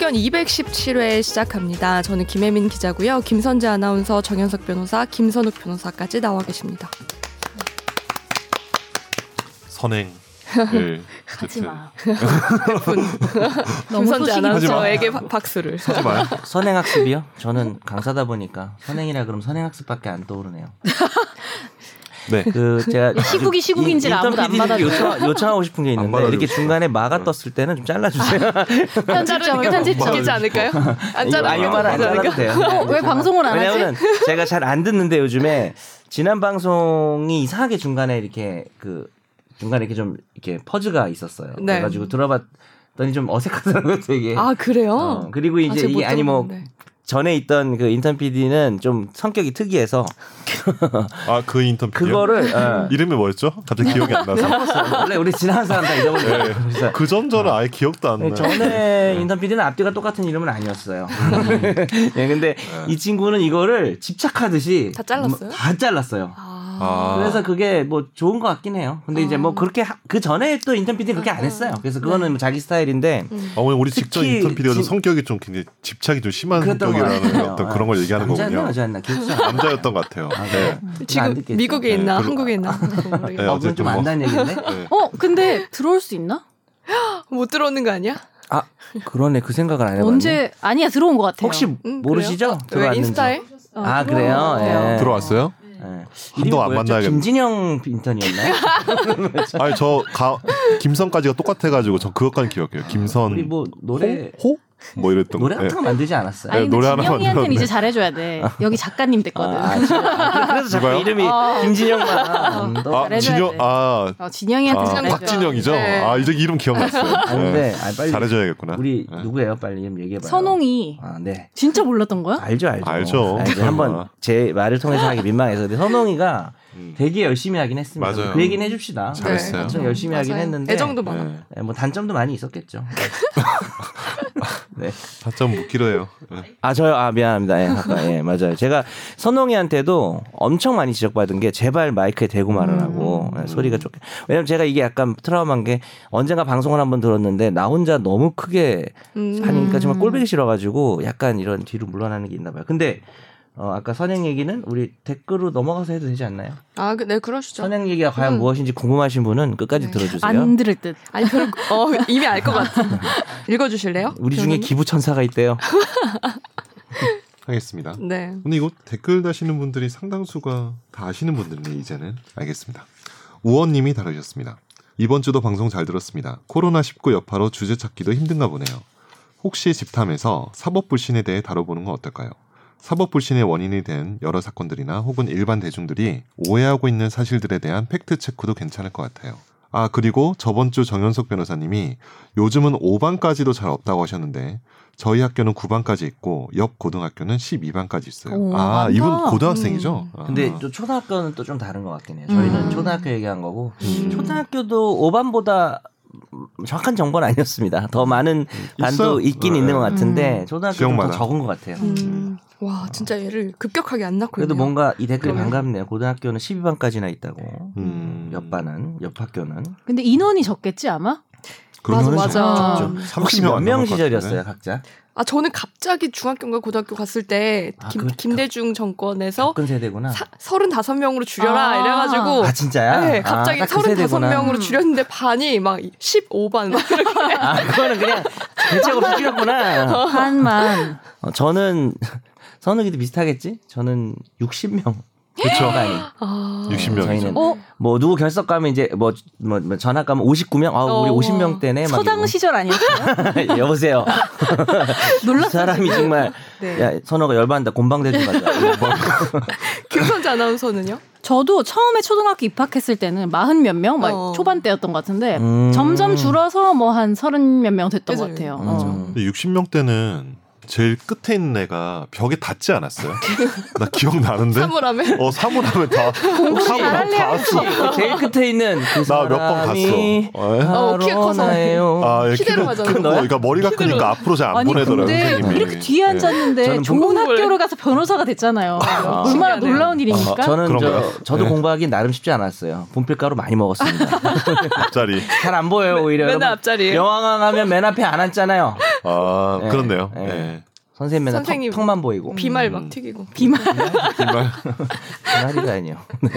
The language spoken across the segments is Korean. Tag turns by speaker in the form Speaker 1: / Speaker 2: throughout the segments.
Speaker 1: 사연 217회 시작합니다. 저는 김혜민 기자고요. 김선재 아나운서, 정현석 변호사, 김선욱 변호사까지 나와 계십니다.
Speaker 2: 선행.
Speaker 3: 네.
Speaker 4: 하지 마. 너무
Speaker 1: 김선재
Speaker 4: 소식이
Speaker 1: 아나운서에게 바- 박수를.
Speaker 2: 하지 마요.
Speaker 5: 선행학습이요? 저는 강사다 보니까 선행이라 그러면 선행학습밖에 안 떠오르네요.
Speaker 2: 네.
Speaker 5: 그 제가
Speaker 4: 시국이
Speaker 5: 이-
Speaker 4: 시국인지를
Speaker 5: 인턴
Speaker 4: 아무도 안
Speaker 5: PD 를
Speaker 4: 받아줘요.
Speaker 5: 요청, 요청하고 싶은 게 있는데
Speaker 2: 받아주고
Speaker 5: 이렇게
Speaker 2: 있어요. 네.
Speaker 5: 중간에 마가 떴을 때는 좀 잘라주세요.
Speaker 4: 편집점을
Speaker 1: 자르니까
Speaker 4: 편집점.
Speaker 1: 웃기지 않을까요? 안
Speaker 5: 이거- 아, 이
Speaker 1: 자르니까
Speaker 5: 말은 안
Speaker 1: 웃기지 않을까?
Speaker 5: 잘라도 돼요. 네.
Speaker 4: 어, 왜 방송을 안 하지?
Speaker 5: 왜냐면은 제가 잘 안 듣는데 요즘에 지난 방송이 이상하게 중간에 이렇게 그 중간에 이렇게 좀 이렇게 퍼즈가 있었어요.
Speaker 1: 네.
Speaker 5: 그래가지고 들어봤더니 좀 어색하더라고요, 되게.
Speaker 1: 아, 그래요?
Speaker 5: 어, 그리고
Speaker 1: 아,
Speaker 5: 이제
Speaker 1: 제가 못
Speaker 5: 이게 아니 뭐
Speaker 1: 들었는데.
Speaker 5: 전에 있던 그 인턴 PD는 좀 성격이 특이해서
Speaker 2: 아 그 인턴 비디오?
Speaker 5: 그거를 네. 어,
Speaker 2: 이름이 뭐였죠? 갑자기 기억이 안 나서.
Speaker 5: 원래 우리 지나간 사람 다
Speaker 2: 네.
Speaker 5: 잊어버리고 그래서
Speaker 2: 그 전전은 아예 기억도 안
Speaker 5: 네,
Speaker 2: 나요.
Speaker 5: 전에
Speaker 2: 예.
Speaker 5: 인턴 PD는 앞뒤가 똑같은 이름은 아니었어요. 예, 근데 이 친구는 이거를 집착하듯이
Speaker 1: 다 잘랐어요?
Speaker 5: 다 잘랐어요.
Speaker 1: 아,
Speaker 5: 그래서 그게 뭐 좋은 것 같긴 해요. 근데 이제 뭐 그렇게 그 전에 또 인턴 PD 는 그렇게
Speaker 1: 음.
Speaker 5: 안 했어요. 그래서
Speaker 1: 네.
Speaker 5: 그거는 뭐 자기 스타일인데
Speaker 2: 아, 오늘 우리 직전
Speaker 5: 특히
Speaker 2: 인턴 PD가 좀
Speaker 5: 지-
Speaker 2: 성격이 좀 굉장히 집착이 좀 심한
Speaker 5: 그랬던 것
Speaker 2: 성격이라는
Speaker 5: 같아요.
Speaker 2: 어떤 그런 걸 얘기하는
Speaker 5: 남자였나
Speaker 2: 거군요.
Speaker 5: 여자였나 기억이 안 나.
Speaker 2: 남자였던 것 같아요. 네.
Speaker 5: 안
Speaker 1: 지금
Speaker 5: 듣겠죠.
Speaker 1: 미국에 있나
Speaker 2: 네, 그러-
Speaker 1: 한국에 있나
Speaker 2: 네,
Speaker 1: 모르겠네.
Speaker 5: 어, 그건
Speaker 2: 어쨌든
Speaker 5: 좀
Speaker 2: 뭐.
Speaker 5: 안다는 얘기인데.
Speaker 2: 네.
Speaker 4: 어, 근데 들어올 수 있나?
Speaker 1: 못 들어오는 거 아니야?
Speaker 5: 아 그러네 그 생각을 안 해봤네.
Speaker 4: 언제 아니야 들어온 것 같아요.
Speaker 5: 혹시 뭐,
Speaker 1: 음, 그래요? 어,
Speaker 5: 모르시죠?
Speaker 1: 왜
Speaker 5: 들어왔는지.
Speaker 1: 인스타에?
Speaker 4: 어,
Speaker 5: 아
Speaker 4: 들어온 것
Speaker 5: 그래요.
Speaker 4: 같아요.
Speaker 5: 예.
Speaker 2: 들어왔어요?
Speaker 5: 예.
Speaker 2: 한동안
Speaker 5: 이름이
Speaker 2: 안
Speaker 5: 뭐였죠?
Speaker 2: 만나야겠네.
Speaker 5: 김진영 인턴이었나요? 그렇죠.
Speaker 2: 아니 저 가, 김선까지가 똑같아가지고 전 그것까지 기억해요. 김선
Speaker 5: 우리 뭐 노래
Speaker 2: 호? 뭐 이랬던
Speaker 5: 노래
Speaker 2: 거. 예.
Speaker 5: 같은 거 만들지 않았어요?
Speaker 4: 아니
Speaker 2: 네, 노래
Speaker 4: 근데
Speaker 2: 하나
Speaker 4: 진영이한테는
Speaker 2: 만들었네.
Speaker 4: 이제 잘해줘야 돼. 여기 작가님 됐거든.
Speaker 5: 아, 아, 그래서 자꾸
Speaker 2: 누가요?
Speaker 5: 이름이 김진영만. 음, 너
Speaker 2: 아
Speaker 4: 잘해줘야
Speaker 2: 진영
Speaker 4: 돼.
Speaker 2: 아,
Speaker 4: 어,
Speaker 2: 아
Speaker 4: 진영이한테 잘해줘.
Speaker 2: 박진영이죠.
Speaker 1: 네.
Speaker 2: 아 이제 이름 기억났어요.
Speaker 5: 안
Speaker 2: 예.
Speaker 5: 돼. 아, 빨리
Speaker 2: 잘해줘야겠구나.
Speaker 5: 우리
Speaker 2: 예.
Speaker 5: 누구예요? 빨리 이름 얘기해봐요.
Speaker 4: 선홍이
Speaker 5: 아 네.
Speaker 4: 진짜 몰랐던 거야?
Speaker 5: 알죠, 알죠.
Speaker 2: 알죠. 아.
Speaker 5: 알죠. 한번 제 말을 통해서 하기 민망해서 근데 선홍이가
Speaker 2: 음.
Speaker 5: 되게 열심히 하긴 했습니다.
Speaker 2: 맞아요.
Speaker 5: 그 얘기는 해줍시다.
Speaker 2: 잘했어요.
Speaker 5: 엄청 네. 열심히 하긴
Speaker 1: 맞아요.
Speaker 5: 했는데
Speaker 1: 애정도 많아.
Speaker 2: 예.
Speaker 5: 네, 뭐 단점도 많이 있었겠죠. 네.
Speaker 2: 다점 묻기로 해요. 예.
Speaker 5: 아 저요 아 미안합니다 예, 아까, 예 맞아요 제가 선홍이한테도 엄청 많이 지적받은 게 제발 마이크에 대고 말을 하고
Speaker 1: 음.
Speaker 5: 예, 소리가 좋게 왜냐면 제가 이게 약간 트라우마인 게 언젠가 방송을 한번 들었는데 나 혼자 너무 크게
Speaker 1: 음.
Speaker 5: 하니까 정말 꼴보기 싫어가지고 약간 이런 뒤로 물러나는 게 있나 봐요 근데 어, 아까 선행 얘기는 우리 댓글로 넘어가서 해도 되지 않나요
Speaker 1: 아, 그- 네 그러시죠.
Speaker 5: 선행 얘기가 과연
Speaker 1: 음.
Speaker 5: 무엇인지 궁금하신 분은 끝까지
Speaker 1: 네.
Speaker 5: 들어주세요
Speaker 4: 안 들을 듯.
Speaker 1: 아니 별, 어 이미 알 것 같아. 읽어주실래요?
Speaker 5: 우리 중에
Speaker 1: 변호사님?
Speaker 5: 기부 천사가 있대요
Speaker 2: 하겠습니다.
Speaker 1: 네.
Speaker 2: 근데 이거 댓글 다시는 분들이 상당수가 다 아시는 분들이네 이제는 알겠습니다. 우원님이 다루셨습니다. 이번 주도 방송 잘 들었습니다. 코로나 19 여파로 주제 찾기도 힘든가 보네요. 혹시 집탐에서 사법 불신에 대해 다뤄보는 건 어떨까요? 사법 불신의 원인이 된 여러 사건들이나 혹은 일반 대중들이 오해하고 있는 사실들에 대한 팩트 체크도 괜찮을 것 같아요. 아 그리고 저번 주 정현석 변호사님이 요즘은 5반까지도 잘 없다고 하셨는데 저희 학교는 9반까지 있고 옆 고등학교는 12반까지 있어요.
Speaker 4: 오,
Speaker 2: 아
Speaker 4: 많다.
Speaker 2: 이분 고등학생이죠? 아.
Speaker 5: 근데 또 초등학교는 또 좀 다른 것 같긴 해요. 저희는
Speaker 1: 음.
Speaker 5: 초등학교 얘기한 거고
Speaker 1: 음.
Speaker 5: 초등학교도 5반보다 정확한 정보는 아니었습니다. 더 많은 반도
Speaker 2: 있어요.
Speaker 5: 있긴
Speaker 2: 네.
Speaker 5: 있는 것 같은데
Speaker 1: 음.
Speaker 5: 초등학교는 더
Speaker 2: 지역마다.
Speaker 5: 적은 것 같아요.
Speaker 1: 음. 와 진짜 얘를 급격하게 안 낳고
Speaker 5: 그래도
Speaker 1: 있네요.
Speaker 5: 뭔가 이 댓글이
Speaker 1: 그러네.
Speaker 5: 반갑네요. 고등학교는 12반까지나 있다고.
Speaker 2: 음.
Speaker 5: 옆반은 옆 학교는
Speaker 4: 근데 인원이 적겠지 아마?
Speaker 2: 그러면
Speaker 1: 맞아, 맞아.
Speaker 2: 좀
Speaker 1: 음.
Speaker 2: 30명
Speaker 5: 혹시
Speaker 2: 안
Speaker 5: 몇 명
Speaker 2: 넘을 것
Speaker 5: 시절이었어요
Speaker 2: 같은데.
Speaker 5: 각자?
Speaker 1: 아 저는 갑자기 중학교인가 고등학교 갔을 때
Speaker 5: 아,
Speaker 1: 김,
Speaker 5: 그렇다.
Speaker 1: 김대중 정권에서
Speaker 5: 접근 세대구나.
Speaker 1: 사, 35명으로 줄여라
Speaker 4: 아.
Speaker 1: 이래가지고
Speaker 5: 아 진짜야?
Speaker 1: 네,
Speaker 5: 아,
Speaker 1: 갑자기
Speaker 5: 딱그 세대구나.
Speaker 1: 35명으로
Speaker 4: 음.
Speaker 1: 줄였는데 반이 막 15반 막 이렇게
Speaker 5: 아 그거는 그냥 대책으로 줄였구나.
Speaker 1: 어.
Speaker 4: 반만.
Speaker 5: 어, 저는 선욱이도 비슷하겠지? 저는 60명. 그쵸.
Speaker 1: 아,
Speaker 2: 60명이죠.
Speaker 5: 저희는
Speaker 4: 어?
Speaker 5: 뭐 누구 결석 가면 이제 뭐, 뭐, 뭐 전학 가면 59명. 아 우리
Speaker 1: 어.
Speaker 5: 50명대네. 막
Speaker 4: 서당
Speaker 5: 이러고.
Speaker 4: 시절 아니었어요?
Speaker 5: 여보세요. 이
Speaker 4: 놀랐어.
Speaker 5: 사람이 정말
Speaker 1: 네.
Speaker 5: 야 선호가 열받는다. 곰방대 좀 가자.
Speaker 1: 김선재 아나운서는요?
Speaker 4: 저도 처음에 초등학교 입학했을 때는 마흔 몇 명, 막
Speaker 1: 어.
Speaker 4: 초반대였던 것 같은데
Speaker 5: 음.
Speaker 4: 점점 줄어서 뭐 한 서른 몇 명 됐던
Speaker 1: 그죠.
Speaker 4: 것 같아요.
Speaker 5: 음.
Speaker 4: 어.
Speaker 2: 근데 60명 때는 제일 끝에 있는 애가 벽에 닿지 않았어요. 나
Speaker 5: 네?
Speaker 2: 기억나는데.
Speaker 1: 사물함에
Speaker 2: 어 사물하면 다 사물함 다 왔어.
Speaker 5: 뭐, 제일 끝에 있는 그
Speaker 2: 나 몇 번 갔어.
Speaker 5: 사람이
Speaker 2: 어, 예?
Speaker 1: 어, 키가 커서.
Speaker 5: 바로나예요.
Speaker 2: 아, 예,
Speaker 1: 키대로
Speaker 2: 키도
Speaker 1: 어, 가잖아.
Speaker 2: 크고
Speaker 3: 뭐,
Speaker 2: 그러니까 머리가 크니까 앞으로 잘 안
Speaker 4: 아니
Speaker 2: 보내더라고요.
Speaker 4: 근데 뭐
Speaker 2: 선생님이. 네.
Speaker 4: 이렇게
Speaker 3: 예,
Speaker 4: 뒤에 앉았는데
Speaker 5: 저는
Speaker 4: 좋은
Speaker 1: 공부를-
Speaker 4: 학교로 가서 변호사가 됐잖아요. 얼마나
Speaker 1: 신기하네요.
Speaker 4: 놀라운 일입니까?
Speaker 5: 아, 저는
Speaker 2: 그런가요?
Speaker 5: 저, 저도
Speaker 2: 네.
Speaker 5: 공부하기 나름 쉽지 않았어요. 분필가루 많이 먹었습니다.
Speaker 2: 앞자리.
Speaker 5: 잘 안 보여요 오히려.
Speaker 1: 맨
Speaker 5: 여러분.
Speaker 1: 앞자리에.
Speaker 5: 영화관 가면 맨 앞에 안 앉잖아요.
Speaker 3: 아
Speaker 5: 예,
Speaker 3: 그렇네요.
Speaker 5: 예.
Speaker 3: 예.
Speaker 5: 선생님 맨날
Speaker 1: 선생님.
Speaker 5: 턱, 턱만 보이고
Speaker 1: 비말
Speaker 3: 음.
Speaker 1: 막 튀기고.
Speaker 4: 비말
Speaker 3: 정말
Speaker 5: 그날이가 아니요. 네.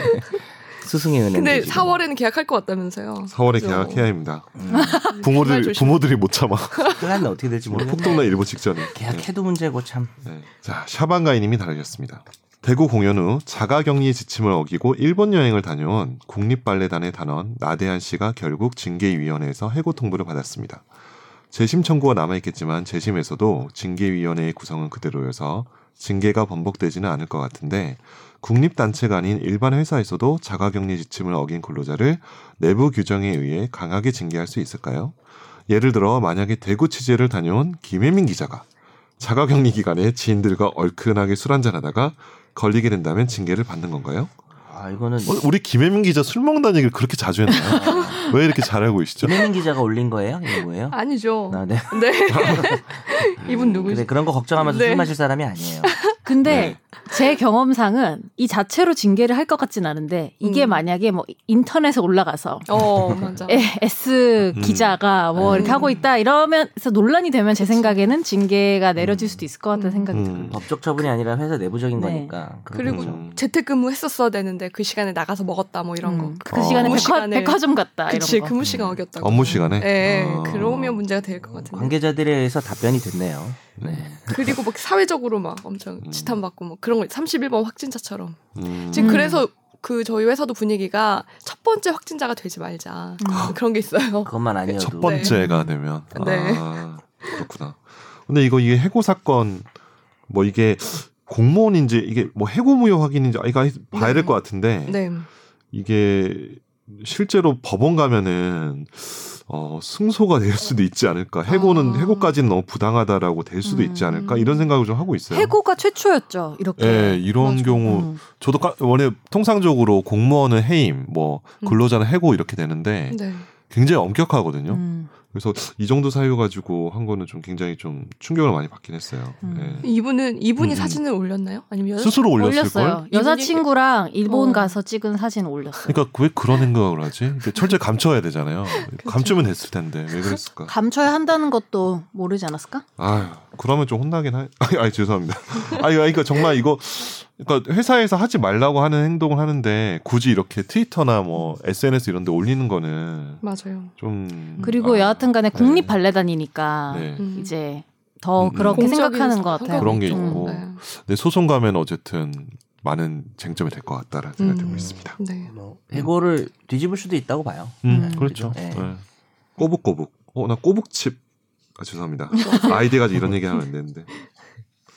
Speaker 5: 스승의 은혜.
Speaker 1: 근데 4월에는 계약할 것 같다면서요.
Speaker 3: 4월에
Speaker 1: 그죠?
Speaker 3: 계약해야 합니다.
Speaker 1: 음, 정말
Speaker 3: 그렇죠. 부모들
Speaker 1: 조심-
Speaker 3: 부모들이 못 참아.
Speaker 5: 그날은 어떻게 될지 모르겠네.
Speaker 3: 폭동나 일보 직전에.
Speaker 5: 계약해도 문제고 참.
Speaker 3: 네. 자, 샤방가이님이 다루셨습니다. 대구 공연 후 자가격리 지침을 어기고 일본 여행을 다녀온 국립발레단의 단원 나대한 씨가 결국 징계위원회에서 해고 통보를 받았습니다. 재심 청구가 남아있겠지만 재심에서도 징계위원회의 구성은 그대로여서 징계가 번복되지는 않을 것 같은데 국립단체가 아닌 일반 회사에서도 자가격리 지침을 어긴 근로자를 내부 규정에 의해 강하게 징계할 수 있을까요? 예를 들어 만약에 대구 취재를 다녀온 김혜민 기자가 자가격리 기간에 지인들과 얼큰하게 술 한잔하다가 걸리게 된다면 징계를 받는 건가요?
Speaker 5: 아 이거는
Speaker 3: 우리 김혜민 기자 술 먹는다는 얘기를 그렇게 자주 했나요?
Speaker 5: 어?
Speaker 3: 왜 이렇게 잘 알고 계시죠?
Speaker 5: 김혜민 기자가 올린 거예요? 이게 뭐예요?
Speaker 1: 아니죠.
Speaker 5: 아, 네. 그러니까.
Speaker 1: 네. 이분
Speaker 5: 근데
Speaker 1: 누구지?
Speaker 5: 그런 거 걱정하면서
Speaker 1: 네.
Speaker 5: 술 마실 사람이 아니에요.
Speaker 4: 근데 제 경험상은 이 자체로 징계를 할 것 같진 않은데 이게
Speaker 1: 음.
Speaker 4: 만약에 뭐 인터넷에 올라가서
Speaker 1: 어, 맞아.
Speaker 4: 에, S
Speaker 3: 음.
Speaker 4: 기자가 뭐
Speaker 5: 음.
Speaker 4: 이렇게 하고 있다 이러면서 논란이 되면 제 생각에는 징계가 내려질 수도 있을 것 같다는 생각이
Speaker 3: 음.
Speaker 4: 들어요.
Speaker 5: 법적 처분이 아니라 회사 내부적인
Speaker 4: 네.
Speaker 5: 거니까. 그렇죠. 그런
Speaker 1: 그리고
Speaker 5: 거죠.
Speaker 3: 음.
Speaker 1: 재택근무 했었어야 되는데 그 시간에 나가서 먹었다 뭐 이런 거.
Speaker 4: 음. 그
Speaker 3: 어. 음.
Speaker 4: 시간에
Speaker 1: 근무
Speaker 4: 백화,
Speaker 1: 시간을-
Speaker 4: 백화점 갔다
Speaker 1: 그치
Speaker 4: 이런 거.
Speaker 1: 근무 시간 어겼다고.
Speaker 3: 업무 시간에
Speaker 1: 예,
Speaker 3: 아.
Speaker 1: 그러면 문제가 될 것 같은데.
Speaker 5: 관계자들에 의해서 답변이 됐네요. 네.
Speaker 1: 그리고 막 사회적으로 막 엄청
Speaker 3: 음.
Speaker 1: 지탄받고 뭐 그런 거 31번 확진자처럼.
Speaker 3: 음.
Speaker 1: 지금
Speaker 4: 음.
Speaker 1: 그래서 그 저희 회사도 분위기가 첫 번째 확진자가 되지 말자.
Speaker 4: 음.
Speaker 1: 그런 게 있어요.
Speaker 5: 그것만 아니어도
Speaker 3: 네, 첫 번째가 되면
Speaker 1: 네.
Speaker 3: 아, 그렇구나. 근데 이거 이게 해고 사건 뭐 이게 공무원인지 이게 뭐 해고 무효 확인인지 아, 이거 봐야 될 것 같은데
Speaker 1: 네.
Speaker 3: 이게 실제로 법원 가면은 어, 승소가 될 수도 있지 않을까. 해고는
Speaker 1: 아. 음.
Speaker 3: 해고까지는 너무 부당하다라고 될 수도 있지 않을까 이런 생각을 좀 하고 있어요.
Speaker 4: 해고가 최초였죠 이렇게.
Speaker 3: 예, 이런
Speaker 1: 맞아.
Speaker 3: 경우
Speaker 4: 음.
Speaker 3: 저도 까- 원래 통상적으로 공무원은 해임, 뭐
Speaker 4: 음.
Speaker 3: 근로자는 해고 이렇게 되는데
Speaker 1: 네.
Speaker 3: 굉장히 엄격하거든요.
Speaker 4: 음.
Speaker 3: 그래서 이 정도 사유 가지고 한 거는 좀 굉장히 좀 충격을 많이 받긴 했어요.
Speaker 4: 음.
Speaker 3: 예.
Speaker 1: 이분은 이분이
Speaker 3: 음.
Speaker 1: 사진을 올렸나요? 아니면 여자
Speaker 3: 스스로 올렸을 걸.
Speaker 4: 올렸어요. 여자친구랑 일본
Speaker 1: 어.
Speaker 4: 가서 찍은 사진 올렸어요.
Speaker 3: 그러니까 왜 그런 생각을 하지? 이게 철저히 감춰야 되잖아요.
Speaker 4: 그렇죠.
Speaker 3: 감추면 됐을 텐데 왜 그랬을까?
Speaker 4: 감춰야 한다는 것도 모르지 않았을까?
Speaker 3: 아유, 그러면 좀 혼나긴 하. 아니, 아니 죄송합니다. 아니, 그러니까 정말 이거, 그러니까 회사에서 하지 말라고 하는 행동을 하는데 굳이 이렇게 트위터나 뭐 SNS 이런데 올리는 거는
Speaker 1: 맞아요.
Speaker 3: 좀
Speaker 4: 그리고
Speaker 3: 아,
Speaker 4: 여하튼간에
Speaker 3: 네.
Speaker 4: 국립 발레단이니까
Speaker 3: 네.
Speaker 1: 음.
Speaker 4: 이제 더
Speaker 3: 음,
Speaker 4: 그렇게
Speaker 1: 공적인
Speaker 4: 생각하는 것
Speaker 1: 상관-
Speaker 4: 같아요. 음.
Speaker 3: 그런 게
Speaker 4: 좀.
Speaker 3: 있고.
Speaker 1: 네.
Speaker 3: 네, 소송 가면 어쨌든 많은 쟁점이 될 것 같다라는 생각이
Speaker 1: 음.
Speaker 3: 들고 있습니다.
Speaker 1: 네.
Speaker 5: 뭐 해고를 뒤집을 수도 있다고 봐요.
Speaker 3: 음,
Speaker 4: 음,
Speaker 3: 그렇죠.
Speaker 5: 그죠? 네.
Speaker 3: 네. 꼬북꼬북. 어, 나 꼬북칩. 아, 죄송합니다. 아이디 가지고 이런 얘기 하면 안 되는데.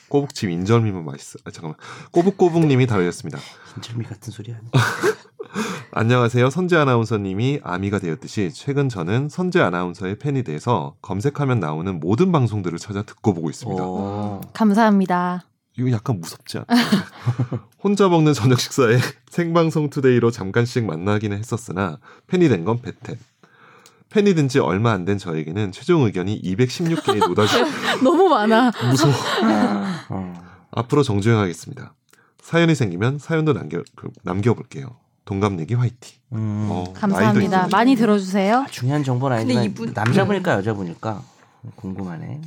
Speaker 3: 꼬북칩 인절미면 맛있어. 아, 잠깐만. 꼬북꼬북님이 다루셨습니다.
Speaker 5: 진철미 같은 소리 아니야?
Speaker 3: 안녕하세요. 선재 아나운서님이 아미가 되었듯이 최근 저는 선재 아나운서의 팬이 돼서 검색하면 나오는 모든 방송들을 찾아 듣고 보고 있습니다.
Speaker 5: 어.
Speaker 4: 감사합니다.
Speaker 3: 이거 약간 무섭지 않나요? 혼자 먹는 저녁 식사에 생방송 투데이로 잠깐씩 만나기는 했었으나 팬이 된 건 베텐. 팬이 된 지 얼마 안 된 저에게는 최종 의견이 216개에 노다지
Speaker 4: 너무 많아.
Speaker 3: 무서워.
Speaker 5: 어.
Speaker 3: 앞으로 정주행하겠습니다. 사연이 생기면 사연도 남겨 그, 남겨볼게요. 동갑 얘기 화이팅.
Speaker 5: 음.
Speaker 3: 어, 나이도
Speaker 4: 감사합니다.
Speaker 3: 있는데.
Speaker 4: 많이 들어주세요.
Speaker 5: 아, 중요한 정보는
Speaker 1: 근데
Speaker 5: 아니지만
Speaker 1: 이분-
Speaker 5: 남자분일까 여자분일까 궁금하네.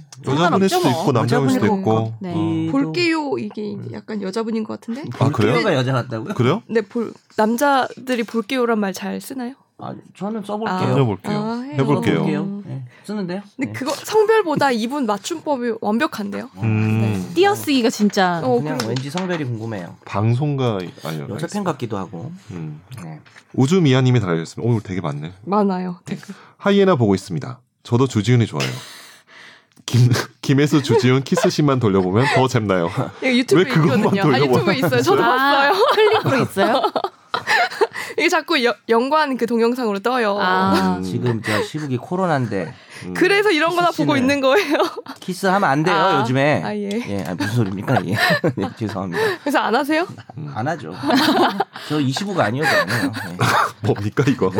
Speaker 4: 상관없죠,
Speaker 3: 여자분일 수도
Speaker 4: 뭐.
Speaker 3: 있고 남자분일 수도
Speaker 1: 여자분일
Speaker 3: 있고.
Speaker 4: 네.
Speaker 3: 어.
Speaker 5: 음.
Speaker 1: 볼게요 이게
Speaker 3: 음.
Speaker 1: 약간 여자분인 것 같은데.
Speaker 3: 아 그래요?
Speaker 5: 가 여자 같다고요?
Speaker 3: 그래요?
Speaker 1: 근데 네, 볼 남자들이 볼게요란 말 잘 쓰나요?
Speaker 5: 아, 저는
Speaker 1: 아.
Speaker 5: 써볼게요.
Speaker 3: 해볼게요.
Speaker 1: 아, 해요.
Speaker 3: 해볼게요.
Speaker 1: 해볼게요.
Speaker 5: 네, 쓰는데요?
Speaker 1: 근데
Speaker 5: 네.
Speaker 1: 그거 성별보다 이분 맞춤법이 완벽한데요.
Speaker 3: 음,
Speaker 4: 띄어쓰기가 진짜
Speaker 1: 어,
Speaker 5: 그냥
Speaker 1: 그리고-
Speaker 5: 왠지 성별이 궁금해요.
Speaker 3: 방송가 아니요.
Speaker 5: 여자 팬 같기도 하고.
Speaker 3: 음.
Speaker 5: 네.
Speaker 3: 우주 미아님이 달아주셨습니다. 오늘 되게 많네.
Speaker 1: 많아요 댓글.
Speaker 3: 하이에나 보고 있습니다. 저도 주지훈이 좋아요. 김 김혜수 주지훈 키스신만 돌려보면 더 잼나요.
Speaker 1: 이거 유튜브에
Speaker 3: 왜 그것만
Speaker 1: 있거든요. 아,
Speaker 3: 돌려봐.
Speaker 1: 유튜브에 있어요. 저도
Speaker 4: 아,
Speaker 1: 봤어요.
Speaker 4: 클립으로 있어요.
Speaker 1: 이게 자꾸 여- 연관 그 동영상으로 떠요.
Speaker 4: 아,
Speaker 3: 음.
Speaker 5: 지금 저 시국이 코로나인데
Speaker 3: 음.
Speaker 1: 그래서 이런 거나 보고
Speaker 5: 진짜네.
Speaker 1: 있는 거예요.
Speaker 5: 키스하면 안 돼요
Speaker 1: 아,
Speaker 5: 요즘에.
Speaker 1: 아, 예.
Speaker 5: 아, 무슨 소리입니까 이게? 네, 죄송합니다.
Speaker 1: 그래서 안 하세요?
Speaker 3: 음.
Speaker 5: 안 하죠. 저 이 시국 아니었잖아요. 네.
Speaker 3: 뭡니까 이거?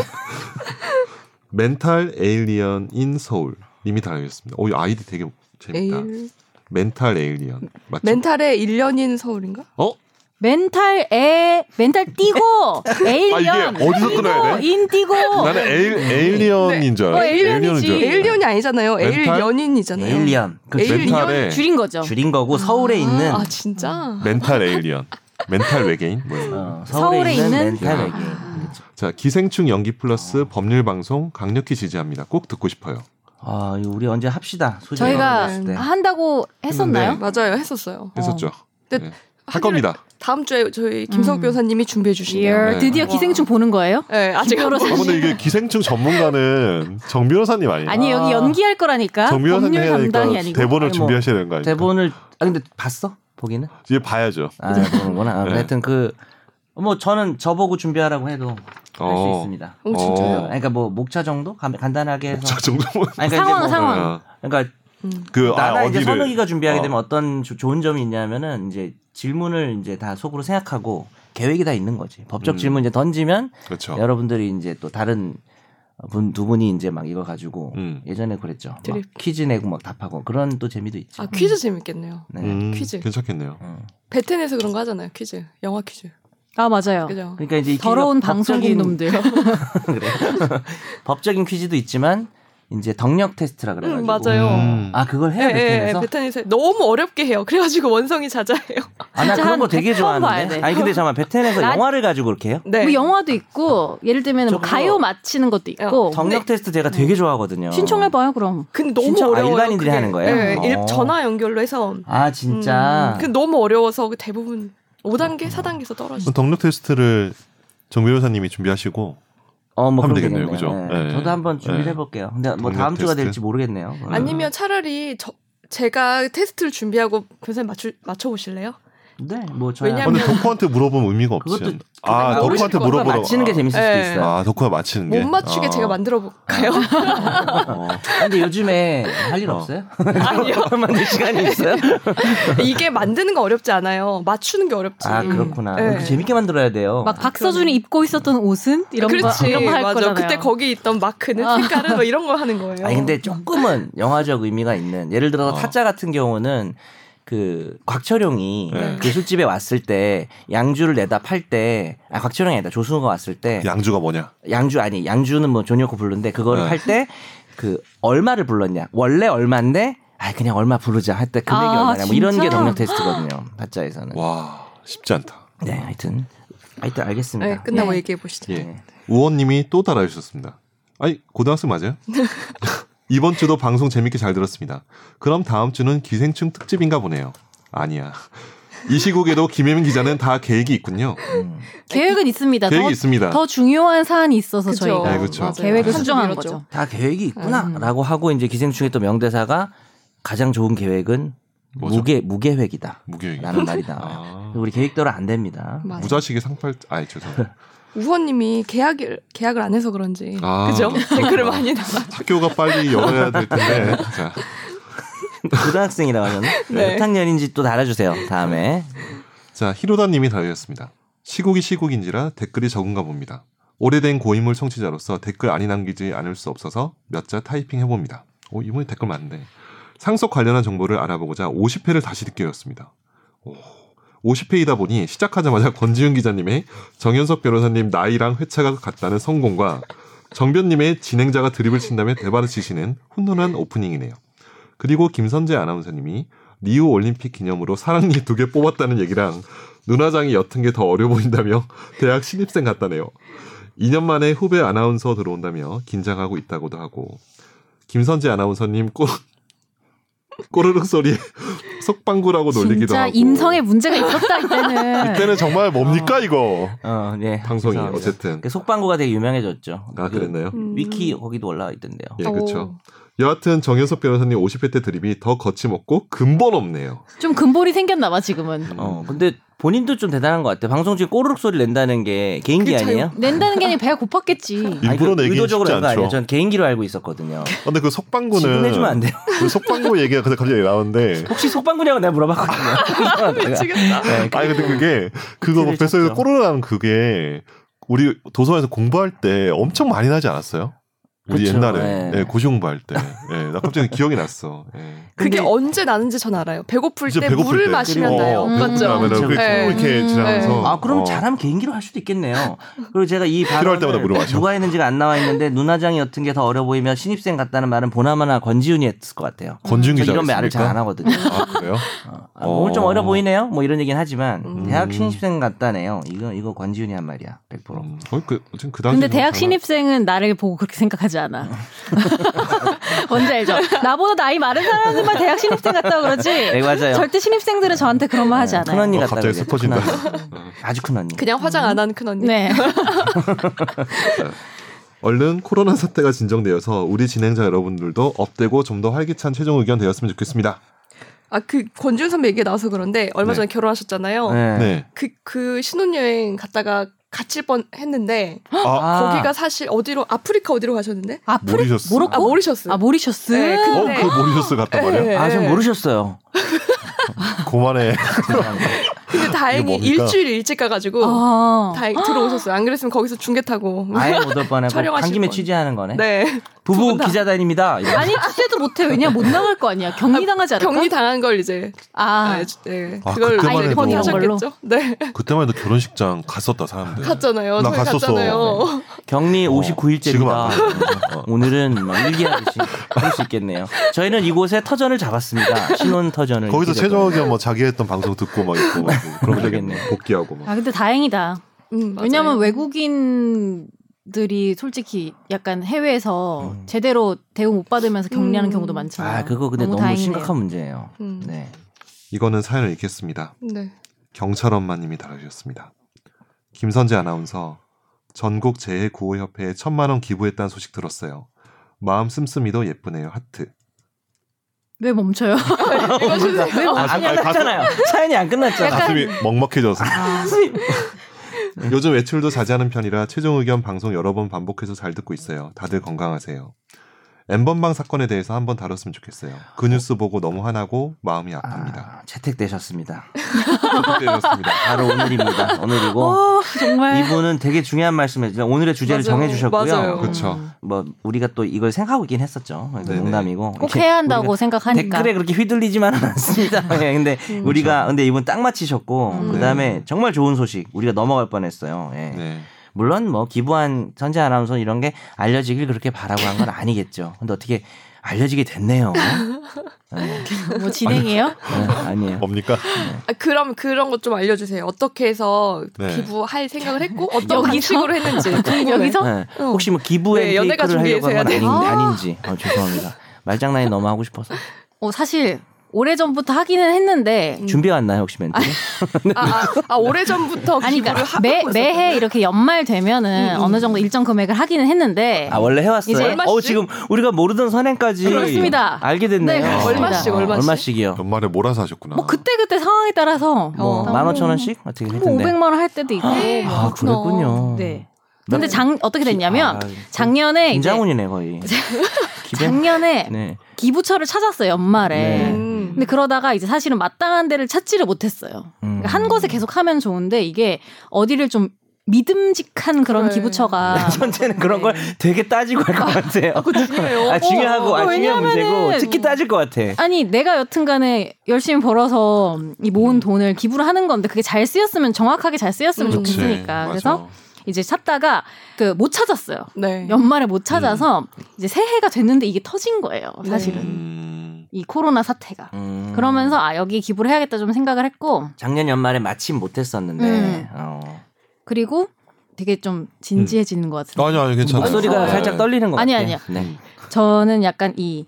Speaker 3: 멘탈 에일리언인 서울 님이 달아주셨습니다. 오, 이 아이디 되게 재밌다.
Speaker 1: 에일.
Speaker 3: 멘탈 에일리언 맞죠?
Speaker 1: 멘탈의 1년인 서울인가?
Speaker 3: 어?
Speaker 4: 멘탈에 멘탈 띄고 에일리언
Speaker 3: 아, 어디서 끊어야 돼?
Speaker 4: 인 띄고
Speaker 3: 나는 에일, 에일리언인 줄 알아요.
Speaker 4: 어, 에일리언이지.
Speaker 1: 에일리언이 아니잖아요. 에일
Speaker 3: 멘탈?
Speaker 1: 연인이잖아요.
Speaker 5: 에일리언. 그
Speaker 1: 에일리언?
Speaker 5: 줄인,
Speaker 3: 멘탈에
Speaker 4: 줄인 거죠.
Speaker 5: 줄인 거고 서울에 있는
Speaker 1: 네.
Speaker 5: 어,
Speaker 1: 아 진짜.
Speaker 3: 멘탈 에일리언. 멘탈 외계인 뭐예요?
Speaker 5: 어,
Speaker 4: 서울에 있는
Speaker 5: 멘탈
Speaker 3: 아.
Speaker 5: 외계인. 그렇죠.
Speaker 3: 자, 기생충 연기 플러스 법률 방송 강력히 지지합니다. 꼭 듣고 싶어요.
Speaker 5: 아, 이거 우리 언제 합시다. 소재가
Speaker 4: 저희가 아,
Speaker 5: 나왔을 때.
Speaker 4: 한다고 했었나요?
Speaker 3: 했는데.
Speaker 1: 맞아요, 했었어요.
Speaker 3: 했었죠.
Speaker 1: 근데
Speaker 3: 예. 할 겁니다.
Speaker 1: 다음 주에 저희 김성욱
Speaker 4: 음.
Speaker 1: 변호사님이 준비해 주시네요.
Speaker 3: 네.
Speaker 4: 드디어
Speaker 1: 와.
Speaker 4: 기생충 보는 거예요?
Speaker 1: 네, 아직 안
Speaker 4: 김
Speaker 1: 봤어요.
Speaker 3: 아, 근데 이게 기생충 전문가는 정 변호사님
Speaker 1: 예.
Speaker 3: 아니에요?
Speaker 4: 아니 여기 연기할 거라니까
Speaker 3: 정 변호사님
Speaker 4: 법률
Speaker 3: 해야 되니까
Speaker 4: 담당이 아니고
Speaker 3: 대본을
Speaker 5: 아니, 뭐,
Speaker 3: 준비하셔야 되는 거 아니에요?
Speaker 5: 대본을 아 근데 봤어? 보기는?
Speaker 3: 이제 봐야죠.
Speaker 5: 아, 보는구나. 아,
Speaker 3: 네.
Speaker 5: 하여튼 그 뭐 저는 저보고 준비하라고 해도 할 수
Speaker 3: 어.
Speaker 5: 있습니다.
Speaker 1: 오, 진짜요?
Speaker 5: 어, 그러니까 뭐 목차 정도 간- 간단하게 해서
Speaker 3: 저 정도면
Speaker 5: 아니, 그러니까
Speaker 4: 상황은
Speaker 5: 이제 뭐
Speaker 4: 상황.
Speaker 3: 어,
Speaker 5: 그러니까
Speaker 3: 그 아,
Speaker 5: 나나 이제
Speaker 3: 어디를
Speaker 5: 선우기가 준비하게
Speaker 3: 어.
Speaker 5: 되면 어떤 조- 좋은 점이 있냐면은 이제 질문을 이제 다 속으로 생각하고 계획이 다 있는 거지. 법적
Speaker 3: 음.
Speaker 5: 질문 이제 던지면
Speaker 3: 그렇죠.
Speaker 5: 여러분들이 이제 또 다른 분 두 분이 이제 막 이거 가지고
Speaker 3: 음.
Speaker 5: 예전에 그랬죠. 막
Speaker 1: 드립.
Speaker 5: 퀴즈 내고 막 답하고 그런 또 재미도 있죠.
Speaker 1: 아 퀴즈 재밌겠네요.
Speaker 5: 네.
Speaker 3: 음,
Speaker 1: 퀴즈.
Speaker 3: 괜찮겠네요.
Speaker 5: 음.
Speaker 1: 베텐에서 그런 거 하잖아요. 퀴즈, 영화 퀴즈.
Speaker 4: 아 맞아요.
Speaker 1: 그죠?
Speaker 5: 그러니까 이제 이 퀴즈가
Speaker 4: 더러운 방송국
Speaker 5: 법적인-
Speaker 4: 놈들.
Speaker 5: 그래요. 법적인 퀴즈도 있지만 이제 덕력 테스트라 그래가지고
Speaker 1: 음, 맞아요.
Speaker 3: 음.
Speaker 5: 아 그걸 해야
Speaker 1: 예, 예,
Speaker 5: 베텐에서
Speaker 1: 예, 베텐에서 너무 어렵게 해요. 그래가지고 원성이 자자해요.
Speaker 5: 아 나
Speaker 4: 진짜
Speaker 5: 그런 거
Speaker 4: 한
Speaker 5: 되게
Speaker 4: 처음 봐야
Speaker 5: 좋아하는데
Speaker 4: 돼.
Speaker 5: 아니 근데 잠깐 베텐에서
Speaker 4: 난-
Speaker 5: 영화를 가지고 그렇게 해요?
Speaker 1: 네.
Speaker 4: 뭐 영화도 있고 예를 들면 뭐
Speaker 5: 저거-
Speaker 4: 가요 맞히는
Speaker 1: 어,
Speaker 4: 것도 있고
Speaker 5: 덕력 테스트 제가
Speaker 1: 음,
Speaker 5: 되게 좋아하거든요.
Speaker 4: 신청해 봐요 그럼.
Speaker 1: 근데 너무
Speaker 5: 신청- 아,
Speaker 1: 어려워요.
Speaker 5: 일반인들이
Speaker 1: 그게.
Speaker 5: 하는 거예요?
Speaker 1: 예, 일-
Speaker 5: 어.
Speaker 1: 전화 연결로 해서. 음,
Speaker 5: 아 진짜.
Speaker 1: 그 너무 어려워서 대부분 5단계, 4단계에서 떨어지죠.
Speaker 3: 그럼 덕력 테스트를 정 변호사님이 준비하시고
Speaker 5: 어뭐
Speaker 3: 하면
Speaker 5: 그런 게
Speaker 3: 되겠네요,
Speaker 5: 있네요.
Speaker 3: 그죠?
Speaker 5: 네.
Speaker 3: 네.
Speaker 5: 저도 한번 준비해
Speaker 3: 네.
Speaker 5: 를 볼게요. 근데 뭐
Speaker 3: 덕력
Speaker 5: 다음 주가
Speaker 3: 테스트?
Speaker 5: 될지 모르겠네요. 그거는.
Speaker 1: 아니면 차라리 저, 제가 테스트를 준비하고 교수님 맞추, 맞춰보실래요?
Speaker 5: 네, 뭐 저야
Speaker 3: 아, 근데
Speaker 1: 왜냐면-
Speaker 3: 덕후한테 물어보면 의미가 없지.
Speaker 5: 그것도-
Speaker 3: 아
Speaker 1: 그것도
Speaker 3: 덕후한테
Speaker 1: 모르실
Speaker 3: 물어보라.
Speaker 5: 맞히는 게 재밌을
Speaker 1: 예.
Speaker 5: 수도 있어요.
Speaker 3: 아 덕후가 맞히는
Speaker 2: 네.
Speaker 3: 게.
Speaker 1: 못 맞추게
Speaker 3: 아.
Speaker 1: 제가 만들어 볼까요?
Speaker 3: 어.
Speaker 5: 아, 근데 요즘에 할 일
Speaker 3: 어.
Speaker 5: 없어요?
Speaker 1: 아니요.
Speaker 5: 만들 시간이 있어요?
Speaker 1: 이게 만드는 거 어렵지 않아요. 맞추는 게 어렵지.
Speaker 5: 아 그렇구나.
Speaker 1: 네.
Speaker 5: 그렇게 재밌게 만들어야 돼요.
Speaker 4: 막 박서준이 입고 있었던 옷은
Speaker 1: 아,
Speaker 4: 이런
Speaker 1: 그렇지.
Speaker 4: 거 이런 거할
Speaker 1: 맞아.
Speaker 4: 거잖아요.
Speaker 1: 그때 거기 있던 마크는
Speaker 4: 아.
Speaker 1: 색깔은 뭐 이런 거 하는 거예요.
Speaker 5: 아니 근데 조금은 영화적 의미가 있는 예를 들어서
Speaker 3: 어.
Speaker 5: 타짜 같은 경우는 그 곽철용이
Speaker 3: 네.
Speaker 5: 그 술집에 왔을 때 양주를 내다 팔 때 아 곽철용이 아니다 조승우가 왔을 때
Speaker 3: 양주가 뭐냐?
Speaker 5: 양주 아니 양주는 뭐 존이었고 부르는데 그거를
Speaker 3: 네.
Speaker 5: 팔 때 그 얼마를 불렀냐 원래 얼마인데 아 그냥 얼마 부르자 할 때 금액이
Speaker 4: 아,
Speaker 5: 얼마냐 뭐 이런 게
Speaker 4: 진짜?
Speaker 5: 경력 테스트거든요 타짜에서는
Speaker 3: 와 쉽지 않다.
Speaker 5: 네 하여튼 하여튼 알겠습니다
Speaker 1: 네, 끝나고
Speaker 4: 예.
Speaker 1: 얘기해 보시죠.
Speaker 3: 예. 우원님이 또 달아주셨습니다. 아니 고등학생 맞아요? 이번 주도 방송 재밌게 잘 들었습니다. 그럼 다음 주는 기생충 특집인가 보네요. 아니야. 이 시국에도 김혜민 기자는 다 계획이 있군요.
Speaker 1: 음.
Speaker 4: 계획은 있습니다.
Speaker 3: 계획이
Speaker 4: 더,
Speaker 3: 있습니다.
Speaker 4: 더 중요한 사안이 있어서
Speaker 1: 그쵸.
Speaker 4: 저희가
Speaker 3: 네, 그쵸.
Speaker 1: 맞아요.
Speaker 4: 계획을
Speaker 3: 그래서
Speaker 4: 수정한
Speaker 1: 미뤘죠.
Speaker 4: 거죠.
Speaker 5: 다 계획이 있구나라고 하고 이제 기생충의 또 명대사가 가장 좋은 계획은
Speaker 3: 뭐죠?
Speaker 5: 무계 무계획이다.
Speaker 3: 무교육이.
Speaker 5: 라는 말이 나와요.
Speaker 3: 아,
Speaker 5: 우리 계획대로 안 됩니다.
Speaker 1: 맞아요.
Speaker 3: 무자식의 상팔. 아 죄송합니다.
Speaker 1: 우원님이 계약을 계약을 안 해서 그런지
Speaker 3: 아.
Speaker 1: 그죠? 네, 댓글을 많이 달아.
Speaker 3: 학교가 빨리 열어야 될 텐데. 자,
Speaker 5: 그 고등학생이라고 하셨나?
Speaker 1: 네.
Speaker 5: 몇 학년인지 또 달아주세요. 다음에.
Speaker 3: 자 히로다님이 달아주셨습니다. 시국이 시국인지라 댓글이 적은가 봅니다. 오래된 고인물 청취자로서 댓글 많이 남기지 않을 수 없어서 몇 자 타이핑 해봅니다. 오 이번에 댓글 많은데 상속 관련한 정보를 알아보고자 50회를 다시 듣게 되었습니다. 오, 50회이다 보니 시작하자마자 권지윤 기자님의 정현석 변호사님 나이랑 회차가 같다는 성공과 정변님의 진행자가 드립을 친다며 대바를 치시는 훈훈한 오프닝이네요. 그리고 김선재 아나운서님이 리우 올림픽 기념으로 사랑니 두 개 뽑았다는 얘기랑 눈화장이 옅은 게 더 어려 보인다며 대학 신입생 같다네요. 2년 만에 후배 아나운서 들어온다며 긴장하고 있다고도 하고 김선재 아나운서님 꼬 꼬르륵 소리에 속방구라고 놀리기도
Speaker 4: 진짜
Speaker 3: 하고
Speaker 4: 인성에 문제가 있었다 이때는.
Speaker 1: 네.
Speaker 3: 이때는 정말 뭡니까 이거
Speaker 5: 어, 네.
Speaker 3: 방송이
Speaker 5: 죄송합니다.
Speaker 3: 어쨌든
Speaker 5: 그 속방구가 되게 유명해졌죠.
Speaker 3: 아 그랬나요?
Speaker 1: 음.
Speaker 5: 위키 거기도 올라와 있던데요.
Speaker 3: 예 그렇죠.
Speaker 1: 오.
Speaker 3: 여하튼 정현석 변호사님 50회 때 드립이 더 거침없고 근본 없네요.
Speaker 4: 좀 근본이 생겼나 봐 지금은.
Speaker 5: 어, 근데 본인도 좀 대단한 것 같아요. 방송 중에 꼬르륵 소리 를 낸다는 게 개인기
Speaker 1: 그게
Speaker 5: 아니에요?
Speaker 4: 낸다는 게 아니라 배가 고팠겠지.
Speaker 5: 아니,
Speaker 3: 일부러
Speaker 5: 그
Speaker 3: 내기는
Speaker 5: 의도적으로
Speaker 3: 쉽지
Speaker 5: 낸거
Speaker 3: 않죠.
Speaker 5: 아니에요. 전 개인기로 알고 있었거든요.
Speaker 2: 근데 그 속방구는
Speaker 5: 지분해주면 안 돼요.
Speaker 2: 그 속방구 얘기가 근데 갑자기 나오는데
Speaker 5: 혹시 속방구냐고 내가
Speaker 1: 아,
Speaker 5: 물어봤거든요.
Speaker 1: 미치겠다.
Speaker 5: 네,
Speaker 2: 아니 근데 그게 그거 막
Speaker 5: 티를
Speaker 2: 뱃속에서
Speaker 5: 찾죠.
Speaker 2: 꼬르르 나는 그게 우리 도서관에서 공부할 때 엄청 많이 나지 않았어요? 우리
Speaker 5: 그쵸,
Speaker 2: 옛날에
Speaker 5: 예.
Speaker 2: 예, 고시공부 할때 예, 나 갑자기 기억이 났어. 예.
Speaker 1: 그게
Speaker 5: 근데-
Speaker 1: 언제 나는지 전 알아요. 배고플 때
Speaker 2: 진짜 배고플
Speaker 1: 물을
Speaker 2: 때.
Speaker 1: 마시면
Speaker 2: 그리고
Speaker 1: 나요.
Speaker 2: 어,
Speaker 4: 음.
Speaker 2: 배고픈 다음에
Speaker 5: 그렇죠.
Speaker 2: 그
Speaker 1: 네.
Speaker 2: 이렇게
Speaker 4: 음.
Speaker 2: 지나면서
Speaker 5: 아, 그럼
Speaker 2: 어,
Speaker 5: 잘하면 개인기로 할 수도 있겠네요. 그리고 제가 이
Speaker 2: 필요할 때마다
Speaker 5: 발언을
Speaker 2: 물어봐죠.
Speaker 5: 누가 했는지가 안 나와 있는데 눈화장이 어떤 게 더 어려 보이면 신입생 같다는 말은 보나마나 권지훈이 했을 것 같아요.
Speaker 2: 음. 권지훈
Speaker 5: 저
Speaker 2: 기자
Speaker 5: 이런 말을 잘 안
Speaker 2: 했습니까?
Speaker 5: 하거든요.
Speaker 2: 아 그래요?
Speaker 5: 어, 아, 오늘 좀
Speaker 2: 어.
Speaker 5: 어려 보이네요. 뭐 이런 얘기는 하지만
Speaker 1: 음.
Speaker 5: 대학 신입생 같다네요. 이거 이거 권지훈이 한 말이야. 100%.
Speaker 2: 음, 거의 그 지금 그 당시
Speaker 4: 근데 대학 신입생은 나를 보고 그렇게 생각하지 않아. 뭔지 알죠? 나보다 나이 많은 사람들만 대학 신입생 같다고
Speaker 5: 네,
Speaker 4: 그러지.
Speaker 5: 맞아요.
Speaker 4: 절대 신입생들은 저한테 그런 말 하지
Speaker 5: 큰
Speaker 4: 않아요.
Speaker 5: 언니
Speaker 2: 어,
Speaker 5: 같다.
Speaker 2: 갑자기
Speaker 5: 그러겠다. 큰
Speaker 2: 슬퍼진다.
Speaker 5: 언니. 아주 큰 언니. 네.
Speaker 1: 그냥 화장 안 한 큰 언니.
Speaker 4: 네.
Speaker 2: 얼른 코로나 사태가 진정되어서 우리 진행자 여러분들도 업되고 좀 더 활기찬 최종 의견 되었으면 좋겠습니다.
Speaker 1: 아 그 권지훈 선배 얘기 나와서 그런데 얼마
Speaker 2: 네.
Speaker 1: 전에 결혼하셨잖아요.
Speaker 3: 어.
Speaker 5: 네.
Speaker 2: 네.
Speaker 1: 그, 그 신혼여행 갔다가 갇힐 뻔 했는데
Speaker 2: 아,
Speaker 5: 아,
Speaker 1: 거기가 사실 어디로 아프리카 어디로 가셨는데?
Speaker 4: 아프리
Speaker 2: 모르셨어.
Speaker 4: 모로코?
Speaker 1: 아 모르셨어요.
Speaker 4: 아 모리셔스.
Speaker 1: 네,
Speaker 2: 어,
Speaker 1: 근데-
Speaker 2: 그 모르셨어 갔단 말이야?
Speaker 1: 네.
Speaker 5: 아, 전 모르셨어요.
Speaker 3: 고만해.
Speaker 1: 근데 다행히
Speaker 3: 이게 뭡니까?
Speaker 1: 일주일 일찍 가가지고
Speaker 4: 아.
Speaker 1: 다행 들어오셨어요. 안 그랬으면 거기서 중계 타고.
Speaker 5: 아예 못 올 뻔하고 간
Speaker 1: 촬영하실
Speaker 5: 김에
Speaker 1: 뻔.
Speaker 5: 취재하는 거네.
Speaker 1: 네. 두
Speaker 5: 부부
Speaker 1: 분 다.
Speaker 5: 기자단입니다. 이거.
Speaker 4: 아니 취재도 못해 왜냐 못 나갈 거 아니야 격리 당하지 않을까?
Speaker 1: 격리 당한 걸 이제
Speaker 4: 아
Speaker 1: 아, 네.
Speaker 2: 아,
Speaker 1: 그걸
Speaker 2: 그때만
Speaker 1: 이제
Speaker 2: 해도.
Speaker 1: 건의하셨겠죠? 네.
Speaker 2: 그때만 해도 결혼식장 갔었다 사람들.
Speaker 1: 갔잖아요.
Speaker 3: 나
Speaker 1: 저희
Speaker 3: 갔었어.
Speaker 1: 갔잖아요.
Speaker 5: 격리
Speaker 2: 어,
Speaker 5: 59일째입니다.
Speaker 2: 지금 안 어. 가요.
Speaker 5: 오늘은 막 일기하듯이 그럴 수 있겠네요. 저희는 이곳에 터전을 잡았습니다. 신혼 터전을.
Speaker 3: 거기서
Speaker 5: 이렇게
Speaker 3: 최종 의견 뭐 자기 했던 방송 듣고 막 있고 막 뭐.
Speaker 2: 그러면
Speaker 5: 모르겠네.
Speaker 2: 되겠네. 복귀하고 막.
Speaker 4: 아, 근데 다행이다.
Speaker 1: 음, 맞아요.
Speaker 4: 왜냐면 외국인들이 솔직히 약간 해외에서
Speaker 5: 음.
Speaker 4: 제대로 대응 못 받으면서 격리하는
Speaker 1: 음.
Speaker 4: 경우도
Speaker 5: 되거든요.
Speaker 4: 많잖아요.
Speaker 5: 아, 그거 근데 너무,
Speaker 4: 다행이네요.
Speaker 5: 심각한 문제예요.
Speaker 1: 음.
Speaker 5: 네.
Speaker 2: 이거는 사연을 읽겠습니다.
Speaker 1: 네.
Speaker 2: 경찰 엄마님이 다루셨습니다. 김선재 아나운서 전국 재해 구호 협회에 천만 원 기부했다는 소식 들었어요. 마음 씀씀이도 예쁘네요. 하트.
Speaker 4: 왜 멈춰요?
Speaker 1: 네.
Speaker 4: 왜
Speaker 5: 아, 안
Speaker 4: 멈추냐?
Speaker 5: 끝났잖아요. 사연이 안 끝났잖아요.
Speaker 4: 약간-
Speaker 3: 가슴이 먹먹해져서
Speaker 4: 아, 음.
Speaker 2: 요즘 외출도 자제하는 편이라 최종 의견 방송 여러 번 반복해서 잘 듣고 있어요. 다들 건강하세요. 엠번방 사건에 대해서 한번 다뤘으면 좋겠어요. 그 뉴스 보고 너무 화나고 마음이 아픕니다.
Speaker 5: 아, 채택되셨습니다.
Speaker 2: 그때였습니다.
Speaker 5: 바로 오늘입니다. 오늘이고.
Speaker 4: 어, 정말
Speaker 5: 이분은 되게 중요한 말씀을 해주셨- 오늘의 주제를
Speaker 1: 맞아요.
Speaker 5: 정해주셨고요.
Speaker 1: 맞아요.
Speaker 2: 그렇죠.
Speaker 4: 음.
Speaker 5: 뭐 우리가 또 이걸 생각하고 있긴 했었죠. 그러니까
Speaker 2: 네네.
Speaker 5: 농담이고.
Speaker 4: 꼭
Speaker 5: 이렇게
Speaker 4: 해야 한다고
Speaker 5: 우리가
Speaker 4: 생각하니까.
Speaker 5: 댓글에 그렇게 휘둘리지만은 않습니다. 예, 근데
Speaker 1: 그러니까. 음.
Speaker 5: 우리가 근데 이분 딱 맞히셨고
Speaker 4: 음.
Speaker 5: 그다음에
Speaker 2: 네.
Speaker 5: 정말 좋은 소식 우리가 넘어갈 뻔했어요. 예.
Speaker 2: 네.
Speaker 5: 물론 뭐 기부한 선재 아나운서 이런 게 알려지길 그렇게 바라고 한 건 아니겠죠. 근데 어떻게 알려지게 됐네요. 예.
Speaker 4: 뭐 진행해요?
Speaker 5: 예, 아니에요.
Speaker 3: 뭡니까?
Speaker 1: 아, 그럼 그런 것 좀 알려주세요. 어떻게 해서
Speaker 2: 네.
Speaker 1: 기부할 생각을 했고 어떤
Speaker 4: 여기서?
Speaker 1: 방식으로 했는지 네, 궁금해.
Speaker 4: 여기서
Speaker 5: 예. 혹시 뭐 기부에
Speaker 1: 어. 네, 연애가
Speaker 5: 테이크를 하려고 한 건
Speaker 1: 준비해서
Speaker 5: 아닌,
Speaker 4: 해야 돼요.
Speaker 5: 아닌지 어, 죄송합니다. 말장난이 너무 하고 싶어서
Speaker 4: 어, 사실 오래 전부터 하기는 했는데
Speaker 1: 음.
Speaker 5: 준비 왔나요 혹시 멘트?
Speaker 1: 아, 아, 아 오래 전부터
Speaker 4: 아니
Speaker 1: 기부를
Speaker 4: 그러니까
Speaker 1: 하고
Speaker 4: 매,
Speaker 1: 있었구나.
Speaker 4: 매해 이렇게 연말
Speaker 1: 음,
Speaker 4: 되면은
Speaker 1: 음.
Speaker 4: 어느 정도 일정 금액을 하기는
Speaker 1: 네.
Speaker 4: 했는데
Speaker 5: 아 원래 해왔어요.
Speaker 4: 이제
Speaker 1: 얼마씩?
Speaker 5: 어 지금 우리가 모르던 선행까지
Speaker 4: 그렇습니다.
Speaker 5: 알게 됐네요.
Speaker 4: 네,
Speaker 5: 아,
Speaker 4: 그렇습니다.
Speaker 1: 얼마씩,
Speaker 5: 어,
Speaker 1: 얼마씩?
Speaker 5: 얼마씩이요?
Speaker 2: 연말에 몰아서 하셨구나.
Speaker 4: 뭐 그때 그때 상황에 따라서
Speaker 5: 뭐
Speaker 1: 어.
Speaker 5: 만 오천 원씩 어떻게 할
Speaker 4: 뭐
Speaker 5: 텐데.
Speaker 4: 500만 원 할 때도 있고 뭐
Speaker 5: 아, 그랬군요.
Speaker 4: 네.
Speaker 5: 나-
Speaker 4: 근데 장 어떻게 됐냐면
Speaker 5: 아,
Speaker 4: 작년에 이제
Speaker 5: 김장훈이네 거의. 기병-
Speaker 4: 작년에
Speaker 5: 네.
Speaker 4: 기부처를 찾았어요
Speaker 5: 네.
Speaker 4: 연말에.
Speaker 1: 음.
Speaker 4: 근데 그러다가 이제 사실은 마땅한 데를 찾지를 못했어요.
Speaker 5: 음.
Speaker 4: 그러니까 한 곳에 계속 하면 좋은데 이게 어디를 좀 믿음직한 그런
Speaker 2: 네.
Speaker 1: 그래.
Speaker 4: 기부처가 네.
Speaker 5: 전체는 그런 걸 되게 따지고 할 것 같아요.
Speaker 1: 중요해요.
Speaker 5: 아, 중요하고
Speaker 4: 어,
Speaker 5: 아,
Speaker 4: 왜냐면은-
Speaker 5: 중요한 문제고 특히 따질 것 같아.
Speaker 4: 아니 내가 여튼간에 열심히 벌어서 이 모은 돈을 기부를 하는 건데 그게 잘 쓰였으면 정확하게 잘 쓰였으면
Speaker 1: 음.
Speaker 2: 음. 그치.
Speaker 4: 좋겠으니까
Speaker 2: 맞아.
Speaker 4: 그래서 이제 찾다가 그 못 찾았어요.
Speaker 1: 네.
Speaker 4: 연말에 못 찾아서 이제 새해가 됐는데 이게 터진 거예요. 사실은
Speaker 2: 네. 음,
Speaker 4: 이 코로나 사태가.
Speaker 5: 음.
Speaker 4: 그러면서 아 여기 기부를 해야겠다 좀 생각을 했고
Speaker 5: 작년 연말에 마침 못했었는데
Speaker 4: 음.
Speaker 5: 어.
Speaker 4: 그리고 되게 좀 진지해지는 것 같은데
Speaker 2: 아니 아니 괜찮아요.
Speaker 5: 목소리가
Speaker 2: 네.
Speaker 5: 살짝 떨리는 것
Speaker 4: 아니,
Speaker 5: 같아.
Speaker 4: 아니야.
Speaker 5: 네.
Speaker 4: 저는 약간 이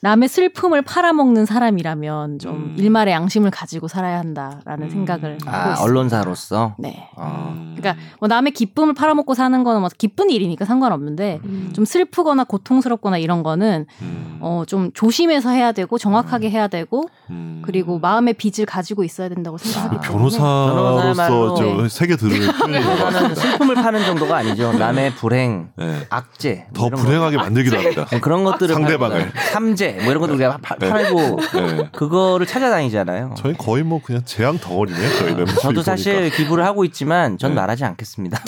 Speaker 4: 남의 슬픔을 팔아먹는 사람이라면 좀
Speaker 2: 음.
Speaker 4: 일말의 양심을 가지고 살아야 한다라는
Speaker 2: 음.
Speaker 4: 생각을
Speaker 2: 아,
Speaker 4: 하고
Speaker 5: 아
Speaker 4: 있어요.
Speaker 5: 언론사로서.
Speaker 4: 네.
Speaker 5: 어.
Speaker 4: 그러니까 뭐 남의 기쁨을 팔아먹고 사는 거는 뭐 기쁜 일이니까 상관없는데
Speaker 1: 음.
Speaker 4: 좀 슬프거나 고통스럽거나 이런 거는
Speaker 2: 음,
Speaker 4: 어 좀 조심해서 해야 되고 정확하게 해야 되고
Speaker 2: 음.
Speaker 4: 그리고 마음의 빚을 가지고 있어야 된다고 생각하기 때문에
Speaker 5: 변호사야말로
Speaker 3: 변호사로서
Speaker 4: 네.
Speaker 3: 저 세계 들을 표현인 것
Speaker 5: 나는
Speaker 3: 같습니다.
Speaker 5: 슬픔을 파는 정도가 아니죠. 남의 불행,
Speaker 2: 네.
Speaker 5: 악재, 뭐
Speaker 2: 더
Speaker 5: 이런 거.
Speaker 2: 불행하게 만들기도 합니다.
Speaker 5: 뭐 그런 것들을
Speaker 3: 상대방을.
Speaker 5: 팔고, 삼재 뭐 이런 것들 우리가 파-
Speaker 2: 네.
Speaker 5: 팔고
Speaker 2: 네.
Speaker 5: 그거를 찾아다니잖아요.
Speaker 3: 저희 거의 뭐 그냥 재앙 덩어리네요. 저희 멤버
Speaker 5: 저도 사실 기부를 하고 있지만 전
Speaker 2: 네.
Speaker 5: 말하지 않겠습니다.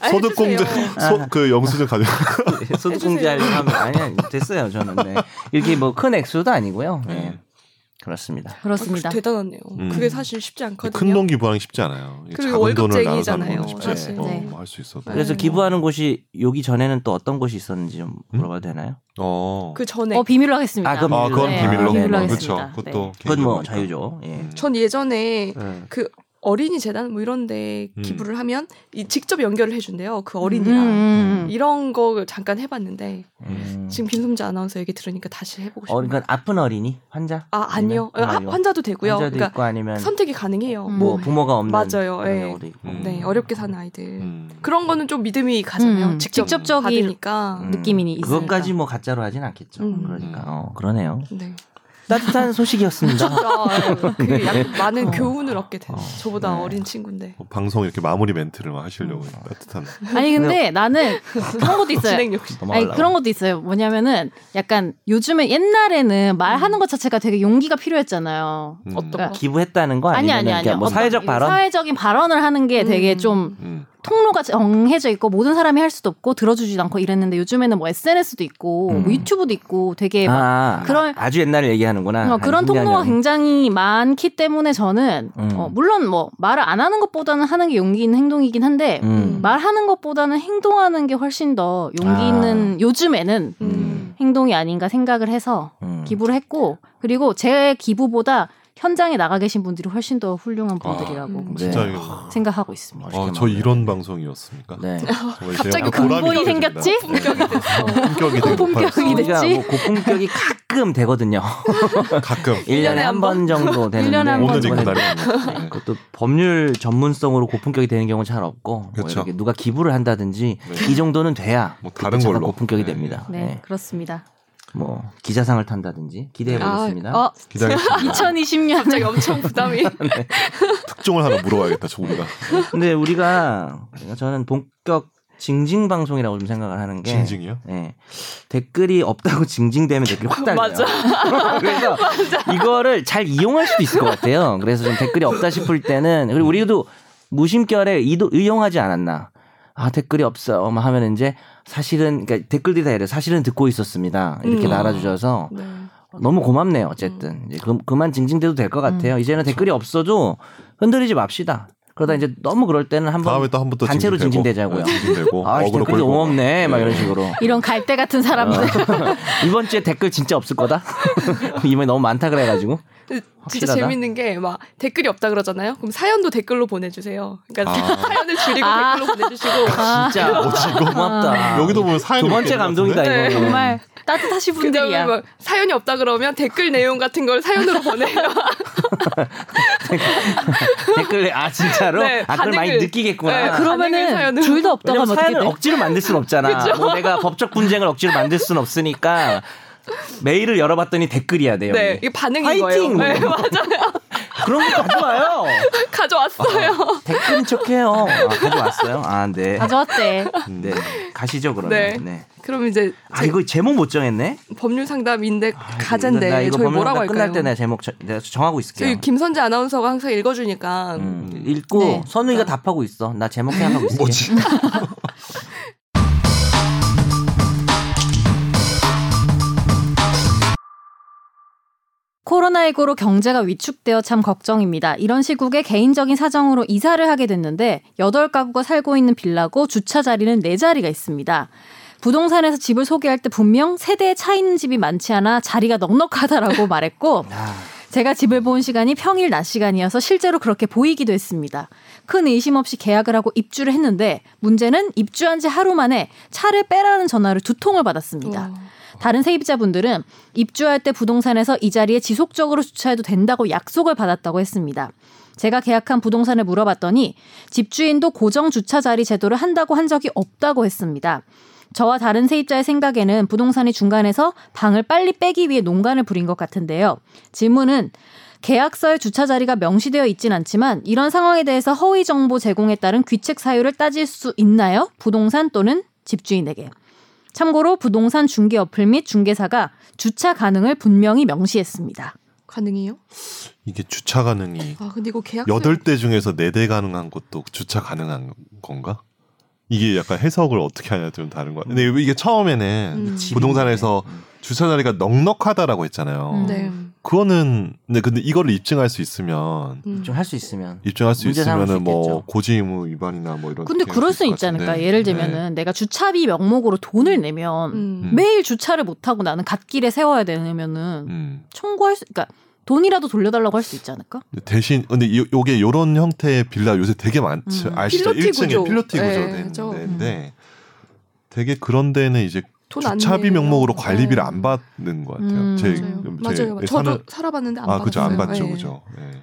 Speaker 1: 아,
Speaker 3: 소득 공제
Speaker 1: 해주세요. 아,
Speaker 3: 소- 그 영수증 가져.
Speaker 5: 소득 공제할 하면 아니 아니 됐어요 저는 네. 이렇게 뭐 큰 액수도 아니고요. 네. 그렇습니다.
Speaker 4: 그렇습니다.
Speaker 1: 대단하네요.
Speaker 3: 음.
Speaker 1: 그게 사실 쉽지 않거든요.
Speaker 3: 큰 돈 기부하는 게 쉽지 않아요. 이
Speaker 1: 그리고
Speaker 3: 작은 돈을 나눠서
Speaker 1: 월급쟁이잖아요,
Speaker 3: 하는 건 쉽지
Speaker 5: 사실.
Speaker 3: 않고
Speaker 4: 네.
Speaker 3: 할수 있어.
Speaker 1: 네.
Speaker 5: 그래서 기부하는 곳이 여기 전에는 또 어떤 곳이 있었는지 좀 물어봐도 되나요?
Speaker 3: 어.
Speaker 1: 그 전에
Speaker 4: 어 비밀로 하겠습니다.
Speaker 5: 아, 그럼
Speaker 3: 음? 아, 그건
Speaker 5: 네,
Speaker 3: 비밀로.
Speaker 5: 비밀로
Speaker 3: 그렇죠.
Speaker 4: 하겠습니다. 네.
Speaker 3: 그것도
Speaker 5: 그건 뭐
Speaker 3: 개인정보니까.
Speaker 5: 자유죠. 예.
Speaker 3: 음.
Speaker 1: 전 예전에
Speaker 5: 음.
Speaker 1: 그 어린이 재단 뭐 이런데
Speaker 3: 음.
Speaker 1: 기부를 하면 이 직접 연결을 해준대요 그 어린이랑
Speaker 4: 음, 음.
Speaker 1: 이런 거 잠깐 해봤는데
Speaker 5: 음.
Speaker 1: 지금 김선재 아나운서 얘기 들으니까 다시 해보고
Speaker 5: 어,
Speaker 1: 싶어요.
Speaker 5: 그러니까 아픈 어린이 환자?
Speaker 1: 아 아니요
Speaker 5: 아니면-
Speaker 1: 아,
Speaker 5: 아니요.
Speaker 1: 환자도 되고요.
Speaker 5: 환자도
Speaker 1: 그러니까
Speaker 5: 있고 아니면
Speaker 1: 선택이 가능해요.
Speaker 4: 음.
Speaker 5: 뭐 부모가 없는
Speaker 1: 맞아요.
Speaker 5: 그런
Speaker 1: 예.
Speaker 5: 경우도 있고.
Speaker 3: 음.
Speaker 1: 네 어렵게 사는 아이들
Speaker 3: 음.
Speaker 1: 그런 거는 좀 믿음이 가잖아요.
Speaker 4: 음,
Speaker 1: 직접
Speaker 4: 직접적인-
Speaker 1: 받으니까.
Speaker 5: 음.
Speaker 4: 느낌이 있으니까.
Speaker 5: 그것까지 뭐 가짜로 하진 않겠죠.
Speaker 1: 음.
Speaker 5: 그러니까 어, 그러네요.
Speaker 1: 네.
Speaker 5: 따뜻한 소식이었습니다.
Speaker 4: 그렇죠.
Speaker 1: 진짜 그 약간 많은
Speaker 5: 어.
Speaker 1: 교훈을 얻게 되네.
Speaker 5: 어.
Speaker 1: 저보다
Speaker 5: 네.
Speaker 1: 어린 친구인데.
Speaker 3: 어, 방송 이렇게 마무리 멘트를 막 하시려고
Speaker 5: 음.
Speaker 3: 따뜻한.
Speaker 5: 네.
Speaker 4: 아니 근데 나는 그런 것도 있어요.
Speaker 1: 진행 역시.
Speaker 4: 아니
Speaker 5: 넘어가려고.
Speaker 4: 그런 것도 있어요. 뭐냐면은 약간 요즘에 옛날에는 말하는 것 자체가 되게 용기가 필요했잖아요.
Speaker 3: 음.
Speaker 1: 어떤
Speaker 4: 그러니까
Speaker 1: 거?
Speaker 5: 기부했다는 거
Speaker 4: 아니,
Speaker 5: 아니면
Speaker 4: 아니, 아니.
Speaker 5: 뭐
Speaker 4: 어떤
Speaker 5: 사회적 발언?
Speaker 4: 사회적인 발언을 하는 게 되게
Speaker 1: 음.
Speaker 4: 좀
Speaker 3: 음.
Speaker 4: 통로가 정해져 있고 모든 사람이 할 수도 없고 들어주지도 않고 이랬는데 요즘에는 뭐 SNS도 있고
Speaker 5: 음.
Speaker 4: 뭐 유튜브도 있고 되게 막
Speaker 5: 아,
Speaker 4: 뭐 그런-
Speaker 5: 아주 옛날 얘기하는구나.
Speaker 4: 어, 그런 통로가 굉장히 많기 때문에 저는
Speaker 5: 음.
Speaker 4: 어, 물론 뭐 말을 안 하는 것보다는 하는 게 용기 있는 행동이긴 한데
Speaker 5: 음.
Speaker 4: 말하는 것보다는 행동하는 게 훨씬 더 용기
Speaker 5: 아.
Speaker 4: 있는 요즘에는 행동이 아닌가 생각을 해서
Speaker 5: 음.
Speaker 4: 음. 기부를 했고 그리고 제 기부보다 현장에 나가 계신 분들이 훨씬 더 훌륭한 분들이라고
Speaker 1: 음.
Speaker 3: 진짜
Speaker 5: 네.
Speaker 2: 아.
Speaker 3: 이거.
Speaker 4: 생각하고 있습니다.
Speaker 5: 멋있게
Speaker 3: 아, 저
Speaker 5: 만들어요.
Speaker 3: 이런 방송이었습니까?
Speaker 5: 네.
Speaker 3: 정말
Speaker 1: 갑자기
Speaker 3: 제가 보람이 어,
Speaker 4: 근본이
Speaker 3: 느껴집니다.
Speaker 4: 생겼지?
Speaker 3: 본격이 된
Speaker 4: 본격이
Speaker 5: 우리가
Speaker 4: 됐지?
Speaker 5: 뭐 고품격이 가끔 되거든요.
Speaker 3: 가끔
Speaker 5: 1년에 한 번 정도 되는데
Speaker 4: 일년에 한 번.
Speaker 3: 오늘
Speaker 5: 이번엔
Speaker 3: 입고 다니는
Speaker 2: 네,
Speaker 3: 거.
Speaker 5: 그것도 법률 전문성으로 고품격이 되는 경우는 잘 없고 뭐
Speaker 3: 그쵸.
Speaker 5: 이렇게 누가 기부를 한다든지
Speaker 3: 그렇죠. 네.
Speaker 5: 이 정도는 돼야
Speaker 3: 뭐 다른
Speaker 5: 그때가
Speaker 3: 걸로.
Speaker 5: 고품격이
Speaker 3: 네.
Speaker 5: 됩니다.
Speaker 4: 네,
Speaker 5: 네. 그렇습니다.
Speaker 4: 그렇습니다.
Speaker 5: 뭐 기자상을 탄다든지 기대해 보겠습니다.
Speaker 1: 아, 어,
Speaker 3: 기다리겠습니다.
Speaker 4: 2020년
Speaker 1: 갑자기 엄청 부담이.
Speaker 3: 특종을 하나 물어봐야겠다. 저우리가
Speaker 5: 근데 우리가 저는 본격 징징 방송이라고 좀 생각을 하는 게
Speaker 3: 징징이요?
Speaker 5: 예. 댓글이 없다고 징징대면 댓글이 확 달려요.
Speaker 1: 맞아.
Speaker 5: 그래서 이거를 잘 이용할 수도 있을 것 같아요. 그래서 좀 댓글이 없다 싶을 때는 그리고 우리도 무심결에 이도 이용하지 않았나. 아 댓글이 없어. 막 하면 이제 사실은 그러니까 댓글들이 다 이래. 사실은 듣고 있었습니다. 이렇게
Speaker 1: 음.
Speaker 5: 날아주셔서
Speaker 1: 네.
Speaker 5: 너무 고맙네요. 어쨌든 이제 그, 그만 징징대도 될 것 같아요.
Speaker 1: 음.
Speaker 5: 이제는 댓글이 없어도 흔들리지 맙시다. 그러다 이제 너무 그럴 때는 한번
Speaker 3: 다음에 또 한 번 더
Speaker 5: 단체로 징징대자고요.
Speaker 3: 징징대고.
Speaker 5: 아, 씨,
Speaker 3: 어그로
Speaker 5: 댓글이
Speaker 3: 끌고.
Speaker 5: 너무 없네. 막 이런
Speaker 3: 네.
Speaker 5: 식으로.
Speaker 4: 이런 갈대 같은
Speaker 5: 아,
Speaker 4: 사람들
Speaker 5: 이번 주에 댓글 진짜 없을 거다. 이번에 너무 많다 그래가지고.
Speaker 1: 근데 진짜
Speaker 5: 확실하다.
Speaker 1: 재밌는 게 막 댓글이 없다 그러잖아요. 그럼 사연도 댓글로 보내주세요. 그러니까
Speaker 3: 아.
Speaker 1: 사연을 줄이고
Speaker 4: 아.
Speaker 1: 댓글로 보내주시고
Speaker 5: 진짜 고맙다.
Speaker 3: 여기도 보면
Speaker 5: 아.
Speaker 3: 사연이
Speaker 5: 두 번째
Speaker 3: 있겠는 것
Speaker 5: 감동이다
Speaker 1: 같은데?
Speaker 5: 이거.
Speaker 1: 네.
Speaker 4: 정말 따뜻하신
Speaker 1: 그다음에
Speaker 4: 분들이야.
Speaker 1: 막 사연이 없다 그러면 댓글 내용 같은 걸 사연으로 보내요.
Speaker 5: 댓글에 아 진짜로
Speaker 1: 네,
Speaker 5: 아 그걸 많이
Speaker 1: 반응을-
Speaker 5: 느끼겠구나.
Speaker 1: 네, 반응을
Speaker 4: 그러면은
Speaker 1: 사연으로.
Speaker 4: 둘 다 없다가 하면
Speaker 5: 왜냐면
Speaker 4: 어떻게
Speaker 5: 사연을
Speaker 4: 돼?
Speaker 5: 억지로 만들 순 없잖아. 뭐 내가 법적 분쟁을 억지로 만들 순 없으니까 메일을 열어봤더니 댓글이야 내용이.
Speaker 1: 네, 이게 반응인
Speaker 5: 화이팅!
Speaker 1: 거예요. 네,
Speaker 5: 뭐.
Speaker 1: 맞아요.
Speaker 5: 그런 거 가져와요.
Speaker 1: 가져왔어요.
Speaker 5: 댓글인 척해요. 아, 가져왔어요. 아 네.
Speaker 4: 가져왔대.
Speaker 5: 네 가시죠 그러면.
Speaker 1: 네.
Speaker 5: 네.
Speaker 1: 그럼 이제
Speaker 5: 아 이거 제목 못 정했네.
Speaker 1: 법률 상담인데
Speaker 5: 나
Speaker 1: 가젠데
Speaker 5: 아, 이거
Speaker 1: 저희
Speaker 5: 법률
Speaker 1: 뭐라고
Speaker 5: 상담
Speaker 1: 할까요?
Speaker 5: 끝날 때 내가 제목 저- 내가 정하고 있을게요.
Speaker 1: 저희 김선재 아나운서가 항상 읽어주니까
Speaker 5: 음, 읽고
Speaker 4: 네.
Speaker 5: 선우이가 답하고 있어. 나 제목 생각하고 있을게.
Speaker 3: 뭐지?
Speaker 4: 코로나19로 경제가 위축되어 참 걱정입니다. 이런 시국에 개인적인 사정으로 이사를 하게 됐는데 여덟 가구가 살고 있는 빌라고 주차 자리는 네 자리가 있습니다. 부동산에서 집을 소개할 때 분명 세대에 차 있는 집이 많지 않아 자리가 넉넉하다라고 말했고 제가 집을 본 시간이 평일 낮 시간이어서 실제로 그렇게 보이기도 했습니다. 큰 의심 없이 계약을 하고 입주를 했는데 문제는 입주한 지 하루 만에 차를 빼라는 전화를 두 통을
Speaker 1: 어.
Speaker 4: 받았습니다. 다른 세입자분들은 입주할 때 부동산에서 이 자리에 지속적으로 주차해도 된다고 약속을 받았다고 했습니다. 제가 계약한 부동산을 물어봤더니 집주인도 고정 주차 자리 제도를 한다고 한 적이 없다고 했습니다. 저와 다른 세입자의 생각에는 부동산이 중간에서 방을 빨리 빼기 위해 농간을 부린 것 같은데요. 질문은 계약서에 주차 자리가 명시되어 있진 않지만 이런 상황에 대해서 허위 정보 제공에 따른 귀책 사유를 따질 수 있나요? 부동산 또는 집주인에게. 참고로 부동산 중개 어플 및 중개사가 주차 가능을 분명히 명시했습니다.
Speaker 1: 가능해요?
Speaker 3: 이게 주차 가능이
Speaker 1: 아 근데 이거 계약서
Speaker 3: 여덟 대 중에서 네 대 가능한 것도 주차 가능한 건가? 이게 약간 해석을 어떻게 하냐 좀 다른 거 같아요.
Speaker 2: 근데 이게 처음에는
Speaker 1: 음.
Speaker 5: 그
Speaker 2: 부동산에서
Speaker 5: 음.
Speaker 2: 주차 자리가 넉넉하다라고 했잖아요.
Speaker 4: 음.
Speaker 1: 네.
Speaker 3: 그거는 근데 근데 이거를 입증할 수 있으면
Speaker 1: 음.
Speaker 5: 좀 할 수 있으면
Speaker 3: 입증할 수
Speaker 5: 문제 삼을 수
Speaker 3: 있으면은 뭐
Speaker 5: 있겠죠.
Speaker 2: 고지의무 위반이나 뭐 이런.
Speaker 4: 근데
Speaker 2: 게
Speaker 4: 그럴
Speaker 2: 있을
Speaker 4: 수는
Speaker 2: 것
Speaker 4: 있지 않을까?
Speaker 2: 같은데.
Speaker 4: 예를
Speaker 2: 네.
Speaker 4: 들면은 내가 주차비 명목으로 돈을 내면
Speaker 1: 음.
Speaker 4: 매일 주차를 못 하고 나는 갓길에 세워야 되면은
Speaker 2: 음.
Speaker 4: 청구할 수, 그러니까 돈이라도 돌려달라고 할 수 있지 않을까?
Speaker 3: 근데 대신 근데 이, 요게 요런 형태의 빌라 요새 되게 많죠.
Speaker 4: 음.
Speaker 3: 아시죠?
Speaker 1: 필로티
Speaker 3: 1층에
Speaker 1: 구조.
Speaker 3: 필로티 구조
Speaker 1: 네,
Speaker 3: 된
Speaker 1: 그죠.
Speaker 3: 데인데 되게 그런 데는 이제
Speaker 1: 돈안
Speaker 3: 주차비 명목으로 관리비를
Speaker 1: 네.
Speaker 3: 안 받는 것 같아요.
Speaker 4: 음.
Speaker 3: 제,
Speaker 1: 맞아요.
Speaker 3: 제
Speaker 1: 맞아요.
Speaker 3: 예산은-
Speaker 1: 저도 살아봤는데 안
Speaker 3: 아 그죠 안 받죠
Speaker 1: 예.
Speaker 3: 그죠. 네.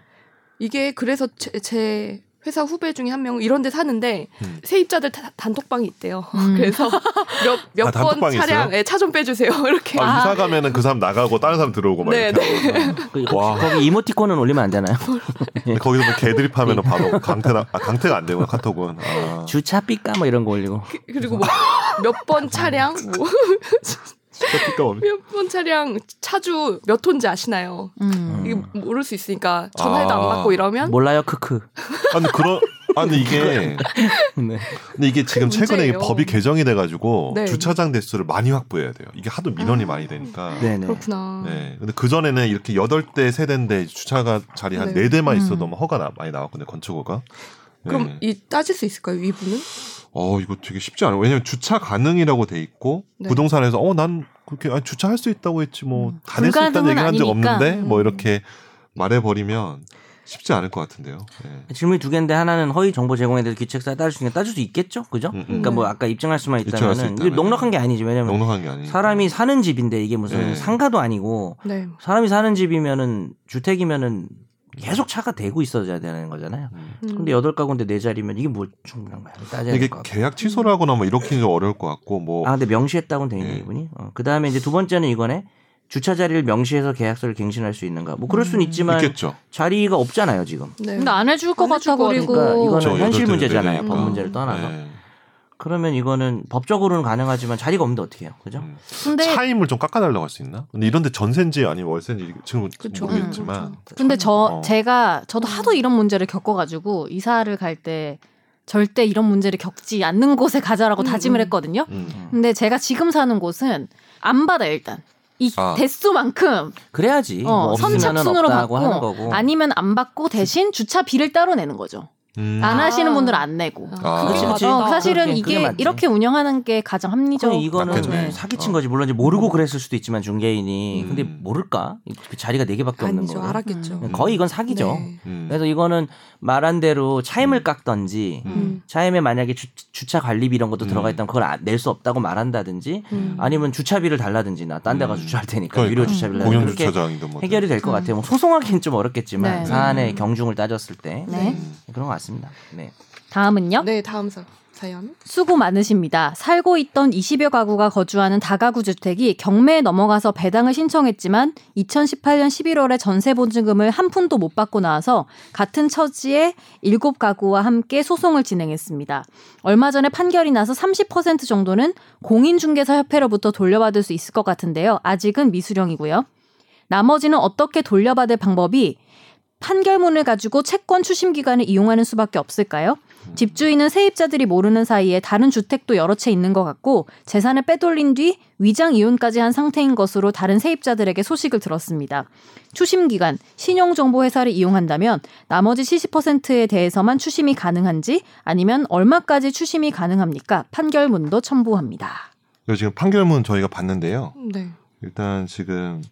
Speaker 1: 이게 그래서 제, 제 회사 후배 중에 한 명은 이런 데 사는데
Speaker 3: 음.
Speaker 1: 세입자들 다- 단톡방이 있대요.
Speaker 4: 음.
Speaker 1: 그래서
Speaker 3: 아,
Speaker 1: 몇 몇 번
Speaker 3: 단톡방이
Speaker 1: 차량
Speaker 3: 있어요?
Speaker 1: 예, 차 좀 빼주세요. 이렇게
Speaker 3: 아, 이사 가면은 그 사람 나가고 다른 사람 들어오고 막
Speaker 1: 네,
Speaker 3: 이렇게 하고.
Speaker 5: 그- 거기 이모티콘은 올리면 안 되나요?
Speaker 3: 근데 거기서 뭐 개드립 하면은
Speaker 1: 네.
Speaker 3: 바로 강퇴나 아, 강퇴가 안 되구나 카톡은. 아.
Speaker 5: 주차 삐까 뭐 이런 거 올리고
Speaker 1: 그리고 뭐 몇
Speaker 3: 음.
Speaker 1: 번 차량 뭐
Speaker 3: 삐까워네.
Speaker 1: 몇 번 차량 차주 몇 톤지 아시나요?
Speaker 4: 음.
Speaker 1: 이게 모를 수 있으니까 전화해도 안
Speaker 3: 아.
Speaker 1: 받고 이러면
Speaker 5: 몰라요 크크.
Speaker 3: 아니 그런 아니
Speaker 5: 네.
Speaker 3: 이게 근데 이게 지금
Speaker 1: 그게
Speaker 3: 최근에
Speaker 1: 문제예요.
Speaker 3: 법이 개정이 돼가지고
Speaker 1: 네.
Speaker 3: 어, 주차장 대수를 많이 확보해야 돼요. 이게 하도 민원이
Speaker 1: 아.
Speaker 3: 많이 되니까.
Speaker 5: 네네.
Speaker 1: 그렇구나.
Speaker 3: 네. 근데 그 전에는 이렇게 여덟 대 세대인데 주차가 자리 한
Speaker 1: 네.
Speaker 3: 네 대만
Speaker 4: 음.
Speaker 3: 있어도 막 허가 나, 많이 나왔거든요 건축허가. 네.
Speaker 1: 그럼 이 따질 수 있을까요? 이분은?
Speaker 2: 어 이거 되게 쉽지 않아요. 왜냐면 주차 가능이라고 돼 있고
Speaker 1: 네.
Speaker 2: 부동산에서 어 난 그렇게 아니, 주차할 수 있다고 했지
Speaker 4: 음.
Speaker 2: 뭐다 낼 수 있다는
Speaker 4: 불가능은
Speaker 2: 얘기를 한 적
Speaker 4: 아니니까.
Speaker 2: 없는데 뭐
Speaker 1: 음.
Speaker 2: 이렇게 말해버리면 쉽지 않을 것 같은데요. 네.
Speaker 5: 질문 두 개인데 하나는 허위 정보 제공에 대해서 규칙사에 따를 수 있는 게 따질 수 있겠죠, 그죠?
Speaker 3: 음, 음.
Speaker 5: 그러니까 뭐 아까 입증할 수만
Speaker 2: 입증할 수
Speaker 5: 있다면은 이게
Speaker 2: 있다면은.
Speaker 5: 넉넉한 게 아니지 왜냐면
Speaker 2: 넉넉한 게 아니에요.
Speaker 5: 사람이 사는 집인데 이게 무슨
Speaker 2: 네.
Speaker 5: 상가도 아니고
Speaker 1: 네.
Speaker 5: 사람이 사는 집이면은 주택이면은 계속 차가 되고 있어야 되는 거잖아요.
Speaker 1: 음.
Speaker 5: 근데 여덟 가구인데 네 자리면 이게 뭘 충분한 거야? 따져야
Speaker 2: 이게
Speaker 5: 될 것 같고.
Speaker 2: 계약 취소를 하거나 뭐 이렇게는 좀 어려울 것 같고 뭐
Speaker 5: 아 근데 명시했다고는 돼
Speaker 2: 예.
Speaker 5: 있네 이분이. 어, 그 다음에 이제 두 번째는 이거네. 주차 자리를 명시해서 계약서를 갱신할 수 있는가? 뭐 그럴
Speaker 4: 음.
Speaker 5: 수는 있지만
Speaker 2: 있겠죠.
Speaker 5: 자리가 없잖아요 지금.
Speaker 1: 네.
Speaker 4: 근데 안 해줄 것
Speaker 1: 안 해줄
Speaker 4: 같아
Speaker 1: 것
Speaker 4: 그리고
Speaker 5: 그러니까 이거는
Speaker 2: 그렇죠.
Speaker 5: 현실
Speaker 2: 여덟 대,
Speaker 5: 문제잖아요.
Speaker 2: 네,
Speaker 5: 법
Speaker 1: 네.
Speaker 5: 문제를 떠나서.
Speaker 2: 네.
Speaker 5: 그러면 이거는 법적으로는 가능하지만 자리가 없는데 어떻게 해요, 그죠?
Speaker 2: 음.
Speaker 4: 근데
Speaker 3: 차임을 좀 깎아달라고 할 수 있나? 근데 이런데 전세인지 아니면 월세인지 지금
Speaker 1: 그쵸.
Speaker 5: 음, 그렇죠.
Speaker 3: 모르겠지만
Speaker 1: 아.
Speaker 4: 근데 저
Speaker 3: 어.
Speaker 4: 제가 저도 하도 이런 문제를 겪어가지고 이사를 갈 때 절대 이런 문제를 겪지 않는 곳에 가자라고
Speaker 1: 음,
Speaker 4: 다짐을
Speaker 1: 음.
Speaker 4: 했거든요.
Speaker 3: 음.
Speaker 4: 근데 제가 지금 사는 곳은 안 받아 요 일단 이
Speaker 2: 아.
Speaker 4: 대수만큼
Speaker 5: 그래야지.
Speaker 4: 어,
Speaker 5: 뭐 없으면은
Speaker 4: 선착순으로
Speaker 5: 없다고 하는
Speaker 4: 받고
Speaker 5: 거고.
Speaker 4: 아니면 안 받고 대신 주차비를 따로 내는 거죠.
Speaker 2: 음.
Speaker 4: 안
Speaker 1: 아.
Speaker 4: 하시는 분들은 안 내고.
Speaker 2: 아.
Speaker 1: 그게
Speaker 5: 그치, 그치.
Speaker 1: 맞아.
Speaker 4: 어, 사실은
Speaker 5: 그게- 그게
Speaker 4: 이게
Speaker 5: 맞지.
Speaker 4: 이렇게 운영하는 게 가장 합리적.
Speaker 5: 그럼 이거는
Speaker 3: 맞겠네.
Speaker 5: 아, 사기친 거지. 물론 이제 모르고 그랬을 수도 있지만 중개인이.
Speaker 2: 음.
Speaker 5: 근데 모를까? 그 자리가 네 개밖에 없는 음.
Speaker 1: 아니죠.
Speaker 5: 거예요.
Speaker 1: 알았겠죠.
Speaker 5: 그냥 거의 이건 사기죠.
Speaker 1: 네.
Speaker 2: 음.
Speaker 5: 그래서 이거는 말한 대로 차임을 깎던지
Speaker 1: 음.
Speaker 5: 차임에 만약에 주, 차 관리비 이런 것도
Speaker 2: 음.
Speaker 5: 들어가 있다면 그걸 아, 낼 수 없다고 말한다든지
Speaker 1: 음.
Speaker 5: 아니면 주차비를 달라든지 나 딴 데 가서
Speaker 2: 음.
Speaker 5: 주차할 테니까
Speaker 2: 그러니까.
Speaker 5: 유료 주차비를 달라.
Speaker 2: 공영
Speaker 5: 그렇게
Speaker 2: 주차장이든 뭐
Speaker 5: 해결이 될 것
Speaker 4: 음.
Speaker 5: 같아요. 뭐 소송하기는 좀 어렵겠지만
Speaker 4: 네.
Speaker 5: 사안의
Speaker 1: 음.
Speaker 5: 경중을 따졌을 때
Speaker 4: 네.
Speaker 5: 그런 것 같습니다. 네.
Speaker 4: 다음은요.
Speaker 1: 네, 다음 사- 사연.
Speaker 4: 수고 많으십니다. 살고 있던 20여 가구가 거주하는 다가구 주택이 경매에 넘어가서 배당을 신청했지만 2018년 11월에 전세 보증금을 한 푼도 못 받고 나와서 같은 처지에 7가구와 함께 소송을 진행했습니다. 얼마 전에 판결이 나서 30% 정도는 공인중개사 협회로부터 돌려받을 수 있을 것 같은데요. 아직은 미수령이고요. 나머지는 어떻게 돌려받을 방법이 판결문을 가지고 채권 추심 기간을 이용하는 수밖에 없을까요? 집주인은 세입자들이 모르는 사이에 다른 주택도 여러 채 있는 것 같고 재산을 빼돌린 뒤 위장 이혼까지 한 상태인 것으로 다른 세입자들에게 소식을 들었습니다. 추심 기간 신용정보 회사를 이용한다면 나머지 70%에 대해서만 추심이 가능한지 아니면 얼마까지 추심이 가능합니까? 판결문도 첨부합니다.
Speaker 2: 이거 지금 판결문 저희가 봤는데요.
Speaker 1: 네.
Speaker 2: 일단 지금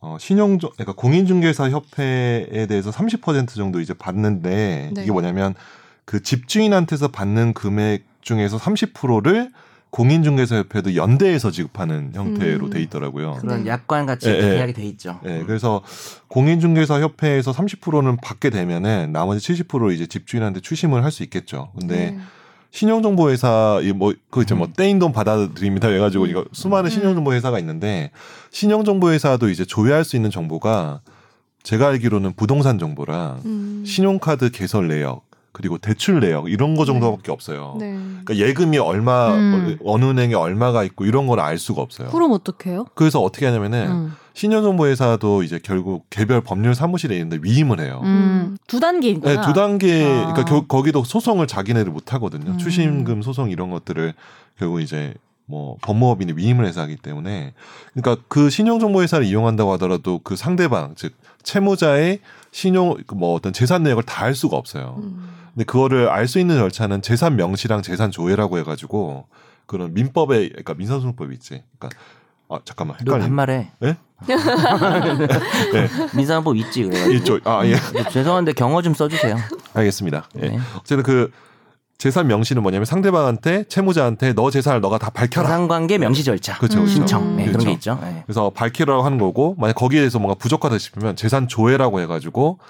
Speaker 2: 어, 신용 그러니까 공인중개사 협회에 대해서 30% 정도 이제 받는데
Speaker 1: 네.
Speaker 2: 이게 뭐냐면 그 집주인한테서 받는 금액 중에서 30%를 공인중개사 협회도 연대해서 지급하는 형태로
Speaker 1: 음.
Speaker 2: 돼 있더라고요.
Speaker 5: 그런
Speaker 1: 네.
Speaker 5: 약관 같이
Speaker 2: 예, 예.
Speaker 5: 계약이 돼 있죠.
Speaker 2: 예, 그래서 공인중개사 협회에서 30%는 받게 되면은 나머지 70%를 이제 집주인한테 추심을 할 수 있겠죠.
Speaker 5: 네.
Speaker 2: 근데 신용정보회사 뭐그 이제 뭐 떼인 돈 받아들입니다 해가지고 이거 수많은 신용정보회사가 있는데 신용정보회사도 이제 조회할 수 있는 정보가 제가 알기로는 부동산 정보랑
Speaker 1: 음.
Speaker 2: 신용카드 개설 내역 그리고 대출 내역 이런 거 정도밖에 없어요.
Speaker 1: 네.
Speaker 2: 그러니까 예금이 얼마
Speaker 4: 음.
Speaker 2: 어느 은행에 얼마가 있고 이런 걸 알 수가 없어요.
Speaker 4: 그럼 어떡해요?
Speaker 3: 네.
Speaker 2: 그래서 어떻게 하냐면은
Speaker 4: 음.
Speaker 3: 신용정보회사도 이제 결국 개별 법률 사무실에 있는데 위임을 해요.
Speaker 4: 음, 두 단계인구나.
Speaker 3: 어. 네, 두 단계,
Speaker 4: 아.
Speaker 3: 그러니까 겨- 거기도 소송을 자기네들 못 하거든요.
Speaker 4: 음.
Speaker 3: 추심금 소송 이런 것들을 결국 이제 뭐 법무법인이 위임을 해서 하기 때문에 그러니까 그 신용정보회사를 이용한다고 하더라도 그 상대방 즉 채무자의 신용 그뭐 어떤 재산 내역을 다 알 수가 없어요.
Speaker 1: 음.
Speaker 3: 근데 그거를 알 수 있는 절차는 재산 명시랑 재산 조회라고 해가지고 그런 민법에 그러니까 민사소송법이 있지. 그러니까 아 잠깐만
Speaker 5: 너
Speaker 3: 헷갈리.
Speaker 5: 반말해.
Speaker 3: 예?
Speaker 5: 민사법 있지 그래.
Speaker 3: 이쪽 아 예.
Speaker 5: 죄송한데 경어 좀 써주세요.
Speaker 3: 알겠습니다. 예.
Speaker 5: 네.
Speaker 3: 어쨌든 그 재산 명시는 뭐냐면 상대방한테 채무자한테 너 재산을 너가 다 밝혀라.
Speaker 5: 가상관계 명시 절차
Speaker 3: 그렇죠, 그렇죠.
Speaker 5: 신청 네, 그런
Speaker 3: 그렇죠.
Speaker 5: 게 있죠. 네.
Speaker 3: 그래서 밝히라고 하는 거고 만약 거기에 대해서 뭔가 부족하다 싶으면 재산 조회라고 해가지고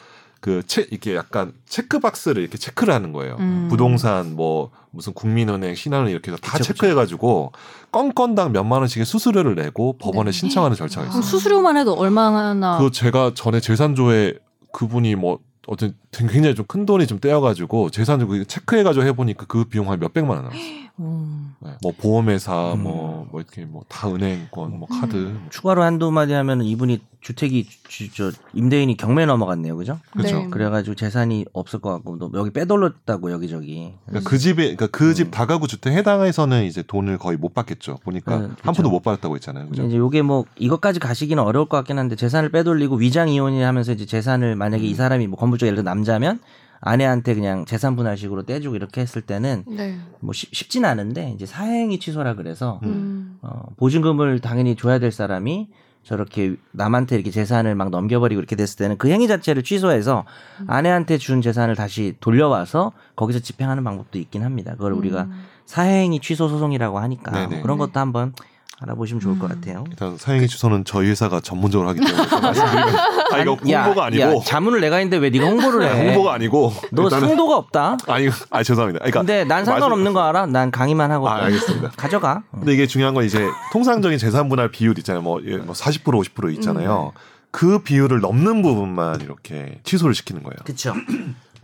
Speaker 3: 그 채, 이렇게 약간 체크박스를 이렇게 체크를 하는 거예요.
Speaker 4: 음.
Speaker 3: 부동산 뭐 무슨 국민은행, 신한은행 이렇게 해서 다
Speaker 5: 그쵸, 그쵸.
Speaker 3: 체크해가지고 건건당 몇만 원씩의 수수료를 내고 법원에
Speaker 1: 네.
Speaker 3: 신청하는 절차가
Speaker 4: 그럼
Speaker 3: 있어요.
Speaker 4: 수수료만 해도 얼마나
Speaker 3: 그 제가 전에 재산 조회 그분이 뭐 어떤 굉장히 좀 큰 돈이 좀 떼어가지고 재산 조 체크해가지고 해보니까 그 비용 한 몇백만 원 나왔어요.
Speaker 4: 음.
Speaker 3: 네. 뭐 보험회사
Speaker 5: 음.
Speaker 3: 뭐, 뭐 이렇게 뭐 다 은행권 뭐 카드 뭐
Speaker 5: 추가로 한두 마디 하면 이분이 주택이 주- 저 임대인이 경매 넘어갔네요, 그죠?
Speaker 3: 그렇죠.
Speaker 1: 네.
Speaker 5: 그래가지고 재산이 없을 것 같고 너 여기 빼돌렸다고 여기저기.
Speaker 3: 그러니까 그 집에 그러니까 그
Speaker 5: 음.
Speaker 3: 집 다가구 주택 해당해서는 이제 돈을 거의 못 받겠죠. 보니까
Speaker 5: 네,
Speaker 3: 한
Speaker 5: 그렇죠.
Speaker 3: 푼도 못 받았다고 했잖아요. 그죠?
Speaker 5: 이제 요게 뭐 이것까지 가시기는 어려울 것 같긴 한데 재산을 빼돌리고 위장 이혼이 하면서 이제 재산을 만약에
Speaker 3: 음.
Speaker 5: 이 사람이 뭐 건물주 예를 들어 남자면 아내한테 그냥 재산 분할식으로 떼주고 이렇게 했을 때는
Speaker 1: 네.
Speaker 5: 뭐 쉽, 쉽진 않은데 이제 사행이 취소라 그래서
Speaker 1: 음.
Speaker 5: 어, 보증금을 당연히 줘야 될 사람이 저렇게 남한테 이렇게 재산을 막 넘겨버리고 이렇게 됐을 때는 그 행위 자체를 취소해서
Speaker 3: 음.
Speaker 5: 아내한테 준 재산을 다시 돌려와서 거기서 집행하는 방법도 있긴 합니다. 그걸 우리가
Speaker 1: 음.
Speaker 5: 사행위 취소 소송이라고 하니까 뭐
Speaker 3: 네네.
Speaker 5: 그런 것도 한번 알아보시면 좋을 것
Speaker 4: 음.
Speaker 5: 같아요.
Speaker 3: 일단 사행의 주소는 저희 회사가 전문적으로 하기 때문에 일단 말씀드리면 아 이거
Speaker 5: 야,
Speaker 3: 홍보가 아니고
Speaker 5: 야, 자문을 내가 했는데 왜 네가 홍보를 해?
Speaker 3: 홍보가 아니고
Speaker 5: 너
Speaker 3: 일단은
Speaker 5: 상도가 없다.
Speaker 3: 아니 아 죄송합니다. 그러니까
Speaker 5: 근데 난 상관없는 거 알아? 난 강의만 하고.
Speaker 3: 아, 알겠습니다.
Speaker 5: 가져가. 어.
Speaker 3: 근데 이게 중요한 건 이제 통상적인 재산 분할 비율 있잖아요. 뭐, 예, 뭐 40% 50% 있잖아요.
Speaker 5: 음,
Speaker 3: 그 비율을 넘는 부분만 이렇게 취소를 시키는 거예요.
Speaker 5: 그렇죠.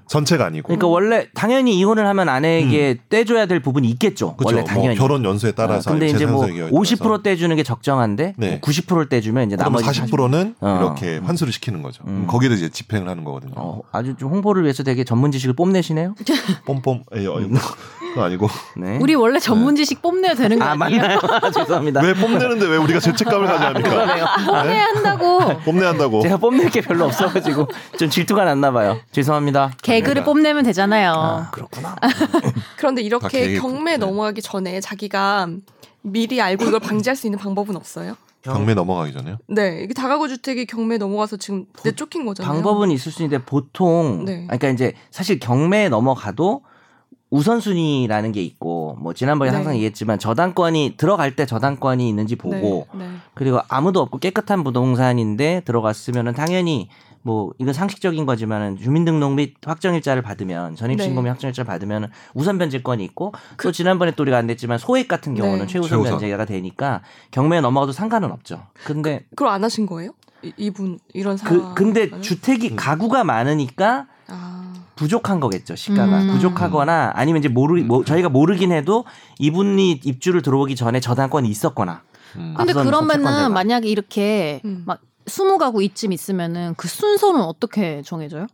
Speaker 3: 전체가 아니고.
Speaker 5: 그러니까 원래 당연히 이혼을 하면 아내에게 떼줘야 될 부분이 있겠죠.
Speaker 3: 음. 그쵸?
Speaker 5: 원래 당연히.
Speaker 3: 뭐 결혼 연수에 따라서
Speaker 5: 아, 근데 이제
Speaker 3: 재산
Speaker 5: 뭐
Speaker 3: 소액에 따라서.
Speaker 5: 50% 떼주는 게 적정한데
Speaker 3: 네.
Speaker 5: 뭐 90%를 떼주면 이제
Speaker 3: 그러면
Speaker 5: 나머지
Speaker 3: 40%는
Speaker 5: 어.
Speaker 3: 이렇게 환수를 시키는 거죠.
Speaker 5: 음.
Speaker 3: 거기에 이제 집행을 하는 거거든요.
Speaker 5: 어, 아주 좀 홍보를 위해서 되게 전문 지식을 뽐내시네요.
Speaker 3: 뽐뽐
Speaker 2: 예,
Speaker 3: 에이, 어,
Speaker 2: 뭐,
Speaker 3: 이거 그거 아니고
Speaker 5: 네.
Speaker 4: 우리 원래 전문 지식 뽐내야 되는 거
Speaker 5: 아
Speaker 4: 아니에요?
Speaker 5: 맞나요? 죄송합니다.
Speaker 3: 왜 뭐? 뽐내는데 왜 우리가 죄책감을 가져야 합니까? 네.
Speaker 4: 뽐내야 한다고.
Speaker 3: 뽐내 한다고.
Speaker 5: 제가 뽐낼 게 별로 없어가지고 좀 질투가 났나 봐요. 죄송합니다.
Speaker 4: 개그를 뽐내면 되잖아요.
Speaker 5: 아, 그렇구나.
Speaker 1: 그런데
Speaker 3: 다
Speaker 1: 이렇게
Speaker 3: 계획이
Speaker 1: 경매
Speaker 5: 네.
Speaker 3: 있군요.
Speaker 1: 넘어가기 전에 자기가 미리 알고 이걸 방지할 수 있는 방법은 없어요?
Speaker 3: 경매 넘어가기 전에요.
Speaker 1: 네, 이게 다가구 주택이 경매 넘어가서 지금 내쫓긴 거잖아요.
Speaker 5: 방법은 있을 수 있는데 보통
Speaker 1: 네.
Speaker 5: 그러니까 이제 사실 경매에 넘어가도 우선순위라는 게 있고 뭐 지난번에
Speaker 1: 네.
Speaker 5: 항상 얘기했지만 저당권이 들어갈 때 저당권이 있는지 보고
Speaker 1: 네, 네.
Speaker 5: 그리고 아무도 없고 깨끗한 부동산인데 들어갔으면은 당연히 뭐 이건 상식적인 거지만은 주민등록 및 확정일자를 받으면 전입신고 및
Speaker 1: 네.
Speaker 5: 확정일자를 받으면은 우선 변제권이 있고 또 지난번에 또 우리가 안 됐지만 소액 같은 경우는
Speaker 1: 네.
Speaker 5: 최우선,
Speaker 3: 최우선.
Speaker 5: 변제가 되니까 경매에 넘어가도 상관은 없죠. 근데
Speaker 1: 그걸 안 하신 거예요? 이, 분 이런 상황.
Speaker 5: 그 근데 주택이 가구가 많으니까
Speaker 1: 아,
Speaker 5: 부족한 거겠죠 시가가
Speaker 4: 음.
Speaker 5: 부족하거나 아니면 이제 모르 뭐 저희가 모르긴 해도 이분이 입주를 들어오기 전에 저당권이 있었거나
Speaker 3: 음.
Speaker 4: 근데
Speaker 5: 앞선
Speaker 4: 그러면은
Speaker 5: 선택권자가.
Speaker 4: 만약에 이렇게
Speaker 1: 음.
Speaker 4: 막 20가구 이쯤 있으면은 그 순서는 어떻게 정해져요?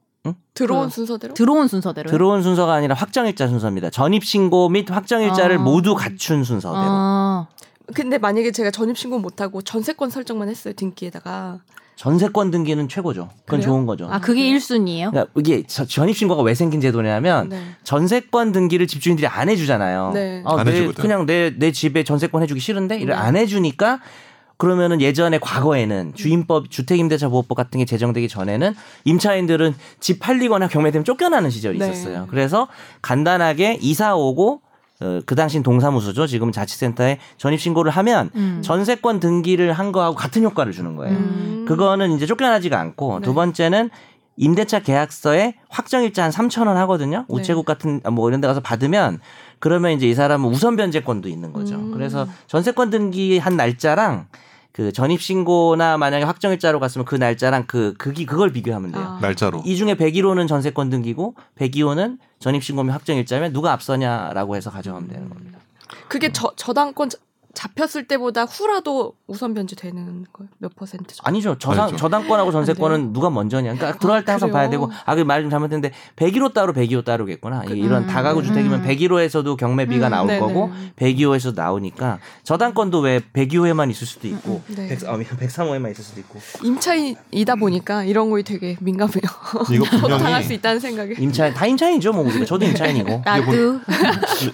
Speaker 1: 들어온
Speaker 4: 그-
Speaker 1: 순서대로?
Speaker 4: 들어온 순서대로.
Speaker 5: 들어온 순서가 아니라 확정일자 순서입니다 전입 신고 및 확정일자를
Speaker 4: 아.
Speaker 5: 모두 갖춘 순서대로
Speaker 4: 아,
Speaker 1: 근데 만약에 제가 전입 신고 못 하고 전세권 설정만 했어요 등기에다가.
Speaker 5: 전세권 등기는 최고죠. 그건
Speaker 1: 그래요?
Speaker 5: 좋은 거죠.
Speaker 4: 아 그게
Speaker 1: 음.
Speaker 4: 1순위예요?
Speaker 5: 그러니까 이게 저- 전입신고가 왜 생긴 제도냐면
Speaker 1: 네.
Speaker 5: 전세권 등기를 집주인들이 안 해주잖아요.
Speaker 1: 네.
Speaker 5: 아,
Speaker 3: 안
Speaker 5: 내-
Speaker 3: 해주거든.
Speaker 5: 그냥 내 내 집에 전세권 해주기 싫은데 이를 안 해주니까 그러면은 예전에 과거에는 주임법 주택임대차보호법 같은 게 제정되기 전에는 임차인들은 집 팔리거나 경매되면 쫓겨나는 시절이
Speaker 1: 네.
Speaker 5: 있었어요. 그래서 간단하게 이사 오고 어, 그 당시엔 동사무소죠. 지금 자치센터에 전입신고를 하면
Speaker 4: 음.
Speaker 5: 전세권 등기를 한 거하고 같은 효과를 주는 거예요.
Speaker 1: 음.
Speaker 5: 그거는 이제 쫓겨나지가 않고
Speaker 1: 네.
Speaker 5: 두 번째는 임대차 계약서에 확정일자 한 3천 원 하거든요.
Speaker 1: 네.
Speaker 5: 우체국 같은 뭐 이런 데 가서 받으면 그러면 이제 이 사람은 우선 변제권도 있는 거죠.
Speaker 1: 음.
Speaker 5: 그래서 전세권 등기 한 날짜랑 그 전입 신고나 만약에 확정일자로 갔으면 그 날짜랑 그 그기 그걸 비교하면 돼요.
Speaker 1: 아.
Speaker 2: 네.
Speaker 3: 날짜로.
Speaker 5: 이 중에 101호는 전세권 등기고 102호는 전입 신고및 확정일자면 누가 앞서냐라고 해서 가져가면 되는 겁니다.
Speaker 1: 그게 저, 저당권 잡혔을 때보다 후라도 우선 변제 되는 거예요? 몇 퍼센트 정도?
Speaker 5: 아니죠. 저상,
Speaker 2: 아니죠.
Speaker 5: 저당권하고 전세권은 누가 먼저냐. 그러니까 들어갈 때 항상
Speaker 1: 네. 그래요? 그,
Speaker 5: 봐야 되고, 아, 그 말 좀 잘못했는데, 101호 따로 102호 따로겠구나. 이- 이런
Speaker 4: 음,
Speaker 5: 다가구
Speaker 4: 음.
Speaker 5: 주택이면 101호에서도 경매비가
Speaker 1: 음,
Speaker 2: 아,
Speaker 5: 나올
Speaker 1: 네네.
Speaker 5: 거고, 102호에서 나오니까, 저당권도 왜 102호에만 있을 수도 있고,
Speaker 1: 음, 네.
Speaker 5: 100,
Speaker 2: 아,
Speaker 5: 103호에만 있을 수도 있고,
Speaker 1: 임차인이다 보니까 이런 거에 되게 민감해요.
Speaker 2: 이거
Speaker 1: 저도 당할 수
Speaker 2: 분명히
Speaker 1: 있다는 생각에.
Speaker 5: 임차인, 다 임차인이죠, 뭐, 우리가. 저도 임차인이고.
Speaker 1: 아, 네.
Speaker 4: 나도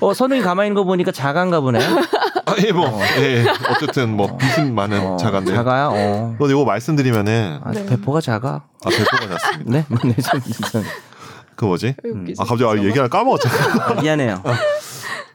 Speaker 5: 어, 선웅이 가만히 있는 거 보니까 자가인가 보네.
Speaker 2: 아예 뭐 예, 어쨌든 뭐 빚은
Speaker 3: 네,
Speaker 2: 많은
Speaker 5: 어,
Speaker 2: 자가인데.
Speaker 5: 자가야, 어.
Speaker 2: 또 이거 말씀드리면은
Speaker 5: 아,
Speaker 1: 네.
Speaker 5: 배포가 작아.
Speaker 2: 아 배포가 났습니다.
Speaker 5: 네? 네, 좀 이상-
Speaker 2: 그 뭐지?
Speaker 1: 웃기죠.
Speaker 2: 아 갑자기 아, 얘기하다 까먹었잖아.
Speaker 5: 아, 미안해요.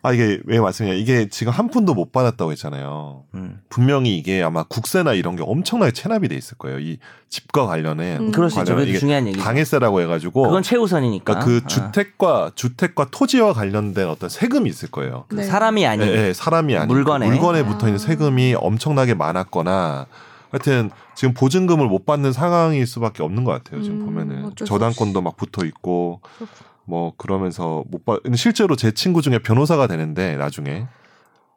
Speaker 2: 아 이게 왜 말씀이냐? 이게 지금 한 푼도 못 받았다고 했잖아요.
Speaker 5: 음.
Speaker 2: 분명히 이게 아마 국세나 이런 게 엄청나게 체납이 돼 있을 거예요. 이 집과 관련해
Speaker 1: 음.
Speaker 5: 그럴 수 있죠.
Speaker 2: 관련해.
Speaker 5: 그게
Speaker 2: 이게
Speaker 5: 중요한 얘기죠.
Speaker 2: 방해세라고
Speaker 3: 뭐
Speaker 2: 해가지고
Speaker 5: 그건 최우선이니까.
Speaker 2: 그러니까 그
Speaker 5: 아.
Speaker 2: 주택과 주택과 토지와 관련된 어떤 세금이 있을 거예요.
Speaker 1: 네.
Speaker 5: 그 사람이 아닌.
Speaker 2: 예, 예, 사람이 아니고
Speaker 5: 물건에.
Speaker 2: 붙어 있는 세금이 엄청나게 많았거나 하여튼 지금 보증금을 못 받는 상황일 수밖에 없는 것 같아요. 지금
Speaker 1: 음,
Speaker 2: 보면은
Speaker 1: 어쩔 수
Speaker 2: 저당권도 막 붙어 있고 뭐 그러면서 못 받. 근데 실제로 제 친구 중에 변호사가 되는데 나중에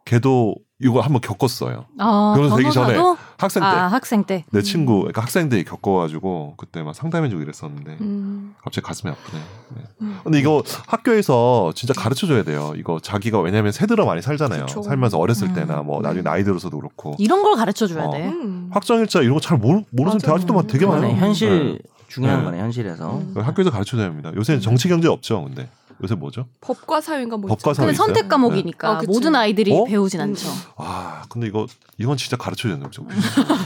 Speaker 2: 걔도 이거 한번 겪었어요.
Speaker 4: 어,
Speaker 2: 변호사 되기 전에
Speaker 4: 변호사도
Speaker 2: 학생 때.
Speaker 4: 아 학생 때
Speaker 1: 음.
Speaker 2: 내 친구, 그러니까 학생들이 겪어가지고 그때 막 상담해주고 이랬었는데
Speaker 1: 음,
Speaker 2: 갑자기 가슴이 아프네. 네.
Speaker 1: 음.
Speaker 2: 근데 이거 학교에서 진짜 가르쳐줘야 돼요. 이거 자기가 왜냐면 새들어 많이 네, 살잖아요.
Speaker 1: 그쵸.
Speaker 2: 살면서 어렸을
Speaker 4: 음.
Speaker 2: 때나 뭐 나중에 나이 들어서도 그렇고
Speaker 4: 이런 걸 가르쳐 줘야
Speaker 2: 어.
Speaker 4: 돼.
Speaker 1: 음.
Speaker 2: 확정일자 이런 거 잘 모르 모르는 사람
Speaker 1: 맞아요.
Speaker 2: 아직도 막 되게
Speaker 5: 그러네.
Speaker 2: 많아요.
Speaker 5: 현실 중요한
Speaker 2: 네.
Speaker 5: 거네. 현실에서.
Speaker 1: 음.
Speaker 2: 네. 학교에서 가르쳐줘야 합니다. 요새 는 정치 경제 없죠. 근데 요새 뭐죠?
Speaker 1: 법과 사회인가 뭐
Speaker 2: 법과
Speaker 1: 있죠?
Speaker 2: 사회
Speaker 4: 근데
Speaker 2: 있어요?
Speaker 4: 선택 과목이니까
Speaker 1: 네. 어, 그치.
Speaker 4: 모든 아이들이
Speaker 2: 어?
Speaker 4: 배우진
Speaker 1: 음.
Speaker 4: 않죠.
Speaker 2: 아 근데 이거 이건 진짜 가르쳐줘야 된다고 좀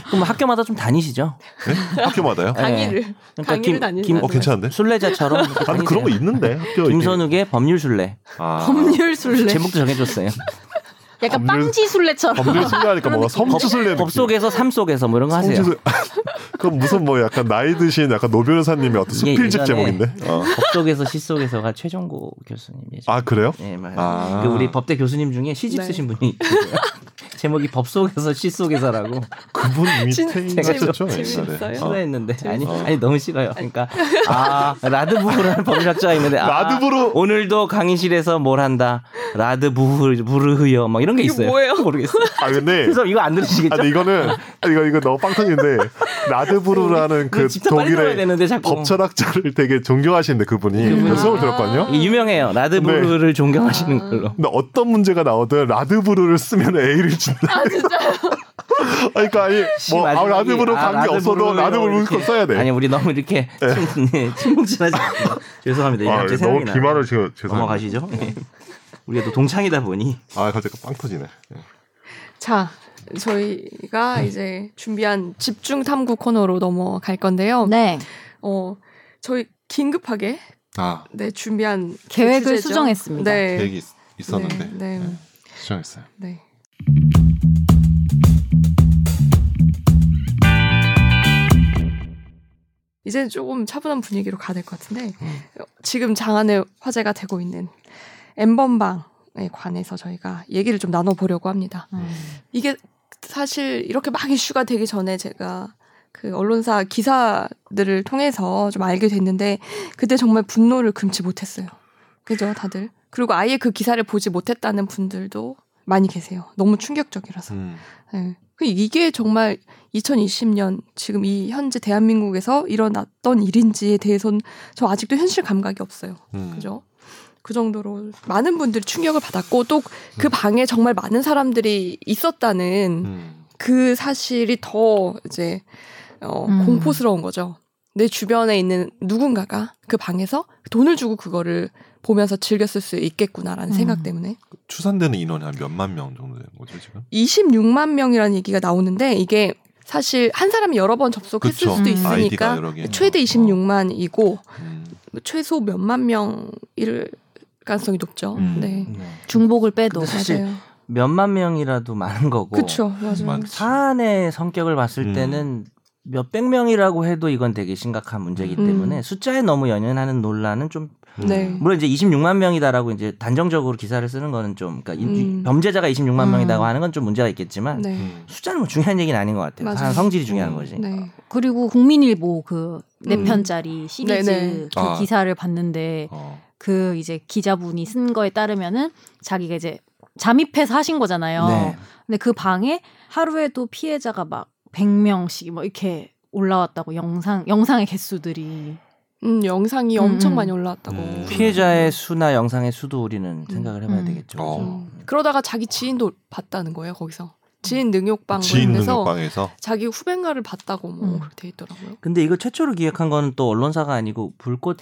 Speaker 5: 그럼 학교마다 좀 다니시죠. 그러니까
Speaker 2: 네? 학교마다요?
Speaker 1: 강의를 강의를 다니는
Speaker 2: 어 괜찮은데?
Speaker 5: 술래자처럼 이렇게
Speaker 2: 아 근데 그런 거
Speaker 5: 다니세요.
Speaker 2: 있는데 학교 이게.
Speaker 5: 김선욱의 법률 술래.
Speaker 2: 아,
Speaker 4: 법률 술래.
Speaker 5: 제목도 정해줬어요.
Speaker 4: 약간
Speaker 2: 법률-
Speaker 4: 그러니까 빵지 술래처럼.
Speaker 2: 법률 승리하니까 뭔가 섬치술래
Speaker 5: 법 속에서 삶 속에서 뭐 이런 거 하세요.
Speaker 2: 성지수- 그럼 무슨 뭐 약간 나이 드신 약간 노 변호사님의 어떤
Speaker 5: 이게
Speaker 2: 수필집
Speaker 5: 예전에-
Speaker 2: 제목인데? 어.
Speaker 5: 법 속에서 시 속에서가 최종고 교수님 예전.
Speaker 2: 아 그래요?
Speaker 5: 예, 맞아요.
Speaker 2: 아.
Speaker 5: 그 우리 법대 교수님 중에 시집
Speaker 1: 네.
Speaker 5: 쓰신 분이 있어요. 제목이 법 속에서 시 속에서라고
Speaker 2: 그분 이미
Speaker 1: 진-
Speaker 2: 퇴임하셨죠
Speaker 1: 재밌-
Speaker 2: 옛날에.
Speaker 1: 네. 재밌어요.
Speaker 2: 어.
Speaker 5: 수했는데 네, 그렇죠. 아니
Speaker 2: 재밌어요.
Speaker 5: 아니 너무 싫어요. 그러니까 아 라드부르라는 법률학자가 있는데 아,
Speaker 2: 라드부르!
Speaker 5: 오늘도 강의실에서 뭘 한다 라드부르흐요 막 이런 게
Speaker 1: 이게
Speaker 5: 있어요.
Speaker 1: 뭐예요?
Speaker 5: 모르겠어요.
Speaker 2: 아 근데
Speaker 5: 그래서 이거 안 들으시겠죠?
Speaker 2: 아 근데 이거는 아, 이거 이거 너무 빵 터지는데 라드부르라는 그
Speaker 5: 이거 네, 진짜 빨리 들어야
Speaker 2: 독일의
Speaker 5: 되는데 자꾸 네.
Speaker 2: 법철학자를 되게 존경하시는데 그분이
Speaker 5: 그분이.
Speaker 2: 그 수업을 들었거든요. 네.
Speaker 5: 이게 유명해요. 라드부르를 존경하시는
Speaker 1: 아.
Speaker 5: 걸로.
Speaker 2: 근데 어떤 문제가 나오든 라드부르를 쓰면 A를 준다.
Speaker 1: 아 진짜요?
Speaker 2: 아니, 그러니까 아니
Speaker 5: 시
Speaker 2: 뭐 아,
Speaker 5: 마지막에,
Speaker 2: 라드부르
Speaker 5: 아,
Speaker 2: 관계 없어도
Speaker 5: 라드부르라고
Speaker 2: 라드부르
Speaker 5: 이렇게.
Speaker 2: 꼭 써야 돼.
Speaker 5: 아니 우리 너무 이렇게 침- 네, 침묵질하지 않습니다. 죄송합니다. 뭐, 이게
Speaker 2: 아,
Speaker 5: 갑자기
Speaker 2: 너무
Speaker 5: 생각이 나요.
Speaker 2: 비만을 제가 죄송합니다.
Speaker 5: 넘어가시죠. 예. 우리가 또 동창이다 보니
Speaker 2: 아 갑자기 빵 터지네. 예.
Speaker 1: 자, 저희가 이제 준비한 집중 탐구 코너로 넘어갈 건데요.
Speaker 4: 네.
Speaker 1: 어, 저희 긴급하게
Speaker 2: 아
Speaker 1: 네 준비한
Speaker 4: 계획을
Speaker 1: 주제죠.
Speaker 4: 수정했습니다.
Speaker 1: 네.
Speaker 2: 계획이 있- 있었는데
Speaker 1: 네, 네.
Speaker 2: 네. 수정했어요.
Speaker 1: 네. 이제 조금 차분한 분위기로 가야 될 것 같은데
Speaker 2: 음.
Speaker 1: 지금 장안에 화제가 되고 있는 엠번방에 관해서 저희가 얘기를 좀 나눠보려고 합니다.
Speaker 4: 음.
Speaker 1: 이게 사실 이렇게 막 이슈가 되기 전에 제가 그 언론사 기사들을 통해서 좀 알게 됐는데 그때 정말 분노를 금치 못했어요. 그죠, 다들? 그리고 아예 그 기사를 보지 못했다는 분들도 많이 계세요. 너무 충격적이라서.
Speaker 2: 음.
Speaker 1: 예. 그 이게 정말 2020년 지금 이 현재 대한민국에서 일어났던 일인지에 대해서는 저 아직도 현실 감각이 없어요.
Speaker 2: 음.
Speaker 1: 그죠? 그 정도로 많은 분들이 충격을 받았고 또 그 방에 정말 많은 사람들이 있었다는
Speaker 2: 음.
Speaker 1: 그 사실이 더 이제 어,
Speaker 4: 음.
Speaker 1: 공포스러운 거죠. 내 주변에 있는 누군가가 그 방에서 돈을 주고 그거를 보면서 즐겼을 수 있겠구나라는
Speaker 4: 음.
Speaker 1: 생각 때문에
Speaker 2: 추산되는 인원이 한 몇만 명 정도 되는 거죠 지금?
Speaker 1: 26만 명이라는 얘기가 나오는데 이게 사실 한 사람이 여러 번 접속했을
Speaker 2: 그쵸.
Speaker 1: 수도
Speaker 4: 음.
Speaker 2: 아이디가
Speaker 1: 있으니까
Speaker 2: 여러 어. 개.
Speaker 1: 최대 26만이고
Speaker 2: 음.
Speaker 1: 최소 몇만 명일 가능성이 높죠.
Speaker 2: 음.
Speaker 1: 네.
Speaker 4: 중복을 빼도.
Speaker 5: 근데 사실
Speaker 1: 맞아요.
Speaker 5: 몇만 명이라도 많은 거고
Speaker 1: 그쵸. 맞아요.
Speaker 2: 많죠.
Speaker 5: 사안의 성격을 봤을
Speaker 2: 음.
Speaker 5: 때는 몇백 명이라고 해도 이건 되게 심각한 문제이기
Speaker 1: 음.
Speaker 5: 때문에 숫자에 너무 연연하는 논란은 좀
Speaker 1: 네.
Speaker 5: 물론 이제 26만 명이다라고 이제 단정적으로 기사를 쓰는 거는 좀 그러니까 이-
Speaker 1: 음.
Speaker 5: 범죄자가 26만
Speaker 4: 음.
Speaker 5: 명이라고 하는 건 좀 문제가 있겠지만
Speaker 1: 네.
Speaker 2: 음.
Speaker 5: 숫자는 뭐 중요한 얘기는 아닌 것 같아요.
Speaker 1: 맞아요.
Speaker 5: 사안 성질이 중요한
Speaker 2: 음.
Speaker 5: 거지.
Speaker 1: 네.
Speaker 4: 그리고 국민일보 그
Speaker 1: 음.
Speaker 4: 네 편짜리 시리즈
Speaker 1: 네네.
Speaker 4: 그
Speaker 2: 아.
Speaker 4: 기사를 봤는데
Speaker 1: 뭐
Speaker 2: 어.
Speaker 4: 그 이제 기자분이 쓴 거에 따르면은 자기가 이제 잠입해서 하신 거잖아요.
Speaker 5: 네.
Speaker 4: 근데 그 방에 하루에도 피해자가 막 100명씩 뭐 이렇게 올라왔다고 영상 영상의 개수들이
Speaker 1: 음, 영상이 엄청
Speaker 4: 음.
Speaker 1: 많이 올라왔다고.
Speaker 3: 음.
Speaker 5: 피해자의 수나 영상의 수도 우리는 생각을 해봐야
Speaker 4: 음.
Speaker 5: 되겠죠. 그렇죠?
Speaker 3: 어.
Speaker 1: 음. 그러다가 자기 지인도 봤다는 거예요 거기서 지인 능욕방
Speaker 3: 지인
Speaker 1: 그런데서
Speaker 3: 능력방에서
Speaker 1: 자기 후배인가를 봤다고 뭐
Speaker 4: 음.
Speaker 1: 그렇게 돼 있더라고요.
Speaker 5: 근데 이거 최초로 기획한 거는 또 언론사가 아니고 불꽃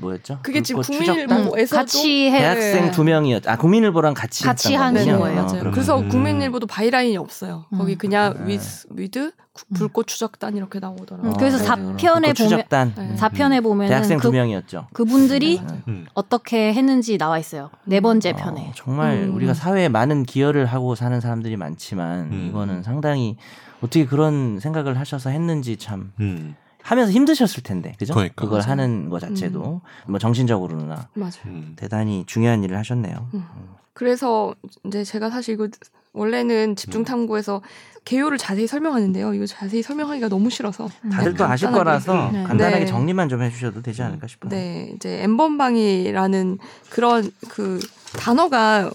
Speaker 5: 뭐였죠?
Speaker 1: 그게 지금
Speaker 5: 불꽃 추적단?
Speaker 1: 국민일보 에서도
Speaker 4: 같이 뭐 해
Speaker 5: 대학생 두 명이었. 아 국민일보랑 같이
Speaker 4: 같이
Speaker 5: 했던
Speaker 4: 하는
Speaker 5: 거군요.
Speaker 4: 거예요.
Speaker 5: 어,
Speaker 1: 네, 맞아요.
Speaker 5: 그럼.
Speaker 1: 그래서
Speaker 3: 음.
Speaker 1: 국민일보도 바이라인이 없어요.
Speaker 4: 음.
Speaker 1: 거기 그냥
Speaker 5: 네.
Speaker 1: 위스 위드 구-
Speaker 4: 음.
Speaker 1: 불꽃 추적단 이렇게
Speaker 4: 음,
Speaker 1: 나오더라고요.
Speaker 4: 그래서
Speaker 5: 네,
Speaker 4: 사-
Speaker 5: 그럼
Speaker 4: 사편에
Speaker 5: 불꽃
Speaker 4: 보면-
Speaker 5: 추적단
Speaker 1: 네.
Speaker 4: 사편에 보면
Speaker 5: 음. 대학생 두
Speaker 4: 그,
Speaker 5: 명이었죠.
Speaker 4: 그분들이
Speaker 5: 네.
Speaker 4: 어떻게 했는지 나와 있어요. 네 번째 편에.
Speaker 5: 어, 정말
Speaker 1: 음.
Speaker 5: 우리가 사회에 많은 기여를 하고 사는 사람들이 많지만
Speaker 3: 음.
Speaker 5: 이거는 상당히 어떻게 그런 생각을 하셔서 했는지 참
Speaker 3: 음.
Speaker 5: 하면서 힘드셨을 텐데 그죠?
Speaker 3: 그러니까.
Speaker 5: 걸
Speaker 1: 맞아요.
Speaker 5: 하는 거 자체도
Speaker 4: 음.
Speaker 5: 뭐 정신적으로나
Speaker 1: 맞아요.
Speaker 3: 음.
Speaker 5: 대단히 중요한 일을 하셨네요.
Speaker 1: 음. 그래서 이제 제가 사실 이거 원래는 집중 탐구에서 개요를 자세히 설명하는데요. 이거 자세히 설명하기가 너무 싫어서
Speaker 5: 다들 또 아실
Speaker 1: 간단하게.
Speaker 5: 거라서
Speaker 4: 음. 네.
Speaker 5: 간단하게
Speaker 1: 네.
Speaker 5: 정리만 좀 해주셔도 되지 않을까 싶어요.
Speaker 1: 네, 이제 엠번방이라는 그런 그 단어가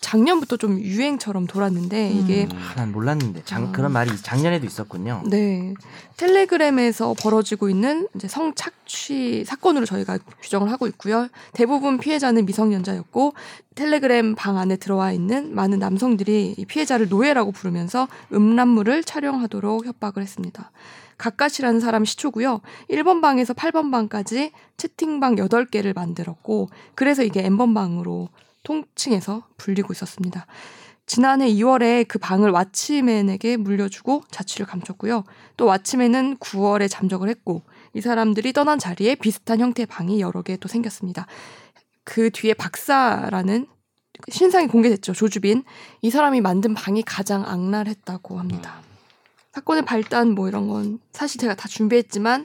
Speaker 1: 작년부터 좀 유행처럼 돌았는데 이게
Speaker 4: 음.
Speaker 5: 아, 난 몰랐는데 장-
Speaker 1: 아.
Speaker 5: 그런 말이 작년에도 있었군요.
Speaker 1: 네. 텔레그램에서 벌어지고 있는 이제 성착취 사건으로 저희가 규정을 하고 있고요. 대부분 피해자는 미성년자였고 텔레그램 방 안에 들어와 있는 많은 남성들이 이 피해자를 노예라고 부르면서 음란물을 촬영하도록 협박을 했습니다. 가까시라는 사람 시초고요. 1번 방에서 8번 방까지 채팅방 8개를 만들었고 그래서 이게 N번 방으로 통칭해서 불리고 있었습니다. 지난해 2월에 그 방을 왓치맨에게 물려주고 자취를 감췄고요. 또 왓치맨은 9월에 잠적을 했고 이 사람들이 떠난 자리에 비슷한 형태의 방이 여러 개 또 생겼습니다. 그 뒤에 박사라는 신상이 공개됐죠. 조주빈. 이 사람이 만든 방이 가장 악랄했다고 합니다. 사건의 발단 뭐 이런 건 사실 제가 다 준비했지만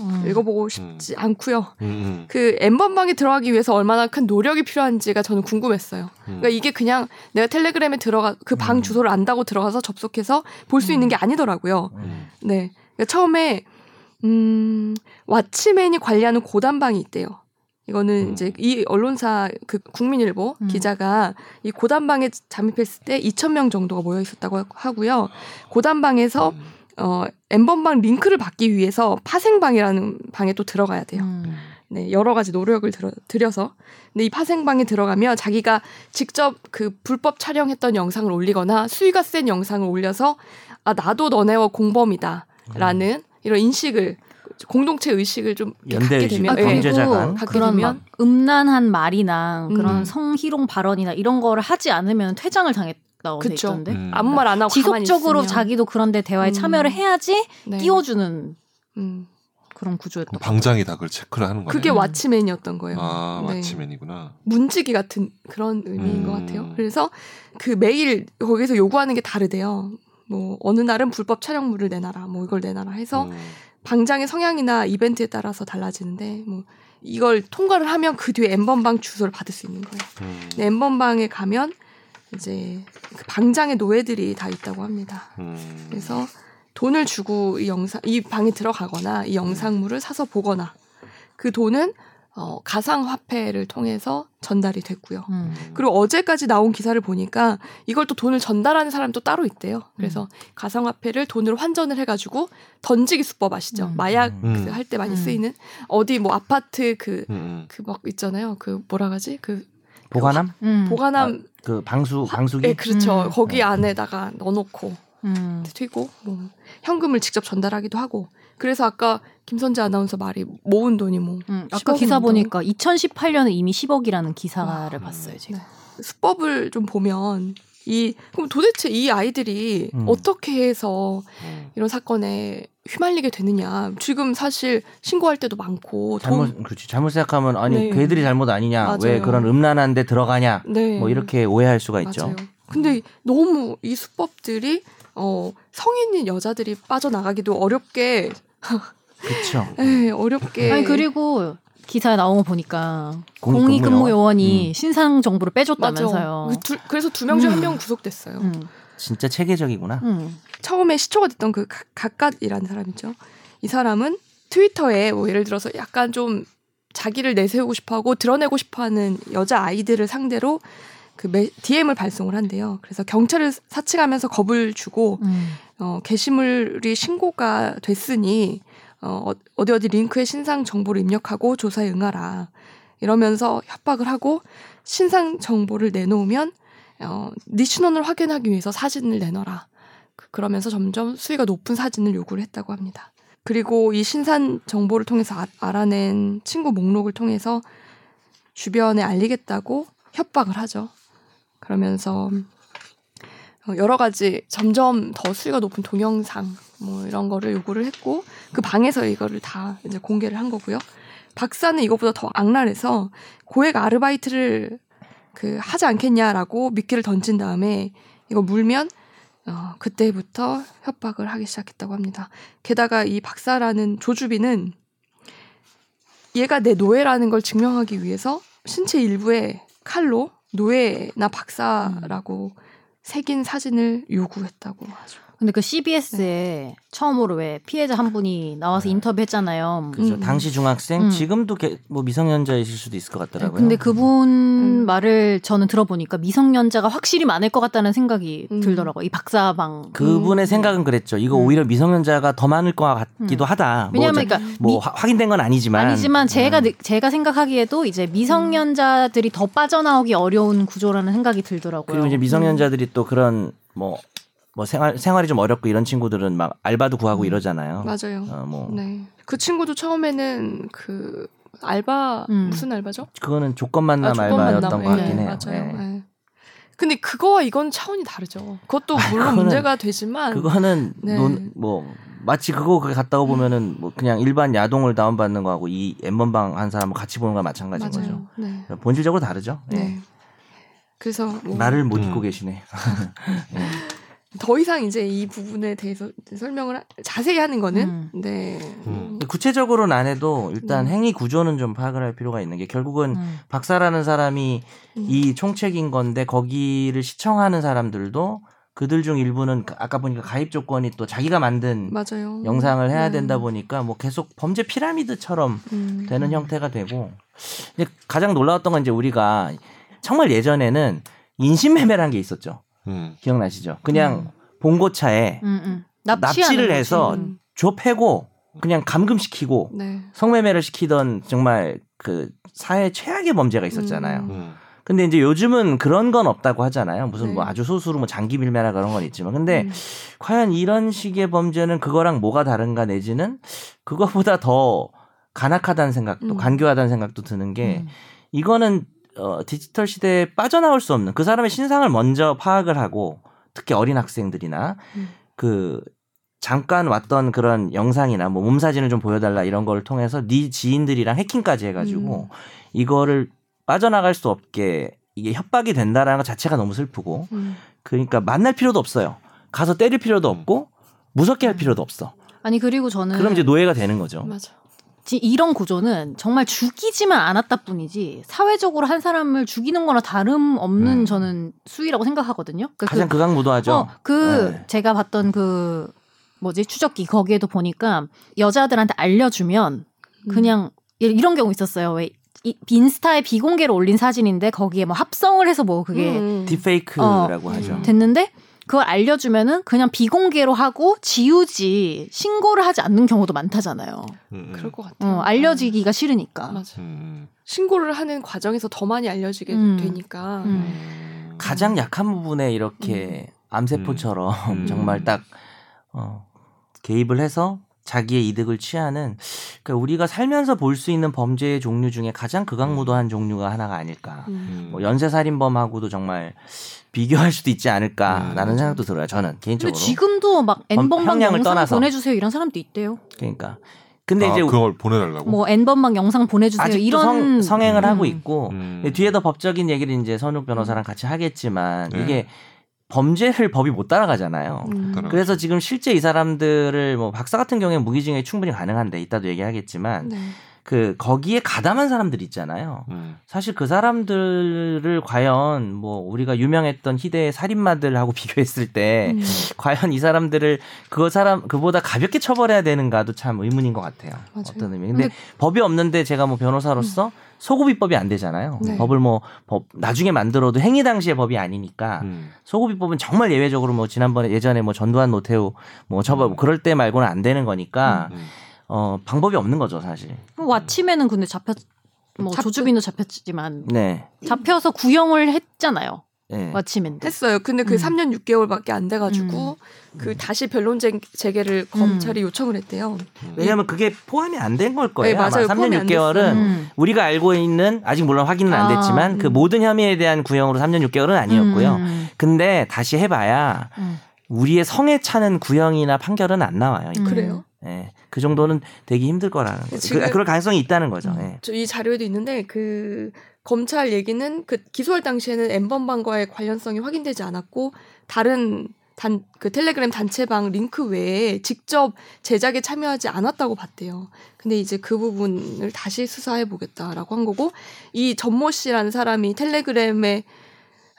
Speaker 4: 음.
Speaker 1: 읽어보고 싶지 않고요.
Speaker 3: 음, 음.
Speaker 1: 그 N번방에 들어가기 위해서 얼마나 큰 노력이 필요한지가 저는 궁금했어요. 그러니까 이게 그냥 내가 텔레그램에 들어가 그 방
Speaker 5: 음.
Speaker 1: 주소를 안다고 들어가서 접속해서 볼 수 있는 게 아니더라고요.
Speaker 5: 음.
Speaker 1: 네. 그러니까 처음에 음, 왓치맨이 관리하는 고단방이 있대요. 이거는
Speaker 3: 음.
Speaker 1: 이제 이 언론사 그 국민일보
Speaker 4: 음.
Speaker 1: 기자가 이 고단방에 잠입했을 때 2,000명 정도가 모여 있었다고 하- 하고요. 고단방에서 어 엠번방 링크를 받기 위해서 파생방이라는 방에 또 들어가야 돼요.
Speaker 4: 음.
Speaker 1: 네, 여러 가지 노력을 들어, 들여서. 근데 이 파생방에 들어가면 자기가 직접 그 불법 촬영했던 영상을 올리거나 수위가 센 영상을 올려서 아, 나도 너네와 공범이다.
Speaker 4: 음.
Speaker 1: 라는 이런 인식을 공동체 의식을 좀
Speaker 5: 연대
Speaker 1: 갖게
Speaker 5: 의식,
Speaker 1: 되면
Speaker 4: 아, 그리고
Speaker 1: 예.
Speaker 5: 네. 범죄. 범죄자가
Speaker 1: 갖게
Speaker 4: 그런 막
Speaker 1: 되면?
Speaker 4: 음란한 말이나 그런
Speaker 1: 음.
Speaker 4: 성희롱 발언이나 이런 거를 하지 않으면 퇴장을 당했다고 돼
Speaker 1: 그쵸.
Speaker 4: 있던데
Speaker 3: 음.
Speaker 1: 아무 말 안 하고 어, 가만히
Speaker 4: 지속적으로
Speaker 1: 있으면.
Speaker 4: 자기도 그런데 대화에
Speaker 1: 음.
Speaker 4: 참여를 해야지
Speaker 1: 네.
Speaker 4: 띄워주는
Speaker 1: 음.
Speaker 4: 그런 구조였던
Speaker 3: 그럼 방장이 다 그걸 체크를 하는
Speaker 4: 음.
Speaker 3: 거예요.
Speaker 1: 그게 왓치맨이었던 거예요.
Speaker 3: 음. 아
Speaker 1: 네.
Speaker 3: 마치맨이구나.
Speaker 1: 문지기 같은 그런 의미인 것
Speaker 3: 음.
Speaker 1: 같아요. 그래서 그 매일 거기서 요구하는 게 다르대요. 뭐 어느 날은 불법 촬영물을 내놔라, 뭐 이걸 내놔라 해서
Speaker 3: 음.
Speaker 1: 방장의 성향이나 이벤트에 따라서 달라지는데 뭐 이걸 통과를 하면 그 뒤에 엠번방 주소를 받을 수 있는 거예요.
Speaker 3: 음.
Speaker 1: 근데 엠번방에 가면 이제 그 방장의 노예들이 다 있다고 합니다.
Speaker 3: 음.
Speaker 1: 그래서 돈을 주고 이 영상 이 방에 들어가거나 이 영상물을 사서 보거나 그 돈은 어, 가상 화폐를 통해서 전달이 됐고요.
Speaker 4: 음.
Speaker 1: 그리고 어제까지 나온 기사를 보니까 이걸 또 돈을 전달하는 사람도 따로 있대요. 그래서 가상화폐를 돈으로 환전을 해가지고 던지기 수법 아시죠?
Speaker 4: 음.
Speaker 1: 마약
Speaker 3: 음.
Speaker 1: 할 때 많이
Speaker 4: 음.
Speaker 1: 쓰이는 어디 뭐 아파트
Speaker 3: 음, 음.
Speaker 1: 그 그 막 있잖아요. 그 뭐라 하지? 그
Speaker 5: 보관함?
Speaker 4: 음.
Speaker 1: 보관함
Speaker 5: 그 방수
Speaker 1: 예,
Speaker 5: 방수기?
Speaker 1: 그렇죠.
Speaker 4: 음.
Speaker 1: 거기
Speaker 5: 네.
Speaker 1: 안에다가 넣어놓고
Speaker 4: 음.
Speaker 1: 튀고 뭐 현금을 직접 전달하기도 하고. 그래서 아까 김선재 아나운서 말이 모은 돈이 뭐
Speaker 4: 음.
Speaker 1: 10억
Speaker 4: 아까
Speaker 1: 은
Speaker 4: 기사
Speaker 1: 넘다고.
Speaker 4: 보니까 2018년에 이미 10억이라는 기사를
Speaker 3: 와.
Speaker 1: 네.
Speaker 4: 봤어요 지금.
Speaker 1: 수법을 좀 보면 이 그럼 도대체 이 아이들이
Speaker 5: 음.
Speaker 1: 어떻게 해서
Speaker 3: 음.
Speaker 1: 이런 사건에 휘말리게 되느냐. 지금 사실 신고할 때도 많고 돈-
Speaker 5: 잘못 그렇지 잘못 생각하면
Speaker 1: 네.
Speaker 5: 아니 걔들이 잘못 아니냐 왜
Speaker 1: 맞아요.
Speaker 5: 그런 음란한데 들어가냐
Speaker 1: 네.
Speaker 5: 뭐 이렇게 오해할 수가 있죠.
Speaker 1: 맞아요. 근데 너무 이 수법들이 어, 성인인 여자들이 빠져나가기도 어렵게
Speaker 5: 그렇죠.
Speaker 1: 에, 어렵게
Speaker 4: 아니 그리고 네. 기사에 나온 거 보니까
Speaker 5: 공익근무
Speaker 4: 공익근무 요원이
Speaker 5: 음.
Speaker 4: 신상 정보를
Speaker 1: 맞아.
Speaker 4: 빼줬다면서요.
Speaker 1: 그 둘- 그래서 두 명 중 한
Speaker 4: 음.
Speaker 1: 명은 구속됐어요.
Speaker 4: 음.
Speaker 5: 진짜 체계적이구나.
Speaker 4: 음.
Speaker 1: 처음에 시초가 됐던 그 가- 각갓이라는 사람이죠. 이 사람은 트위터에 뭐 예를 들어서 약간 좀 자기를 내세우고 싶어하고 드러내고 싶어하는 여자 아이들을 상대로 그 DM을 발송을 한대요. 그래서 경찰을 사칭하면서 겁을 주고
Speaker 4: 음.
Speaker 1: 어, 게시물이 신고가 됐으니 어, 어디 어디 링크에 신상 정보를 입력하고 조사에 응하라 이러면서 협박을 하고 신상 정보를 내놓으면 어, 네 신원을 확인하기 위해서 사진을 내놔라 그- 그러면서 점점 수위가 높은 사진을 요구를 했다고 합니다. 그리고 이 신상 정보를 통해서 아- 알아낸 친구 목록을 통해서 주변에 알리겠다고 협박을 하죠. 그러면서 어, 여러 가지 점점 더 수위가 높은 동영상 뭐 이런 거를 요구를 했고 그 방에서 이거를 다 이제 공개를 한 거고요. 박사는 이것보다 더 악랄해서 고액 아르바이트를 그 하지 않겠냐라고 미끼를 던진 다음에 이거 물면 어, 그때부터 협박을 하기 시작했다고 합니다. 게다가 이 박사라는 조주빈은 얘가 내 노예라는 걸 증명하기 위해서 신체 일부에 칼로 노예나 박사라고 새긴 사진을 요구했다고 하죠.
Speaker 4: 근데 그 CBS에
Speaker 1: 네.
Speaker 4: 처음으로 왜 피해자 한 분이 나와서 인터뷰했잖아요.
Speaker 5: 그죠.
Speaker 1: 음.
Speaker 5: 당시 중학생
Speaker 4: 음.
Speaker 5: 지금도 게- 뭐 미성년자이실 수도 있을 것
Speaker 4: 네,
Speaker 5: 같더라고요.
Speaker 4: 근데 그분
Speaker 1: 음.
Speaker 4: 말을 저는 들어보니까 미성년자가 확실히 많을 것 같다는 생각이
Speaker 1: 음.
Speaker 4: 들더라고요. 이 박사방.
Speaker 5: 그분의 생각은 그랬죠. 이거
Speaker 4: 음.
Speaker 5: 오히려 미성년자가 더 많을 것 같기도 하다. 뭐,
Speaker 4: 왜냐하면
Speaker 5: 어째-
Speaker 4: 그러니까
Speaker 5: 뭐
Speaker 4: 미-
Speaker 5: 화- 확인된 건 아니지만
Speaker 4: 아니지만 제가
Speaker 5: 음.
Speaker 4: 느- 제가 생각하기에도 이제 미성년자들이 더 빠져나오기 어려운 구조라는 생각이 들더라고요.
Speaker 5: 그리고 이제
Speaker 1: 음.
Speaker 5: 미성년자들이 또 그런 뭐, 뭐 생활 생활이 좀 어렵고 이런 친구들은 막 알바도
Speaker 4: 음.
Speaker 5: 구하고 이러잖아요.
Speaker 1: 맞아요.
Speaker 5: 어, 뭐
Speaker 1: 네. 그 친구도 처음에는 그 알바
Speaker 4: 음.
Speaker 1: 무슨 알바죠?
Speaker 5: 그거는 조건 만남
Speaker 1: 아, 조건
Speaker 5: 알바였던
Speaker 1: 만남.
Speaker 5: 것 같긴
Speaker 1: 네,
Speaker 5: 해요.
Speaker 1: 맞아요.
Speaker 5: 예.
Speaker 1: 네. 근데 그거와 이건 차원이 다르죠. 그것도 물론
Speaker 5: 아, 그거는-
Speaker 1: 문제가 되지만
Speaker 5: 그거는
Speaker 1: 네.
Speaker 5: 논, 뭐 마치 그거 그 갔다 오보면은 뭐 그냥 일반 야동을 다운받는 거하고 이 엠번방 한 사람을 같이 보는 거랑 마찬가지인 거죠.
Speaker 1: 맞아요. 네.
Speaker 5: 본질적으로 다르죠. 예.
Speaker 1: 네. 그래서 뭐
Speaker 5: 말을 못
Speaker 3: 음.
Speaker 5: 잊고 계시네.
Speaker 1: 더 이상 이제 이 부분에 대해서 설명을 하- 자세히 하는 거는 네.
Speaker 3: 음.
Speaker 5: 구체적으로는 안 해도 일단
Speaker 1: 음.
Speaker 5: 행위 구조는 좀 파악을 할 필요가 있는 게 결국은
Speaker 4: 음.
Speaker 5: 박사라는 사람이
Speaker 1: 음.
Speaker 5: 이 총책인 건데 거기를 시청하는 사람들도 그들 중 일부는 가- 아까 보니까 가입 조건이 또 자기가 만든
Speaker 1: 맞아요.
Speaker 5: 영상을 해야
Speaker 1: 네.
Speaker 5: 된다 보니까 뭐 계속 범죄 피라미드처럼
Speaker 1: 음.
Speaker 5: 되는 형태가 되고 근데 가장 놀라웠던 건 이제 우리가 정말 예전에는 인신매매라는 게 있었죠.
Speaker 3: 음.
Speaker 5: 기억나시죠?
Speaker 1: 음.
Speaker 5: 그냥 본고차에
Speaker 4: 음, 음.
Speaker 5: 납치를
Speaker 4: 납치하는
Speaker 5: 해서
Speaker 4: 거지.
Speaker 1: 음.
Speaker 5: 줘 패고 그냥 감금시키고
Speaker 1: 네.
Speaker 5: 성매매를 시키던 정말 그 사회 최악의 범죄가 있었잖아요.
Speaker 1: 음.
Speaker 3: 음.
Speaker 5: 근데 이제 요즘은 그런 건 없다고 하잖아요. 무슨 뭐
Speaker 1: 네.
Speaker 5: 아주 소수로 뭐 장기 밀매나 그런 건 있지만. 근데
Speaker 1: 음.
Speaker 5: 과연 이런 식의 범죄는 그거랑 뭐가 다른가 내지는 그거보다 더 간악하다는 생각도
Speaker 1: 음.
Speaker 5: 간교하다는 생각도 드는 게
Speaker 4: 음.
Speaker 5: 이거는 어, 디지털 시대에 빠져나올 수 없는 그 사람의 신상을 먼저 파악을 하고 특히 어린 학생들이나
Speaker 1: 음.
Speaker 5: 그 잠깐 왔던 그런 영상이나 뭐 몸사진을 좀 보여달라 이런 거를 통해서 네 지인들이랑 해킹까지
Speaker 1: 음.
Speaker 5: 해가지고 이거를 빠져나갈 수 없게 이게 협박이 된다라는 것 자체가 너무 슬프고
Speaker 1: 음.
Speaker 5: 그러니까 만날 필요도 없어요. 가서 때릴 필요도 없고 무섭게 할 필요도 없어.
Speaker 4: 아니 그리고 저는
Speaker 5: 그럼 이제 노예가 되는 거죠.
Speaker 1: 음. 맞아.
Speaker 4: 지- 이런 구조는 정말 죽이지만 않았다 뿐이지 사회적으로 한 사람을 죽이는 거나 다름없는
Speaker 3: 음.
Speaker 4: 저는 수위라고 생각하거든요. 그러니까
Speaker 5: 네. 가장
Speaker 4: 그,
Speaker 5: 극악무도하죠.
Speaker 4: 어, 그
Speaker 5: 네.
Speaker 4: 제가 봤던 그 뭐지 추적기 거기에도 보니까 여자들한테 알려주면
Speaker 1: 음.
Speaker 4: 그냥 예, 이런 경우 있었어요. 왜 이, 인스타에 비공개로 올린 사진인데 거기에 뭐 합성을 해서 뭐 그게
Speaker 1: 음.
Speaker 5: 딥페이크라고
Speaker 1: 어.
Speaker 5: 하죠.
Speaker 1: 음.
Speaker 4: 됐는데 그걸 알려주면은 그냥 비공개로 하고 지우지 신고를 하지 않는 경우도 많다잖아요.
Speaker 3: 음.
Speaker 1: 그럴 것 같아요.
Speaker 4: 어, 알려지기가 싫으니까.
Speaker 1: 그렇죠. 맞아.
Speaker 3: 음.
Speaker 1: 신고를 하는 과정에서 더 많이 알려지게
Speaker 4: 음.
Speaker 1: 되니까
Speaker 4: 음.
Speaker 3: 음.
Speaker 5: 가장 약한 부분에 이렇게 암세포처럼
Speaker 3: 음.
Speaker 5: 정말 딱 어, 개입을 해서 자기의 이득을 취하는 그러니까 우리가 살면서 볼 수 있는 범죄의 종류 중에 가장
Speaker 4: 음.
Speaker 5: 극악무도한 종류가 하나가 아닐까.
Speaker 1: 음.
Speaker 3: 음.
Speaker 5: 뭐 연쇄살인범하고도 정말 비교할 수도 있지
Speaker 3: 음.
Speaker 5: 않을까라는 생각도 들어요. 저는
Speaker 4: 근데
Speaker 5: 개인적으로.
Speaker 4: 지금도 막
Speaker 5: 범-
Speaker 4: N번방
Speaker 5: 형량을
Speaker 4: 영상
Speaker 5: 떠나서.
Speaker 4: 보내주세요 이런 사람도 있대요.
Speaker 5: 그러니까. 근데
Speaker 3: 아,
Speaker 5: 이제
Speaker 3: 그걸 보내달라고.
Speaker 4: 뭐 N번방 영상 보내주세요
Speaker 5: 어. 아직도
Speaker 4: 이런
Speaker 5: 성, 성행을
Speaker 4: 음.
Speaker 5: 하고 있고
Speaker 3: 음.
Speaker 5: 근데 네, 뒤에 더 법적인 얘기를 이제 선욱 변호사랑 같이 하겠지만
Speaker 3: 네.
Speaker 5: 이게 범죄를 법이 못 따라가잖아요.
Speaker 1: 음.
Speaker 3: 따라-
Speaker 5: 어, 그래서 지금 실제 이 사람들을 뭐 박사 같은 경우에 무기징역이 충분히 가능한데 이따도 얘기하겠지만
Speaker 1: 네.
Speaker 5: 그 거기에 가담한 사람들 있잖아요.
Speaker 3: 음.
Speaker 5: 사실 그 사람들을 과연 뭐 우리가 유명했던 희대의 살인마들하고 비교했을 때
Speaker 1: 음,
Speaker 5: 과연 이 사람들을 그 사람 그보다 가볍게 처벌해야 되는가도 참 의문인 것 같아요.
Speaker 1: 맞아요.
Speaker 5: 어떤 의미. 근데,
Speaker 1: 근데- 음.
Speaker 5: 법이 없는데 제가 뭐 변호사로서 소고비법이 안 되잖아요.
Speaker 1: 네.
Speaker 5: 법을 뭐 법 나중에 만들어도 행위 당시의 법이 아니니까
Speaker 3: 음.
Speaker 5: 소고비법은 정말 예외적으로 뭐 지난번에 예전에 뭐 전두환 노태우 뭐 처벌 그럴 때 말고는 안 되는 거니까
Speaker 3: 음.
Speaker 5: 어 방법이 없는 거죠 사실.
Speaker 4: 와치맨은 뭐 근데 잡혔 뭐
Speaker 1: 잡혔-
Speaker 4: 조주빈도 잡혔지만
Speaker 5: 네.
Speaker 4: 잡혀서 구형을 했잖아요.
Speaker 5: 네.
Speaker 4: 와치맨도.
Speaker 1: 했어요. 근데 그
Speaker 4: 음.
Speaker 1: 3년 6개월밖에 안 돼가지고 그 다시 변론 제- 제기를
Speaker 4: 음.
Speaker 1: 검찰이 요청을 했대요.
Speaker 5: 왜냐하면 그게 포함이 안 된 걸 거예요.
Speaker 1: 음. 네, 맞아요.
Speaker 5: 아마
Speaker 1: 포함이
Speaker 5: 3년
Speaker 1: 안 됐어요.
Speaker 5: 6개월은
Speaker 4: 음.
Speaker 5: 우리가 알고 있는 아직 물론 확인은 안
Speaker 4: 아,
Speaker 5: 됐지만
Speaker 1: 음.
Speaker 5: 그 모든 혐의에 대한 구형으로 3년 6개월은 아니었고요.
Speaker 4: 음.
Speaker 5: 근데 다시 해봐야
Speaker 4: 음.
Speaker 5: 우리의 성에 차는 구형이나 판결은 안 나와요. 이거.
Speaker 4: 음.
Speaker 1: 그래요?
Speaker 5: 예, 그 정도는 되기 힘들 거라는 거죠.
Speaker 1: 지금-
Speaker 5: 그, 그럴 가능성이 있다는 거죠.
Speaker 4: 음.
Speaker 5: 예.
Speaker 1: 저 이 자료에도 있는데 그 검찰 얘기는 그 기소할 당시에는 엠번방과의 관련성이 확인되지 않았고 다른 단 그 텔레그램 단체방 링크 외에 직접 제작에 참여하지 않았다고 봤대요. 근데 이제 그 부분을 다시 수사해 보겠다라고 한 거고 이 전모 씨라는 사람이 텔레그램에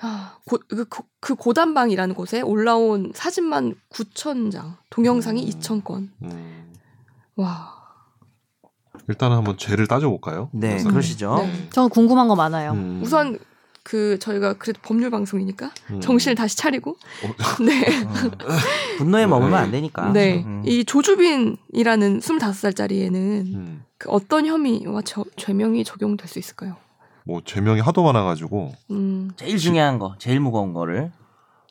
Speaker 1: 아, 고- 그, 그- 그 고단방이라는 곳에 올라온 사진만 9천 장, 동영상이
Speaker 3: 음.
Speaker 1: 2천 건.
Speaker 3: 음.
Speaker 1: 와,
Speaker 3: 일단은 한번 죄를 따져볼까요?
Speaker 5: 네,
Speaker 3: 그래서-
Speaker 5: 그러시죠.
Speaker 1: 네.
Speaker 4: 저는 궁금한 거 많아요.
Speaker 3: 음.
Speaker 1: 우선 그 저희가 그래도 법률 방송이니까
Speaker 3: 음. 어.
Speaker 1: 정신을 다시 차리고 네.
Speaker 5: 어. 분노에 머물면 안
Speaker 3: 네.
Speaker 5: 되니까.
Speaker 1: 네.
Speaker 5: 음.
Speaker 1: 이 조주빈이라는 25살짜리에는
Speaker 3: 음.
Speaker 1: 그 어떤 혐의와 저- 죄명이 적용될 수 있을까요?
Speaker 3: 뭐 죄명이 하도 많아가지고
Speaker 1: 음.
Speaker 5: 제일 중요한 거, 제일 무거운 거를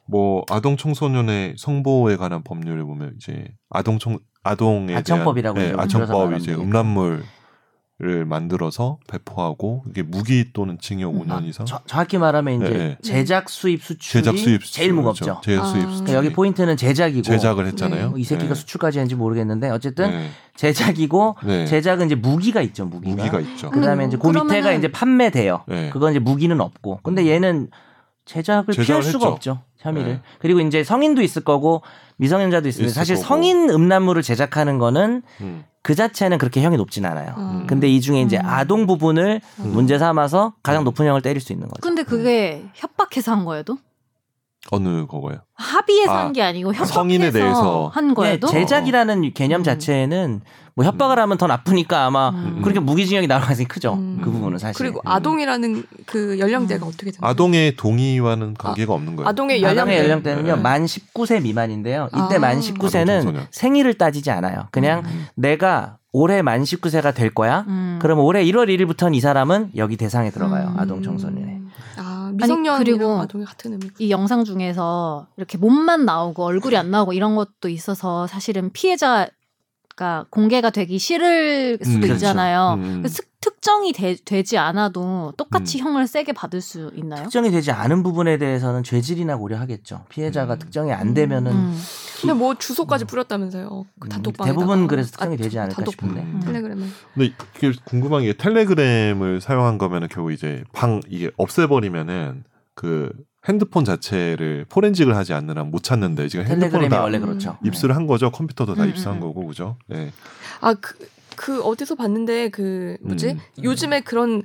Speaker 3: 뭐 아동 청소년의 성보호에 관한 법률을 보면 이제 아동 청 아동에
Speaker 5: 아청법이라고
Speaker 3: 대한
Speaker 5: 이제
Speaker 3: 네, 아청법
Speaker 5: 줄여서
Speaker 3: 이제
Speaker 5: 말하면
Speaker 3: 음란물을 만들어서 배포하고 이게 무기 또는 징역 5년 이상
Speaker 5: 저- 정확히 말하면 이제
Speaker 3: 그렇죠. 네, 네.
Speaker 5: 제작, 수입, 수출이
Speaker 3: 제작 수입
Speaker 5: 제일 무겁죠.
Speaker 3: 그렇죠. 제작
Speaker 1: 아.
Speaker 3: 수입
Speaker 5: 그러니까 여기 포인트는 제작이고
Speaker 3: 제작을 했잖아요.
Speaker 1: 네.
Speaker 5: 이 새끼가
Speaker 3: 네.
Speaker 5: 수출까지 했는지 모르겠는데 어쨌든
Speaker 3: 네.
Speaker 5: 제작이고
Speaker 3: 네.
Speaker 5: 제작은 이제 무기가 있죠 무기가.
Speaker 3: 무기가 있죠.
Speaker 5: 그다음에 이제 그
Speaker 4: 그러면은-
Speaker 5: 밑에가 이제 판매돼요.
Speaker 3: 네. 음.
Speaker 5: 그건 이제 무기는 없고. 근데 얘는 제작을 피할
Speaker 3: 제작을
Speaker 5: 수가
Speaker 3: 했죠.
Speaker 5: 없죠. 혐의를.
Speaker 3: 네.
Speaker 5: 그리고 이제 성인도 있을 거고 미성년자도 있습니다.
Speaker 3: 있을
Speaker 5: 사실
Speaker 3: 거고.
Speaker 5: 성인 음란물을 제작하는 거는
Speaker 3: 음.
Speaker 5: 그 자체는 그렇게 형이 높진 않아요.
Speaker 1: 아.
Speaker 5: 근데 이 중에 이제
Speaker 4: 음.
Speaker 5: 아동 부분을
Speaker 1: 음.
Speaker 5: 문제 삼아서 가장 높은 형을 때릴 수 있는 거죠.
Speaker 4: 근데 그게 협박해서 한 거예요, 또?
Speaker 3: 어느 거고요.
Speaker 4: 합의해서
Speaker 3: 아,
Speaker 4: 한 게 아니고 협박해서
Speaker 3: 성인에 대해서.
Speaker 4: 한 거예요,
Speaker 5: 네,
Speaker 4: 또?
Speaker 5: 제작이라는 개념
Speaker 4: 음.
Speaker 5: 자체는 뭐 협박을 하면 더 나쁘니까 아마
Speaker 4: 음.
Speaker 5: 그렇게 무기징역이 나올 가능성이 크죠.
Speaker 1: 음.
Speaker 5: 그 부분은 사실.
Speaker 1: 그리고 아동이라는 그 연령대가
Speaker 4: 음.
Speaker 1: 어떻게 되나요?
Speaker 3: 아동의 동의와는 관계가 없는 거예요.
Speaker 1: 아동의
Speaker 5: 아동의
Speaker 1: 연령대.
Speaker 5: 연령대는요
Speaker 3: 네.
Speaker 5: 만 19세 미만인데요. 이때
Speaker 1: 아.
Speaker 5: 만 19세는
Speaker 3: 아동 청소년.
Speaker 5: 생일을 따지지 않아요. 그냥
Speaker 3: 음.
Speaker 5: 내가 올해 만 19세가 될 거야.
Speaker 4: 음.
Speaker 5: 그럼 올해 1월 1일부터는 이 사람은 여기 대상에 들어가요.
Speaker 4: 음.
Speaker 5: 아동 청소년에.
Speaker 1: 아, 미성년
Speaker 4: 그리고
Speaker 1: 그리고 아동이 같은 의미.
Speaker 4: 이 영상 중에서 이렇게 몸만 나오고 얼굴이 안 나오고 이런 것도 있어서 사실은 피해자가 공개가 되기 싫을 수도
Speaker 3: 음, 그렇죠.
Speaker 4: 있잖아요.
Speaker 3: 음.
Speaker 4: 그 스- 특정이 되, 지 않아도 똑같이 형을 세게 받을 수 있나요?
Speaker 5: 특정이 되지 않은 부분에 대해서는 죄질이나 고려하겠죠. 피해자가
Speaker 3: 음.
Speaker 5: 특정이 안 되면은
Speaker 4: 음.
Speaker 1: 근데 뭐 주소까지 뿌렸다면서요. 그
Speaker 5: 음,
Speaker 1: 단톡방에
Speaker 5: 대부분 그래서 특정이 되지 않을까
Speaker 1: 단톡
Speaker 5: 싶은데.
Speaker 3: 음.
Speaker 1: 텔레그램에.
Speaker 3: 근데 이게 궁금한 게 텔레그램을 사용한 거면은 결국 이제 방 이게 없애버리면은 그 핸드폰 자체를 포렌식을 하지 않느라 못 찾는데 지금 핸드폰을
Speaker 5: 텔레그램이
Speaker 3: 다 음.
Speaker 5: 원래 그렇죠.
Speaker 3: 입수를 한 거죠 컴퓨터도 다
Speaker 4: 음,
Speaker 3: 입수한
Speaker 4: 음.
Speaker 3: 거고 그죠? 네.
Speaker 1: 아그 그 어디서 봤는데 그 뭐지
Speaker 3: 음.
Speaker 1: 요즘에 그런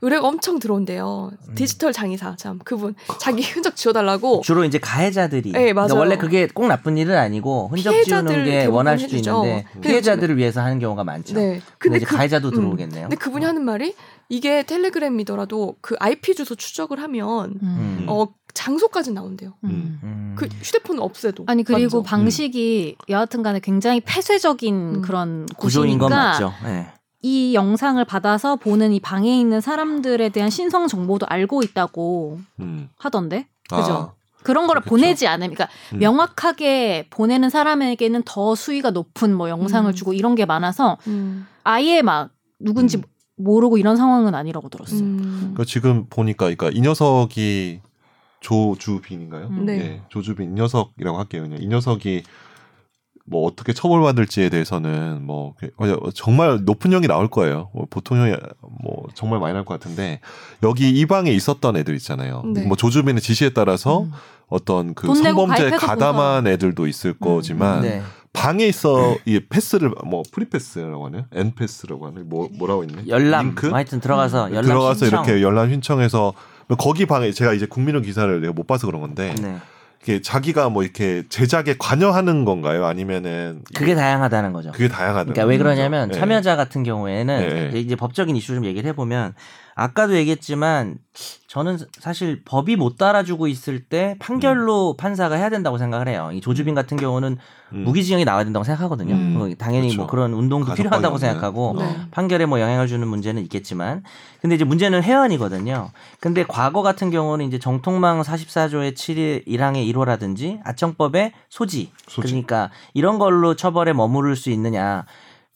Speaker 1: 의뢰가 엄청 들어온대요
Speaker 5: 음.
Speaker 1: 디지털 장의사 참 그분 자기 흔적 지워달라고
Speaker 5: 주로 이제 가해자들이
Speaker 1: 어. 네, 맞아요.
Speaker 5: 근데 원래 그게 꼭 나쁜 일은 아니고 흔적 지우는
Speaker 1: 피해자들
Speaker 5: 게
Speaker 1: 대부분
Speaker 5: 원할 수도
Speaker 1: 해주죠.
Speaker 5: 있는데
Speaker 1: 근데
Speaker 5: 피해자들을 위해서 하는 경우가 많죠.
Speaker 1: 네
Speaker 5: 근데
Speaker 1: 근데
Speaker 5: 이제
Speaker 1: 그
Speaker 5: 가해자도
Speaker 1: 음.
Speaker 5: 들어오겠네요.
Speaker 1: 근데 그분이 하는 말이 이게 텔레그램이더라도 그 IP 주소 추적을 하면
Speaker 4: 음.
Speaker 3: 음.
Speaker 1: 어 장소까지 나온대요
Speaker 4: 음.
Speaker 5: 음.
Speaker 1: 그 휴대폰을 없애도
Speaker 4: 아니 그리고
Speaker 1: 완전.
Speaker 4: 방식이 여하튼간에 굉장히 폐쇄적인
Speaker 1: 음.
Speaker 4: 그런
Speaker 5: 구조인 건
Speaker 4: 곳이니까
Speaker 5: 맞죠. 네.
Speaker 4: 이 영상을 받아서 보는 이 방에 있는 사람들에 대한 신성 정보도 알고 있다고
Speaker 3: 음.
Speaker 4: 하던데
Speaker 3: 아,
Speaker 4: 그죠? 그런 거를
Speaker 3: 그렇겠죠.
Speaker 4: 보내지 않으니까
Speaker 3: 음.
Speaker 4: 명확하게 보내는 사람에게는 더 수위가 높은 뭐 영상을
Speaker 1: 음.
Speaker 4: 주고 이런 게 많아서
Speaker 1: 음.
Speaker 4: 아예 막 누군지
Speaker 3: 음.
Speaker 4: 모르고 이런 상황은 아니라고 들었어요.
Speaker 1: 음.
Speaker 3: 그러니까 지금 보니까 그러니까 이 녀석이 조주빈인가요?
Speaker 4: 음.
Speaker 1: 네.
Speaker 3: 예, 조주빈 이 녀석이라고 할게요. 그냥 이 녀석이 뭐 어떻게 처벌받을지에 대해서는 뭐 그- 어, 정말 높은 형이 나올 거예요. 뭐 보통형이 뭐 정말 많이 나올 것 같은데 여기 이 방에 있었던 애들 있잖아요.
Speaker 1: 네.
Speaker 3: 뭐 조주빈의 지시에 따라서
Speaker 4: 음.
Speaker 3: 어떤 그
Speaker 4: 돈 내고
Speaker 3: 성범죄에
Speaker 4: 가입해서 본
Speaker 3: 가담한 애들도 있을 거지만
Speaker 5: 네.
Speaker 3: 방에 있어 이 패스를 뭐 프리패스라고 하냐? 엔패스라고 하냐? 뭐 뭐라고 있네?
Speaker 5: 열람
Speaker 3: 링크? 음.
Speaker 5: 뭐 하여튼 들어가서 열람
Speaker 3: 들어가서
Speaker 5: 신청.
Speaker 3: 이렇게 열람 신청해서 거기 방에 제가 이제 국민원 기사를 내가 못 봐서 그런 건데
Speaker 5: 네.
Speaker 3: 이게 자기가 뭐 이렇게 제작에 관여하는 건가요? 아니면은
Speaker 5: 그게 다양하다는 거죠.
Speaker 3: 그게 다양하다.
Speaker 5: 그러니까 왜 그러냐면
Speaker 3: 예.
Speaker 5: 참여자 같은 경우에는
Speaker 3: 예.
Speaker 5: 이제 법적인 이슈 좀 얘기를 해보면 아까도 얘기했지만 저는 사실 법이 못 따라주고 있을 때 판결로 판사가 해야 된다고 생각을 해요. 이 조주빈 같은 경우는
Speaker 3: 음.
Speaker 5: 무기징역이 나와야 된다고 생각하거든요.
Speaker 3: 음,
Speaker 5: 뭐 당연히 뭐
Speaker 3: 그렇죠.
Speaker 5: 그런 운동도
Speaker 3: 가석방이
Speaker 5: 필요하다고
Speaker 3: 없네.
Speaker 5: 생각하고
Speaker 3: 어.
Speaker 1: 네.
Speaker 5: 판결에 뭐 영향을 주는 문제는 있겠지만 근데 이제 문제는 회원이거든요. 근데 과거 같은 경우는 이제 정통망 44조의 7일 1항의 1호라든지 아청법의 소지,
Speaker 3: 소지.
Speaker 5: 그러니까 이런 걸로 처벌에 머무를 수 있느냐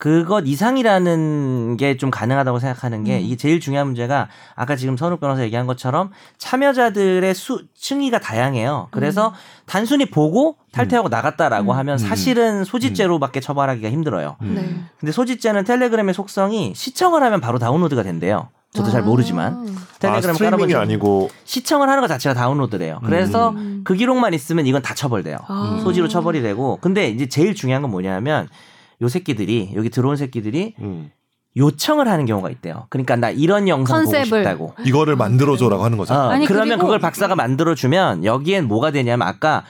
Speaker 5: 그것 이상이라는 게 좀 가능하다고 생각하는 게 이게 제일 중요한 문제가 아까 지금 선욱 변호사 얘기한 것처럼 참여자들의 수 층위가 다양해요. 그래서 단순히 보고 탈퇴하고 나갔다라고 하면 사실은 소지죄로밖에 처벌하기가 힘들어요.
Speaker 1: 네.
Speaker 5: 근데 소지죄는 텔레그램의 속성이 시청을 하면 바로 다운로드가 된대요. 저도 잘
Speaker 1: 아.
Speaker 5: 모르지만
Speaker 3: 아,
Speaker 5: 텔레그램
Speaker 3: 스트리밍이
Speaker 5: 깔아보니까
Speaker 3: 아니고
Speaker 5: 시청을 하는 것 자체가 다운로드래요. 그래서
Speaker 1: 음.
Speaker 5: 그 기록만 있으면 이건 다 처벌돼요.
Speaker 1: 아.
Speaker 5: 소지로 처벌이 되고 근데 이제 제일 중요한 건 뭐냐면 요 새끼들이 여기 들어온 새끼들이
Speaker 3: 음.
Speaker 5: 요청을 하는 경우가 있대요. 그러니까 나 이런 영상 보고
Speaker 4: 컨셉을. 그렇죠.
Speaker 5: 싶다고.
Speaker 3: 이거를 만들어줘라고 하는 거죠.
Speaker 5: 어,
Speaker 4: 아니,
Speaker 5: 그러면
Speaker 4: 그리고-
Speaker 5: 그걸 박사가 만들어주면 여기엔 뭐가 되냐면 아까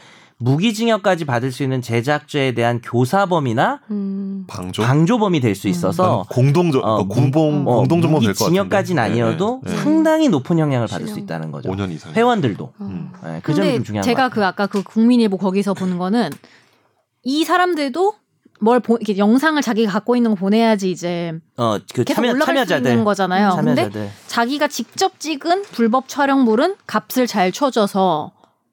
Speaker 5: 무기징역까지 받을 수 있는 제작죄에 대한 교사범이나
Speaker 1: 음.
Speaker 3: 방조.
Speaker 5: 방조범이 될 수
Speaker 4: 음.
Speaker 5: 있어서
Speaker 3: 공동조 그러니까
Speaker 5: 어,
Speaker 3: 공동
Speaker 5: 어,
Speaker 3: 공동조범 될것 같은데.
Speaker 5: 무기징역까지는 아니어도
Speaker 3: 네, 네.
Speaker 5: 상당히 높은 영향을 받을 수
Speaker 1: 실형.
Speaker 5: 있다는 거죠.
Speaker 3: 5년 이상.
Speaker 5: 회원들도.
Speaker 3: 음.
Speaker 5: 네, 그 점이
Speaker 4: 근데
Speaker 5: 좀 중요한
Speaker 4: 제가
Speaker 5: 것 같아요.
Speaker 4: 그 아까 그 국민일보 거기서 보는 거는 이 사람들도 뭘 보, 이렇게 영상을 자기가 갖고 있는 거 보내야지 이제
Speaker 5: 어, 그
Speaker 4: 계속
Speaker 5: 참여,
Speaker 4: 올라갈 수
Speaker 5: 참여자들
Speaker 4: 있는 거잖아요. 근데
Speaker 5: 참여자들
Speaker 4: 자기가 직접 찍은 불법 촬영물은 값을 잘 쳐줘서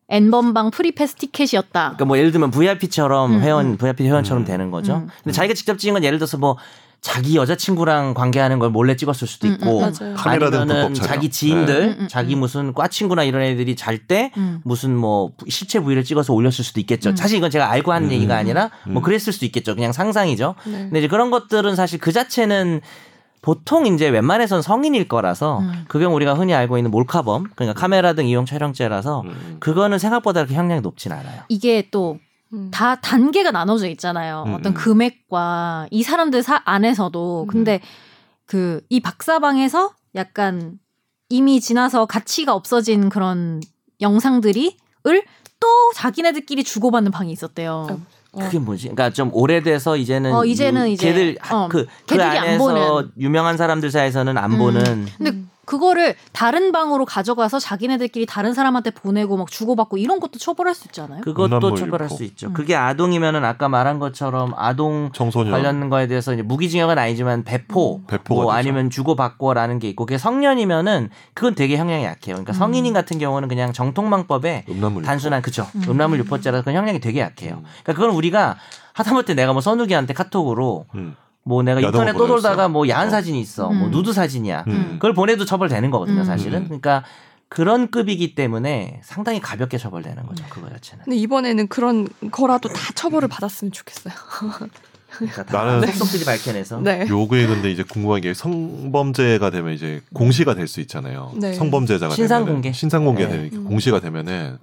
Speaker 4: N번방 프리패스 티켓이었다.
Speaker 5: 그러니까 뭐 예를 들면 VIP처럼
Speaker 4: 음,
Speaker 5: 회원
Speaker 4: 음.
Speaker 5: VIP 회원처럼
Speaker 3: 음.
Speaker 5: 되는 거죠.
Speaker 4: 음.
Speaker 5: 근데 자기가 직접 찍은 건 예를 들어서 뭐 자기 여자친구랑 관계하는 걸 몰래 찍었을 수도
Speaker 4: 음, 음,
Speaker 5: 있고
Speaker 1: 맞아요.
Speaker 3: 카메라 등
Speaker 5: 아니면은
Speaker 3: 불법 촬영.
Speaker 5: 자기 지인들,
Speaker 4: 네. 음, 음,
Speaker 5: 자기
Speaker 4: 음.
Speaker 5: 무슨 과 친구나 이런 애들이 잘 때
Speaker 4: 음.
Speaker 5: 무슨 뭐 실체 부위를 찍어서 올렸을 수도 있겠죠.
Speaker 4: 음.
Speaker 5: 사실 이건 제가 알고 하는
Speaker 3: 음,
Speaker 5: 얘기가 아니라 뭐
Speaker 3: 음.
Speaker 5: 그랬을 수도 있겠죠. 그냥 상상이죠.
Speaker 1: 네.
Speaker 5: 근데 이제 그런 것들은 사실 그 자체는 보통 이제 웬만해선 성인일 거라서
Speaker 4: 음.
Speaker 5: 그 경우 우리가 흔히 알고 있는 몰카범 그러니까 카메라 등 이용 촬영죄라서
Speaker 3: 음.
Speaker 5: 그거는 생각보다 그렇게 형량이 높진 않아요.
Speaker 4: 이게 또 다
Speaker 1: 음.
Speaker 4: 단계가 나눠져 있잖아요.
Speaker 3: 음,
Speaker 4: 어떤
Speaker 3: 음.
Speaker 4: 금액과 이 사람들 사- 안에서도 근데 그 이 박사방에서 약간 이미 지나서 가치가 없어진 그런 영상들이 을또 자기네들끼리 주고받는 방이 있었대요.
Speaker 1: 어.
Speaker 5: 그게 뭐지? 그러니까 좀 오래돼서 이제는
Speaker 4: 어, 이제는
Speaker 5: 이-
Speaker 4: 이제,
Speaker 5: 걔들 하-
Speaker 4: 어,
Speaker 5: 그, 그
Speaker 4: 걔들이 안
Speaker 5: 안에서
Speaker 4: 보는.
Speaker 5: 유명한 사람들 사이에서는 안
Speaker 4: 음.
Speaker 5: 보는
Speaker 4: 근데 그거를 다른 방으로 가져가서 자기네들끼리 다른 사람한테 보내고 막 주고받고 이런 것도 처벌할 수 있잖아요.
Speaker 5: 그것도
Speaker 3: 음란물
Speaker 5: 처벌할
Speaker 3: 유포.
Speaker 5: 수 있죠.
Speaker 4: 음.
Speaker 5: 그게 아동이면은 아까 말한 것처럼 아동
Speaker 3: 청소년
Speaker 5: 관련 거에 대해서 이제 무기징역은 아니지만
Speaker 4: 음.
Speaker 5: 배포,
Speaker 3: 배포가
Speaker 5: 뭐
Speaker 3: 되죠.
Speaker 5: 아니면 주고받고라는 게 있고 그게 성년이면은 그건 되게 형량이 약해요. 그러니까 성인인 같은 경우는 그냥 정통망법에
Speaker 3: 음란물
Speaker 5: 단순한 그쵸 음란물 유포죄라서 그 형량이 되게
Speaker 3: 음.
Speaker 5: 약해요. 그러니까 그건 우리가 하다못해 내가 뭐 선욱이한테 카톡으로
Speaker 3: 음.
Speaker 5: 뭐 내가
Speaker 3: 야동을
Speaker 5: 인터넷 떠돌다가
Speaker 3: 보내줬어.
Speaker 5: 뭐 야한
Speaker 3: 어.
Speaker 5: 사진이 있어, 뭐
Speaker 4: 음.
Speaker 5: 누드 사진이야.
Speaker 3: 음.
Speaker 5: 그걸 보내도 처벌되는 거거든요,
Speaker 4: 음.
Speaker 5: 사실은.
Speaker 3: 음.
Speaker 5: 그러니까 그런 급이기 때문에 상당히 가볍게 처벌되는 거죠, 그거 자체는.
Speaker 1: 근데 이번에는 그런 거라도
Speaker 3: 음.
Speaker 1: 다 처벌을 받았으면 좋겠어요.
Speaker 5: 그러니까 다
Speaker 3: 나는-
Speaker 5: 속속들이 밝혀내서.
Speaker 1: 네.
Speaker 3: 아, 요게 근데 이제 궁금한 게 성범죄가 되면 이제 공시가 될 수 있잖아요.
Speaker 1: 네. 음.
Speaker 3: 성범죄자가
Speaker 5: 신상공개.
Speaker 3: 되면은 신상공개가
Speaker 5: 네.
Speaker 3: 되니까 공시가 되면은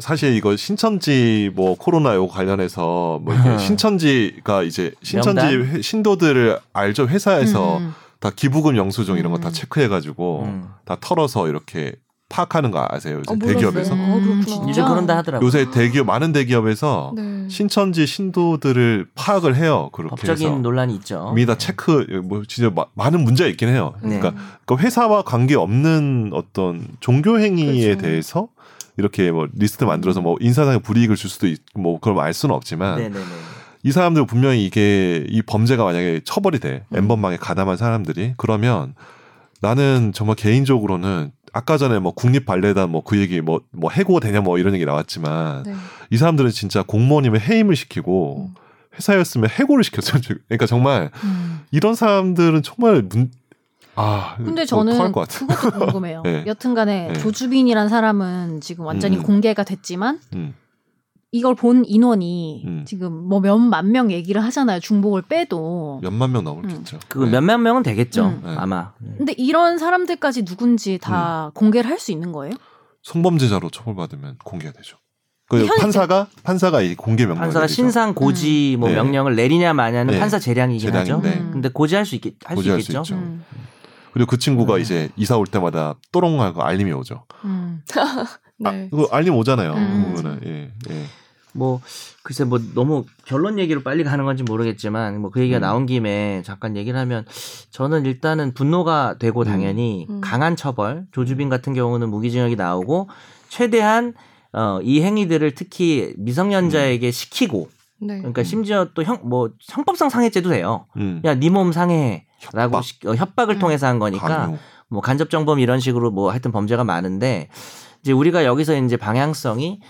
Speaker 3: 사실 이거 신천지 뭐 코로나 요 관련해서 뭐 이렇게
Speaker 5: 음.
Speaker 3: 신천지가 이제 신천지
Speaker 5: 명단?
Speaker 3: 회- 신도들을 알죠 회사에서
Speaker 4: 음.
Speaker 3: 다 기부금 영수증 이런 거 다
Speaker 4: 음.
Speaker 3: 체크해가지고
Speaker 5: 음.
Speaker 3: 다 털어서 이렇게 파악하는 거 아세요? 요새
Speaker 1: 어, 몰랐어요.
Speaker 3: 대기업에서
Speaker 1: 어, 그렇구나.
Speaker 5: 요즘 음, 그런다 하더라고요.
Speaker 3: 요새 대기업 많은 대기업에서
Speaker 1: 네.
Speaker 3: 신천지 신도들을 파악을 해요. 그렇게
Speaker 5: 법적인
Speaker 3: 해서.
Speaker 5: 논란이 있죠.
Speaker 3: 미다 체크 뭐 진짜 마- 많은 문제가 있긴 해요.
Speaker 5: 네.
Speaker 3: 그러니까 그 회사와 관계 없는 어떤 종교 행위에
Speaker 5: 그렇죠.
Speaker 3: 대해서 이렇게 뭐 리스트 만들어서 뭐 인사상의 불이익을 줄 수도 있뭐 그걸 알 수는 없지만
Speaker 5: 네네네.
Speaker 3: 이 사람들 분명히 이게 이 범죄가 만약에 처벌이 돼
Speaker 5: 음.
Speaker 3: 엠번망에 가담한 사람들이 그러면 나는 정말 개인적으로는 아까 전에 뭐 국립 발레단 뭐 그 얘기 뭐 뭐 해고 되냐 뭐 이런 얘기 나왔지만
Speaker 1: 네.
Speaker 3: 이 사람들은 진짜 공무원이면 해임을 시키고
Speaker 1: 음.
Speaker 3: 회사였으면 해고를 시켰어요. 그러니까 정말
Speaker 4: 음.
Speaker 3: 이런 사람들은 정말 문... 아
Speaker 4: 근데
Speaker 3: 뭐 토할
Speaker 4: 저는
Speaker 3: 것 같아.
Speaker 4: 그것도 궁금해요.
Speaker 3: 네.
Speaker 4: 여튼간에
Speaker 3: 네.
Speaker 4: 조주빈이란 사람은 지금 완전히
Speaker 3: 음.
Speaker 4: 공개가 됐지만
Speaker 3: 음.
Speaker 4: 이걸 본 인원이
Speaker 3: 음.
Speaker 4: 지금 뭐 몇 만 명 얘기를 하잖아요. 중복을 빼도.
Speaker 3: 몇만 명 네. 넘을겠죠.
Speaker 5: 그거 몇몇 명은 되겠죠,
Speaker 4: 음.
Speaker 3: 네.
Speaker 5: 아마.
Speaker 4: 근데 이런
Speaker 3: 음.
Speaker 4: 사람들까지 누군지 다 공개를 할 수 있는 거예요?
Speaker 3: 성범죄자로 처벌받으면 공개가 되죠. 그
Speaker 4: 현-
Speaker 3: 판사가 판사가 이 공개 명령
Speaker 5: 판사가 신상 고지 뭐
Speaker 3: 음. 네.
Speaker 5: 명령을 내리냐 마냐는
Speaker 3: 네.
Speaker 5: 판사 재량이긴 하죠.
Speaker 3: 재량인데
Speaker 4: 음.
Speaker 5: 근데 고지할 수 있겠 할수
Speaker 3: 고지할 수
Speaker 5: 있겠죠.
Speaker 3: 있죠.
Speaker 4: 음.
Speaker 3: 그리고 그 친구가
Speaker 5: 음.
Speaker 3: 이제 이사 올 때마다 또롱하고 알림이 오죠.
Speaker 4: 음.
Speaker 1: 네.
Speaker 3: 그 알림 오잖아요.
Speaker 4: 음.
Speaker 3: 보면은 예, 예.
Speaker 5: 뭐 글쎄 뭐 너무 결론 얘기로 빨리 가는 건지 모르겠지만 뭐 그 얘기가
Speaker 3: 음.
Speaker 5: 나온 김에 잠깐 얘기를 하면 저는 일단은 분노가 되고 당연히
Speaker 1: 음.
Speaker 5: 강한 처벌 조주빈 같은 경우는 무기징역이 나오고 최대한 어, 이 행위들을 특히 미성년자에게 시키고
Speaker 1: 네.
Speaker 5: 그러니까
Speaker 3: 음.
Speaker 5: 심지어 또 형 뭐 형법상 상해죄도 돼요.
Speaker 3: 음.
Speaker 5: 야 네 몸 상해라고
Speaker 3: 협박.
Speaker 5: 시- 어, 협박을
Speaker 4: 음.
Speaker 5: 통해서 한 거니까
Speaker 3: 강요.
Speaker 5: 뭐 간접정범 이런 식으로 뭐 하여튼 범죄가 많은데 이제 우리가 여기서 이제 방향성이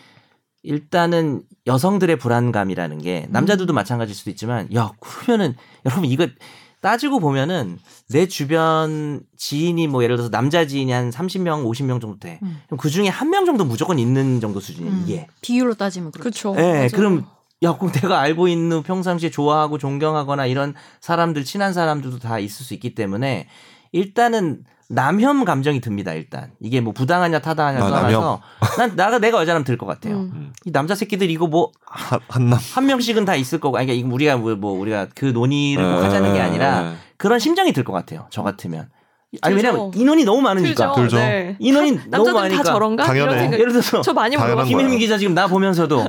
Speaker 5: 일단은 여성들의 불안감이라는 게 남자들도 마찬가지일 수도 있지만 야 그러면은 여러분 이거 따지고 보면은 내 주변 지인이 뭐 예를 들어서 남자 지인이 한 30명, 50명 정도 돼.
Speaker 4: 음.
Speaker 5: 그럼 그 중에 한 명 정도 무조건 있는 정도 수준이에요,
Speaker 4: 음.
Speaker 3: 예.
Speaker 5: 이게.
Speaker 4: 비율로 따지면 그렇죠.
Speaker 1: 그렇죠.
Speaker 5: 예, 그럼 야, 그럼 내가 알고 있는 평상시에 좋아하고 존경하거나 이런 사람들 친한 사람들도 다 있을 수 있기 때문에 일단은 남혐 감정이 듭니다. 일단 이게 뭐 부당하냐 타당하냐
Speaker 3: 아,
Speaker 5: 떠나서 난 나가 내가 여자라면 들 것 같아요.
Speaker 1: 음.
Speaker 5: 이 남자 새끼들 이거 뭐 한
Speaker 3: 한- 한남.
Speaker 5: 명씩은 다 있을 거고 아니 그러니까 이거 우리가 뭐, 뭐 우리가 그 논의를
Speaker 1: 네,
Speaker 5: 꼭 하자는 게 아니라
Speaker 3: 예,
Speaker 5: 그런 심정이 들 것 같아요. 저 같으면 아니
Speaker 1: 들죠.
Speaker 5: 왜냐면 인원이 너무 많으니까
Speaker 1: 틀죠.
Speaker 3: 들죠.
Speaker 1: 네.
Speaker 5: 그러니까. 인원이 너무
Speaker 1: 남자들은
Speaker 5: 많으니까 네.
Speaker 1: 다 저런가?
Speaker 3: 당연해.
Speaker 1: 이런 생각.
Speaker 5: 예를 들어서
Speaker 1: 저 많이
Speaker 3: 당연한
Speaker 1: 물어봤어요.
Speaker 3: 거야.
Speaker 5: 김혜민 기자 지금 나 보면서도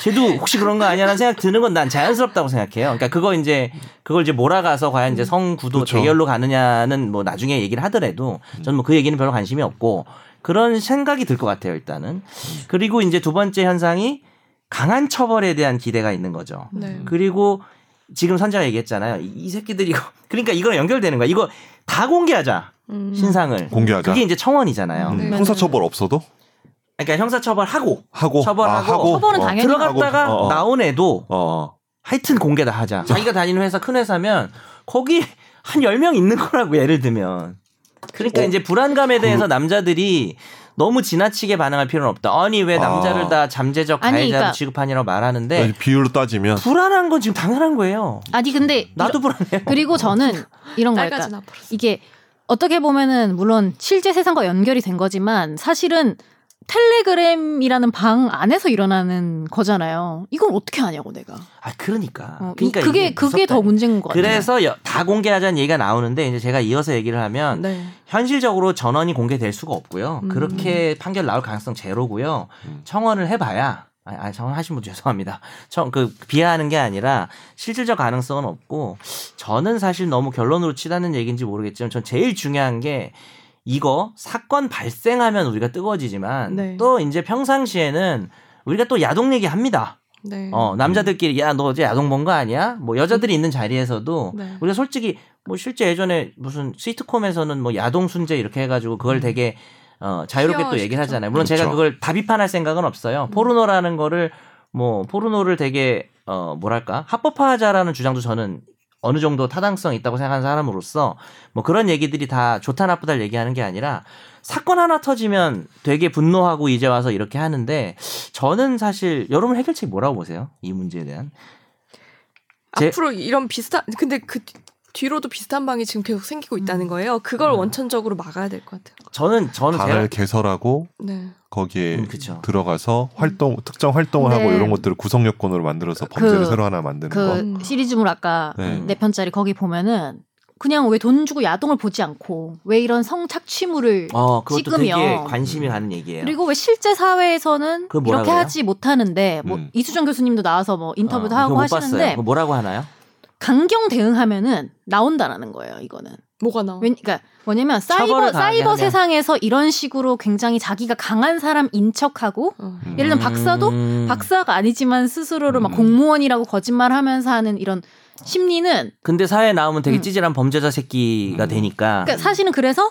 Speaker 5: 쟤도 혹시 그런 거 아니야라는 생각 드는 건 난 자연스럽다고 생각해요. 그러니까 그거 이제 그걸 이제 몰아가서 과연 이제 성구도
Speaker 3: 그렇죠.
Speaker 5: 대결로 가느냐는 뭐 나중에 얘기를 하더라도 저는 뭐 그 얘기는 별로 관심이 없고 그런 생각이 들 것 같아요 일단은. 그리고 이제 두 번째 현상이 강한 처벌에 대한 기대가 있는 거죠.
Speaker 1: 네.
Speaker 5: 그리고 지금 선재가 얘기했잖아요. 이, 이 새끼들이 이거 그러니까 이거랑 연결되는 거야. 이거 다 공개하자
Speaker 1: 음.
Speaker 5: 신상을.
Speaker 3: 공개하자.
Speaker 5: 그게 이제 청원이잖아요.
Speaker 3: 음.
Speaker 1: 네.
Speaker 3: 형사처벌 없어도
Speaker 5: 그러니까 형사처벌하고
Speaker 3: 하고
Speaker 5: 처벌하고.
Speaker 3: 아, 하고
Speaker 4: 처벌은
Speaker 3: 어,
Speaker 4: 당연히
Speaker 5: 들어갔다가
Speaker 3: 하고. 어, 어.
Speaker 5: 나온 애도
Speaker 3: 어, 어.
Speaker 5: 하여튼 공개 다 하자. 자기가 다니는 회사 큰 회사면 거기 한 10명 있는 거라고 예를 들면. 그러니까 이제 불안감에 대해서 남자들이 너무 지나치게 반응할 필요는 없다. 아니 왜 남자를
Speaker 3: 아.
Speaker 5: 다 잠재적
Speaker 4: 아니,
Speaker 5: 가해자로
Speaker 4: 그러니까-
Speaker 5: 취급하냐고 말하는데
Speaker 3: 비율로 따지면
Speaker 5: 불안한 건 지금 당연한 거예요.
Speaker 4: 아니 근데
Speaker 5: 나도 불안해요.
Speaker 4: 그리고 저는 이런 거까
Speaker 1: 딸까진 앞으로.
Speaker 4: 이게 어떻게 보면은 물론 실제 세상과 연결이 된 거지만 사실은 텔레그램이라는 방 안에서 일어나는 거잖아요. 이걸 어떻게 아냐고 내가.
Speaker 5: 아 그러니까.
Speaker 4: 어, 이-
Speaker 5: 그러니까
Speaker 4: 그게
Speaker 5: 이게
Speaker 4: 그게 더
Speaker 5: 무섭다.
Speaker 4: 문제인 것 같아요.
Speaker 5: 그래서 여- 다 공개하자는 얘기가 나오는데 이제 제가 이어서 얘기를 하면
Speaker 1: 네.
Speaker 5: 현실적으로 전원이 공개될 수가 없고요.
Speaker 1: 음.
Speaker 5: 그렇게 판결 나올 가능성 제로고요.
Speaker 3: 음.
Speaker 5: 청원을 해봐야 아니, 아니, 청원 하신 분 죄송합니다. 청, 그 비하하는 게 아니라 실질적 가능성은 없고 저는 사실 너무 결론으로 치닫는 얘기인지 모르겠지만 전 제일 중요한 게 이거 사건 발생하면 우리가 뜨거워지지만
Speaker 1: 네.
Speaker 5: 또 이제 평상시에는 우리가 또 야동 얘기합니다.
Speaker 1: 네. 음.
Speaker 5: 어, 남자들끼리 야 너 어제 야동 본 거 아니야? 뭐 여자들이 있는 자리에서도
Speaker 1: 네.
Speaker 5: 우리가 솔직히 뭐 실제 예전에 무슨 시트콤에서는 뭐 야동 순재 이렇게 해가지고
Speaker 1: 음.
Speaker 5: 그걸 되게 어 자유롭게 또
Speaker 1: 희화화시키죠. 음.
Speaker 5: 얘기를 하잖아요. 물론 제가
Speaker 3: 그렇죠.
Speaker 5: 그걸 다 비판할 생각은 없어요. 포르노라는 거를 뭐 포르노를 되게 어 뭐랄까 합법화하자라는 주장도 저는 어느 정도 타당성 있다고 생각하는 사람으로서 뭐 그런 얘기들이 다 좋다 나쁘다를 얘기하는 게 아니라 사건 하나 터지면 되게 분노하고 이제 와서 이렇게 하는데 저는 사실 여러분 해결책이 뭐라고 보세요? 이 문제에 대한 제-
Speaker 1: 앞으로 이런 비슷한 근데 그 뒤- 뒤로도 비슷한 방이 지금 계속 생기고 있다는 거예요. 그걸
Speaker 5: 음.
Speaker 1: 원천적으로 막아야 될 것 같아요.
Speaker 5: 저는 저는 제가-
Speaker 3: 방을 개설하고
Speaker 1: 네.
Speaker 3: 거기에
Speaker 5: 음, 그쵸.
Speaker 3: 들어가서 활동 특정 활동을
Speaker 4: 네.
Speaker 3: 하고 이런 것들을 구성 요건으로 만들어서 범죄를 새로 하나 만드는 거.
Speaker 4: 그
Speaker 1: 거.
Speaker 4: 시리즈물 아까
Speaker 3: 네.
Speaker 5: 음.
Speaker 4: 네 편짜리 거기 보면은 그냥 왜 돈 주고 야동을 보지 않고 왜 이런 성착취물을
Speaker 5: 어, 그것도
Speaker 4: 지금이요.
Speaker 5: 되게 관심이 가는 얘기예요.
Speaker 4: 그리고 왜 실제 사회에서는
Speaker 5: 그거 뭐라
Speaker 4: 이렇게
Speaker 5: 그래요?
Speaker 4: 하지 못하는데 뭐
Speaker 3: 음.
Speaker 4: 이수정 교수님도 나와서 뭐 인터뷰도
Speaker 5: 어,
Speaker 4: 하고
Speaker 5: 그거 못 봤어요.
Speaker 4: 하시는데
Speaker 5: 그거 뭐라고 하나요?
Speaker 4: 강경 대응하면은 나온다라는 거예요 이거는
Speaker 1: 뭐가 나와?
Speaker 4: 왜, 그러니까 뭐냐면
Speaker 5: 처벌을
Speaker 4: 사이버
Speaker 5: 당하게
Speaker 4: 사이버
Speaker 5: 하면.
Speaker 4: 세상에서 이런 식으로 굉장히 자기가 강한 사람 인척하고
Speaker 1: 어.
Speaker 3: 음.
Speaker 4: 예를 들면 박사도
Speaker 5: 음.
Speaker 4: 박사가 아니지만 스스로를 막
Speaker 3: 음.
Speaker 4: 공무원이라고 거짓말하면서 하는 이런 심리는
Speaker 5: 근데 사회에 나오면 되게
Speaker 4: 음.
Speaker 5: 찌질한 범죄자 새끼가
Speaker 3: 음.
Speaker 5: 되니까.
Speaker 4: 그러니까 사실은 그래서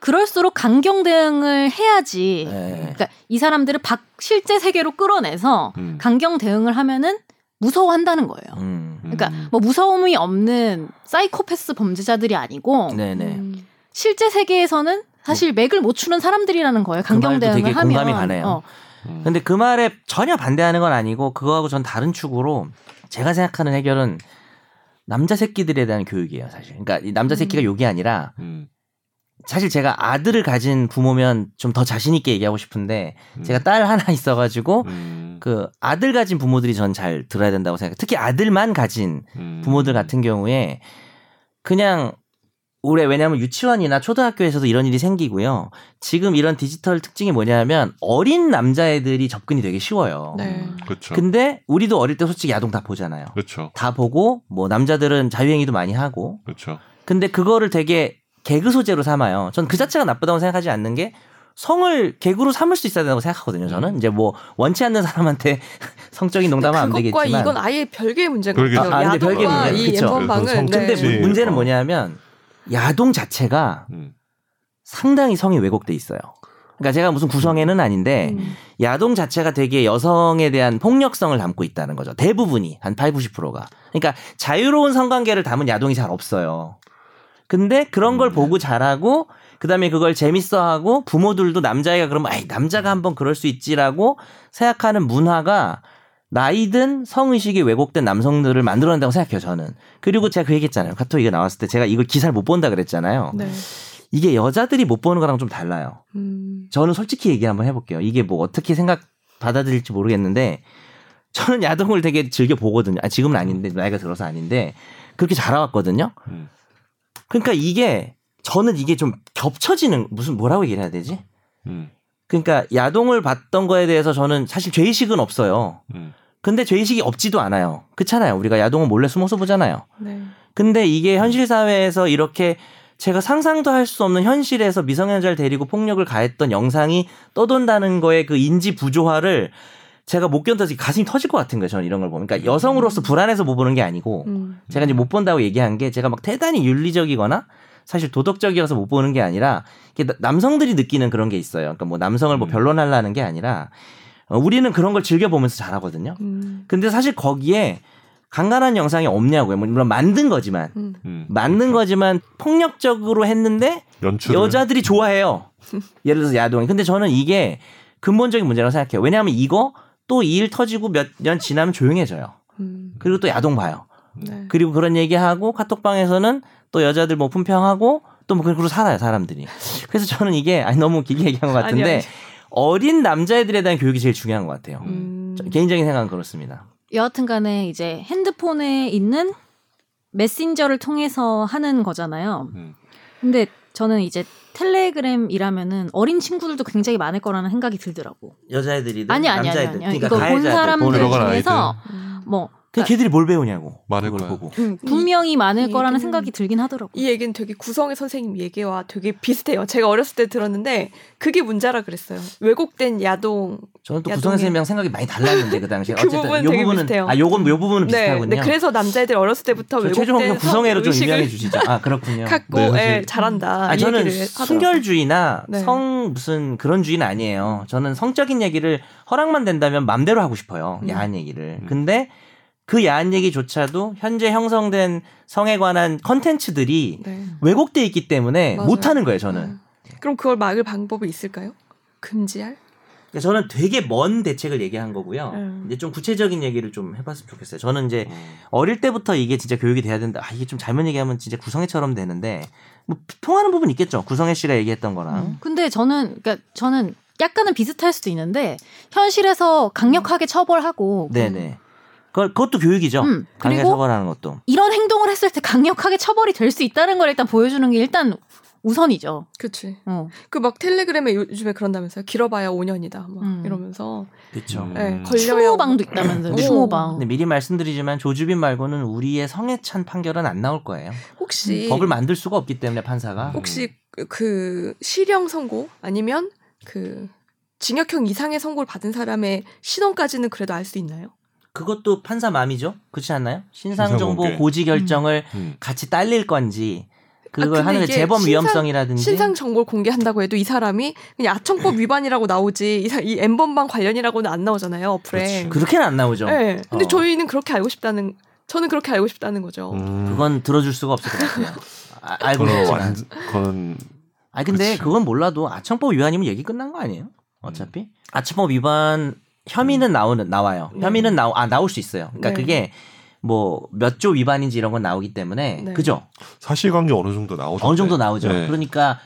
Speaker 4: 그럴수록 강경 대응을 해야지.
Speaker 5: 예.
Speaker 4: 그러니까 이 사람들을 박 실제 세계로 끌어내서
Speaker 3: 음.
Speaker 4: 강경 대응을 하면은 무서워한다는 거예요.
Speaker 5: 음.
Speaker 4: 그러니까
Speaker 3: 음.
Speaker 4: 뭐 무서움이 없는 사이코패스 범죄자들이 아니고
Speaker 5: 네네.
Speaker 1: 음.
Speaker 4: 실제 세계에서는 사실 맥을 못 추는 사람들이라는 거예요. 강경
Speaker 5: 그 말도
Speaker 4: 대응을
Speaker 5: 되게
Speaker 4: 하면.
Speaker 5: 공감이 가네요.
Speaker 4: 어,
Speaker 3: 음.
Speaker 5: 근데 그 말에 전혀 반대하는 건 아니고 그거하고 전 다른 축으로 제가 생각하는 해결은 남자 새끼들에 대한 교육이에요, 사실. 그러니까 이 남자 새끼가 욕이 아니라
Speaker 3: 음.
Speaker 5: 사실 제가 아들을 가진 부모면 좀 더 자신 있게 얘기하고 싶은데
Speaker 3: 음.
Speaker 5: 제가 딸 하나 있어가지고
Speaker 3: 음.
Speaker 5: 그 아들 가진 부모들이 전 잘 들어야 된다고 생각해요. 특히 아들만 가진
Speaker 3: 음.
Speaker 5: 부모들 같은 경우에 그냥 올해 왜냐하면 유치원이나 초등학교에서도 이런 일이 생기고요. 지금 이런 디지털 특징이 뭐냐면 어린 남자애들이 접근이 되게 쉬워요.
Speaker 1: 네.
Speaker 3: 그렇죠.
Speaker 5: 근데 우리도 어릴 때 솔직히 야동 다 보잖아요.
Speaker 3: 그렇죠.
Speaker 5: 다 보고 뭐 남자들은 자유행위도 많이 하고
Speaker 3: 그렇죠.
Speaker 5: 근데 그거를 되게 개그 소재로 삼아요. 전 그 자체가 나쁘다고 생각하지 않는 게 성을 개그로 삼을 수 있어야 된다고 생각하거든요.
Speaker 3: 음.
Speaker 5: 저는 이제 뭐 원치 않는 사람한테 성적인 농담은 안
Speaker 1: 그것과
Speaker 5: 되겠지만
Speaker 1: 이건 아예 별개의 문제인 것
Speaker 3: 별개-
Speaker 1: 같아요.
Speaker 5: 아, 근데 별개의
Speaker 1: 야동과
Speaker 5: 문제예요.
Speaker 1: 이
Speaker 5: 그쵸.
Speaker 1: 엠번방은
Speaker 3: 그래서
Speaker 5: 근데
Speaker 1: 네.
Speaker 3: 성적지.
Speaker 5: 문- 문제는 뭐냐면 야동 자체가
Speaker 3: 어. 음.
Speaker 5: 상당히 성이 왜곡돼 있어요. 그러니까 제가 무슨 구성애는 아닌데
Speaker 1: 음.
Speaker 5: 야동 자체가 되게 여성에 대한 폭력성을 담고 있다는 거죠. 대부분이 한 8, 90%가. 그러니까 자유로운 성관계를 담은 야동이 잘 없어요. 근데 그런 걸 보고 잘하고 그다음에 그걸 재밌어하고 부모들도 남자애가 그러면 아이 남자가 한번 그럴 수 있지라고 생각하는 문화가 나이든 성의식이 왜곡된 남성들을 만들어낸다고 생각해요 저는 그리고 제가 그 얘기했잖아요 카톡 이거 나왔을 때 제가 이걸 기사를 못 본다 그랬잖아요
Speaker 1: 네.
Speaker 5: 이게 여자들이 못 보는 거랑 좀 달라요
Speaker 1: 음.
Speaker 5: 저는 솔직히 얘기 한번 해볼게요. 이게 뭐 어떻게 생각 받아들일지 모르겠는데 저는 야동을 되게 즐겨 보거든요. 아, 지금은 아닌데 나이가 들어서 아닌데 그렇게 자라왔거든요.
Speaker 3: 음.
Speaker 5: 그러니까 이게 저는 이게 좀 겹쳐지는 무슨 뭐라고 얘기를 해야 되지?
Speaker 3: 음.
Speaker 5: 그러니까 야동을 봤던 거에 대해서 저는 사실 죄의식은 없어요.
Speaker 3: 음.
Speaker 5: 근데 죄의식이 없지도 않아요. 그렇잖아요. 우리가 야동은 몰래 숨어서 보잖아요.
Speaker 1: 네.
Speaker 5: 근데 이게 현실 사회에서 이렇게 제가 상상도 할 수 없는 현실에서 미성년자를 데리고 폭력을 가했던 영상이 떠돈다는 거에 그 인지 부조화를 제가 못 견뎌서 가슴이 터질 것 같은 거예요. 저는 이런 걸 보면. 그러니까 여성으로서 불안해서 못 보는 게 아니고
Speaker 1: 음.
Speaker 5: 제가 이제 못 본다고 얘기한 게 제가 막 대단히 윤리적이거나 사실 도덕적이어서 못 보는 게 아니라 이게 나- 남성들이 느끼는 그런 게 있어요. 그러니까 뭐 남성을 뭐
Speaker 3: 음.
Speaker 5: 변론하려는 게 아니라 어, 우리는 그런 걸 즐겨보면서 자라거든요.
Speaker 1: 음.
Speaker 5: 근데 사실 거기에 강간한 영상이 없냐고요. 뭐 물론 만든 거지만
Speaker 1: 음.
Speaker 3: 음.
Speaker 5: 맞는 거지만 폭력적으로 했는데
Speaker 3: 연출
Speaker 5: 여자들이 좋아해요. 예를 들어서 야동. 근데 저는 이게 근본적인 문제라고 생각해요. 왜냐하면 이거 또 이 일 터지고 몇 년 지나면 조용해져요.
Speaker 1: 음.
Speaker 5: 그리고 또 야동 봐요.
Speaker 1: 네.
Speaker 5: 그리고 그런 얘기하고 카톡방에서는 또 여자들 뭐 품평하고 또 뭐 그러고 살아요 사람들이. 그래서 저는 이게 아니 너무 길게 얘기한 것 같은데
Speaker 1: 아니, 아니.
Speaker 5: 어린 남자애들에 대한 교육이 제일 중요한 것 같아요.
Speaker 1: 음.
Speaker 5: 저- 개인적인 생각은 그렇습니다.
Speaker 4: 여하튼간에 이제 핸드폰에 있는 메신저를 통해서 하는 거잖아요.
Speaker 3: 음.
Speaker 4: 근데 저는 이제 텔레그램이라면은 어린 친구들도 굉장히 많을 거라는 생각이 들더라고.
Speaker 5: 여자애들이든
Speaker 4: 아니 아니 아니
Speaker 5: 남자애들,
Speaker 4: 아니. 아니.
Speaker 5: 그러니까
Speaker 4: 이거 본
Speaker 5: 가해자들,
Speaker 4: 사람들
Speaker 5: 보는
Speaker 3: 들어간
Speaker 4: 중에서
Speaker 1: 음.
Speaker 4: 뭐
Speaker 5: 그 걔들이 뭘 배우냐고
Speaker 3: 많을
Speaker 5: 그걸
Speaker 3: 거야.
Speaker 1: 음.
Speaker 4: 분명히 많을 거라는
Speaker 1: 얘기는-
Speaker 4: 생각이 들긴 하더라고.
Speaker 1: 이 얘기는 되게 구성의 선생님 얘기와 되게 비슷해요. 제가 어렸을 때 들었는데 그게 문제라 그랬어요. 왜곡된 야동.
Speaker 5: 저는 또
Speaker 1: 야동에-
Speaker 5: 구성의 선생님이랑 생각이 많이 달랐는데 그 당시에
Speaker 1: 그
Speaker 5: 어쨌든
Speaker 1: 부분은
Speaker 5: 요
Speaker 1: 되게
Speaker 5: 부분은
Speaker 1: 비슷해요.
Speaker 5: 아 요건 요 부분은
Speaker 1: 네,
Speaker 5: 비슷하군요.
Speaker 1: 네, 그래서 남자애들 어렸을 때부터
Speaker 5: 저 최종
Speaker 1: 왜곡된
Speaker 5: 의견 구성애로 좀
Speaker 1: 성
Speaker 5: 유명해
Speaker 1: 의식을
Speaker 5: 주시죠. 아 그렇군요.
Speaker 1: 갖고
Speaker 3: 네, 사실-
Speaker 1: 예, 잘한다.
Speaker 5: 아
Speaker 1: 이
Speaker 5: 저는
Speaker 1: 얘기를 하더라고요.
Speaker 5: 순결주의나
Speaker 1: 네.
Speaker 5: 성 무슨 그런 주의는 아니에요. 저는 성적인 얘기를 허락만 된다면 맘대로 하고 싶어요.
Speaker 1: 음.
Speaker 5: 야한 얘기를.
Speaker 3: 음.
Speaker 5: 근데 그 야한 얘기조차도 현재 형성된 성에 관한 컨텐츠들이
Speaker 1: 네.
Speaker 5: 왜곡돼 있기 때문에
Speaker 1: 맞아요.
Speaker 5: 못 하는 거예요. 저는.
Speaker 1: 음. 그럼 그걸 막을 방법이 있을까요? 금지할?
Speaker 5: 그러니까 저는 되게 먼 대책을 얘기한 거고요.
Speaker 1: 음.
Speaker 5: 이제 좀 구체적인 얘기를 좀 해봤으면 좋겠어요. 저는 이제
Speaker 3: 음.
Speaker 5: 어릴 때부터 이게 진짜 교육이 돼야 된다. 아, 이게 좀 잘못 얘기하면 진짜 구성애처럼 되는데 뭐 통하는 부분 있겠죠. 구성애 씨가 얘기했던
Speaker 1: 음.
Speaker 5: 거랑.
Speaker 4: 음. 근데 저는 그러니까 저는 약간은 비슷할 수도 있는데 현실에서 강력하게 처벌하고
Speaker 5: 네네. 그 그것도 교육이죠.
Speaker 4: 음,
Speaker 5: 강력
Speaker 4: 그리고-
Speaker 5: 처벌하는 것도.
Speaker 4: 이런 행동을 했을 때 강력하게 처벌이 될 수 있다는 걸 일단 보여주는 게 일단 우선이죠.
Speaker 1: 그치.
Speaker 4: 어.
Speaker 1: 그 막 텔레그램에 요- 요즘에 그런다면서요. 길어봐야 5년이다. 막
Speaker 4: 음.
Speaker 1: 이러면서
Speaker 5: 그렇죠.
Speaker 3: 음.
Speaker 1: 예, 걸려야
Speaker 4: 추모방도 있다면서요.
Speaker 1: 오.
Speaker 4: 추모방.
Speaker 1: 네.
Speaker 5: 근데 미리 말씀드리지만 조주빈 말고는 우리의 성에 찬 판결은 안 나올 거예요.
Speaker 4: 음.
Speaker 1: 혹시
Speaker 5: 법을 만들 수가 없기 때문에 판사가.
Speaker 1: 혹시 그- 그 실형 선고 아니면 그 징역형 이상의 선고를 받은 사람의 신원까지는 그래도 알 수 있나요?
Speaker 5: 그것도 판사 마음이죠. 그렇지 않나요?
Speaker 3: 신상공개.
Speaker 5: 신상정보 고지 결정을
Speaker 3: 음.
Speaker 5: 같이 딸릴 건지 그걸
Speaker 1: 아, 근데
Speaker 5: 하는 게
Speaker 1: 이게
Speaker 5: 재범
Speaker 1: 신상-
Speaker 5: 위험성이라든지 음.
Speaker 1: 신상 정보를 공개한다고 해도 이 사람이 그냥 아청법 위반이라고 나오지 이, 사- 이 엠번방 관련이라고는 안 나오잖아요 어플에.
Speaker 3: 그렇지.
Speaker 5: 그렇게는 안 나오죠.
Speaker 1: 네. 근데
Speaker 5: 어.
Speaker 1: 저희는 그렇게 알고 싶다는 저는 그렇게 알고 싶다는 거죠.
Speaker 3: 음.
Speaker 5: 그건 들어줄 수가 없을 것 같아요. 아, 알고
Speaker 3: 그건
Speaker 5: 있지만.
Speaker 3: 완전- 그건
Speaker 5: 아 근데
Speaker 3: 그치.
Speaker 5: 그건 몰라도 아청법 위반이면 얘기 끝난 거 아니에요? 어차피
Speaker 3: 음.
Speaker 5: 아청법 위반 혐의는 나오는 나와요.
Speaker 1: 네.
Speaker 5: 혐의는 나오 아 나올 수 있어요. 그러니까
Speaker 1: 네.
Speaker 5: 그게 뭐 몇 조 위반인지 이런 건 나오기 때문에
Speaker 1: 네.
Speaker 5: 그죠?
Speaker 3: 사실관계 어느 정도 나오죠.
Speaker 5: 어느 정도 나오죠.
Speaker 3: 네.
Speaker 5: 그러니까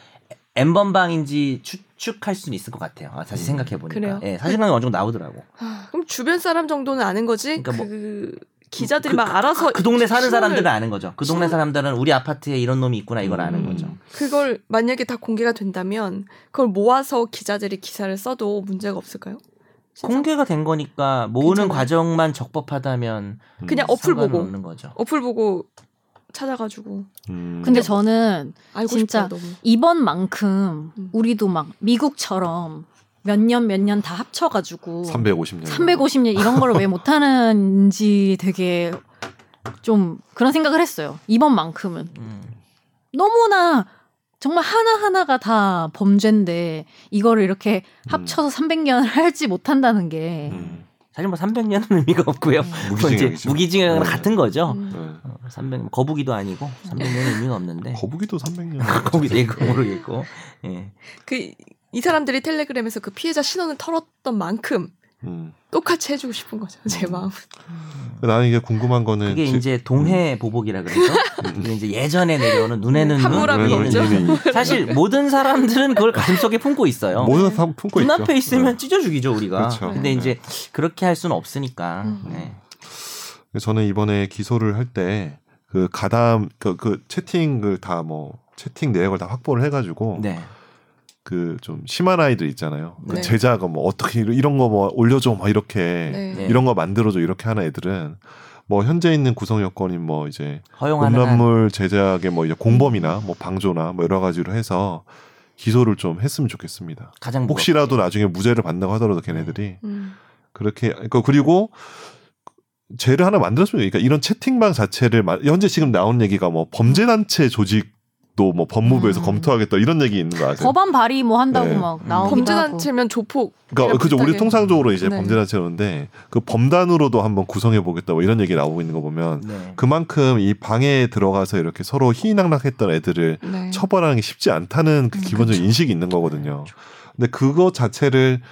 Speaker 5: N번방인지 추측할 수는 있을 것 같아요. 아,
Speaker 3: 음.
Speaker 5: 다시 생각해 보니까.
Speaker 1: 그래요?
Speaker 5: 예, 사진관이 어느 정도 나오더라고.
Speaker 1: 그럼 주변 사람 정도는 아는 거지.
Speaker 5: 그러니까
Speaker 1: 그
Speaker 5: 뭐-
Speaker 1: 기자들이
Speaker 5: 그-
Speaker 1: 막 알아서
Speaker 5: 그 동네 사는
Speaker 1: 신문을-
Speaker 5: 사람들은 아는 거죠. 그 동네
Speaker 1: 신문-
Speaker 5: 사람들은 우리 아파트에 이런 놈이 있구나 이걸 아는
Speaker 3: 음.
Speaker 5: 거죠.
Speaker 1: 그걸 만약에 다 공개가 된다면 그걸 모아서 기자들이 기사를 써도 문제가 없을까요?
Speaker 3: 음,
Speaker 1: 진짜?
Speaker 5: 공개가 된 거니까 모으는
Speaker 1: 괜찮아요.
Speaker 5: 과정만 적법하다면
Speaker 1: 그냥 어플 보고
Speaker 5: 없는 거죠.
Speaker 1: 어플 보고 찾아가지고
Speaker 3: 음.
Speaker 4: 근데 저는
Speaker 1: 알고
Speaker 4: 진짜
Speaker 1: 싶다 너무.
Speaker 4: 이번만큼
Speaker 1: 음.
Speaker 4: 우리도 막 미국처럼 몇 년 몇 년 다 합쳐가지고
Speaker 5: 뭐
Speaker 3: 350년.
Speaker 4: 350년 이런 걸 왜 못하는지 되게 좀 그런 생각을 했어요. 이번만큼은
Speaker 5: 음.
Speaker 4: 너무나 정말 하나 하나가 다 범죄인데 이거를 이렇게 합쳐서 300년을 할지 못한다는 게
Speaker 3: 음.
Speaker 5: 사실 뭐 300년은 의미가 없고요. 뭐
Speaker 3: 무기징역이죠.
Speaker 5: 무기징역이랑
Speaker 3: 네.
Speaker 5: 같은 거죠.
Speaker 1: 음.
Speaker 3: 네.
Speaker 5: 300 거북이도 아니고 300년은 의미가 없는데
Speaker 3: 거북이도 300년.
Speaker 5: 거북이도 있고 모르겠고. 예.
Speaker 1: 그이 사람들이 텔레그램에서 그 피해자 신원을 털었던 만큼
Speaker 3: 음.
Speaker 1: 똑같이 해주고 싶은 거죠 제 마음.
Speaker 3: 나는 이게 궁금한 거는
Speaker 5: 그게
Speaker 3: 지-
Speaker 5: 이제 동해 보복이라 그러죠. 이게 이제 예전에 내려오는
Speaker 1: 음,
Speaker 5: 눈에는
Speaker 1: 함무라비
Speaker 5: 눈에는
Speaker 1: 오죠. 네.
Speaker 5: 눈. 사실 모든 사람들은 그걸 가슴속에 품고 있어요.
Speaker 3: 모든 사람 품고 있죠.
Speaker 5: 눈앞에 있으면
Speaker 3: 네.
Speaker 5: 찢어 죽이죠 우리가.
Speaker 3: 그렇죠.
Speaker 5: 근데
Speaker 3: 네.
Speaker 5: 이제 그렇게 할 수는 없으니까.
Speaker 1: 음.
Speaker 5: 네.
Speaker 3: 저는 이번에 기소를 할 때 그 가담 그, 그 채팅을 다 뭐 채팅 내역을 다 확보를 해가지고
Speaker 5: 네.
Speaker 3: 그 좀 심한 아이들 있잖아요. 그
Speaker 1: 네.
Speaker 3: 제자가 뭐 어떻게 이런- 이런 거 뭐 올려줘 막 이렇게
Speaker 1: 네.
Speaker 5: 네.
Speaker 3: 이런 거 만들어줘 이렇게 하는 애들은 뭐 현재 있는 구성 여건인 뭐 이제
Speaker 5: 허용하는 한.
Speaker 3: 음란물 제작의 뭐 이제 공범이나 뭐 방조나 뭐 여러 가지로 해서 기소를 좀 했으면 좋겠습니다.
Speaker 5: 가장 뭐 무겁-
Speaker 3: 혹시라도 나중에 무죄를 받는다고 하더라도 걔네들이
Speaker 1: 음.
Speaker 3: 그렇게 그러니까 그리고 죄를 하나 만들었으면 그러니까 이런 채팅방 자체를 마- 현재 지금 나온 얘기가 뭐 범죄 단체 조직도 뭐 법무부에서
Speaker 4: 음.
Speaker 3: 검토하겠다 이런 얘기 있는 거 아세요?
Speaker 4: 법안 발의 뭐 한다고
Speaker 3: 네.
Speaker 4: 막
Speaker 5: 음.
Speaker 4: 나오기도 하고.
Speaker 1: 범죄단체면 조폭.
Speaker 3: 그러니까 그죠 우리
Speaker 1: 비슷하게.
Speaker 3: 통상적으로 이제
Speaker 1: 네.
Speaker 3: 범죄 단체였는데 그 범단으로도 한번 구성해 보겠다 뭐 이런 얘기 나오고 있는 거 보면
Speaker 5: 네.
Speaker 3: 그만큼 이 방에 들어가서 이렇게 서로 희희낙락했던 애들을
Speaker 1: 네.
Speaker 3: 처벌하는 게 쉽지 않다는 그 기본적인 인식이 있는 거거든요. 근데 그거 자체를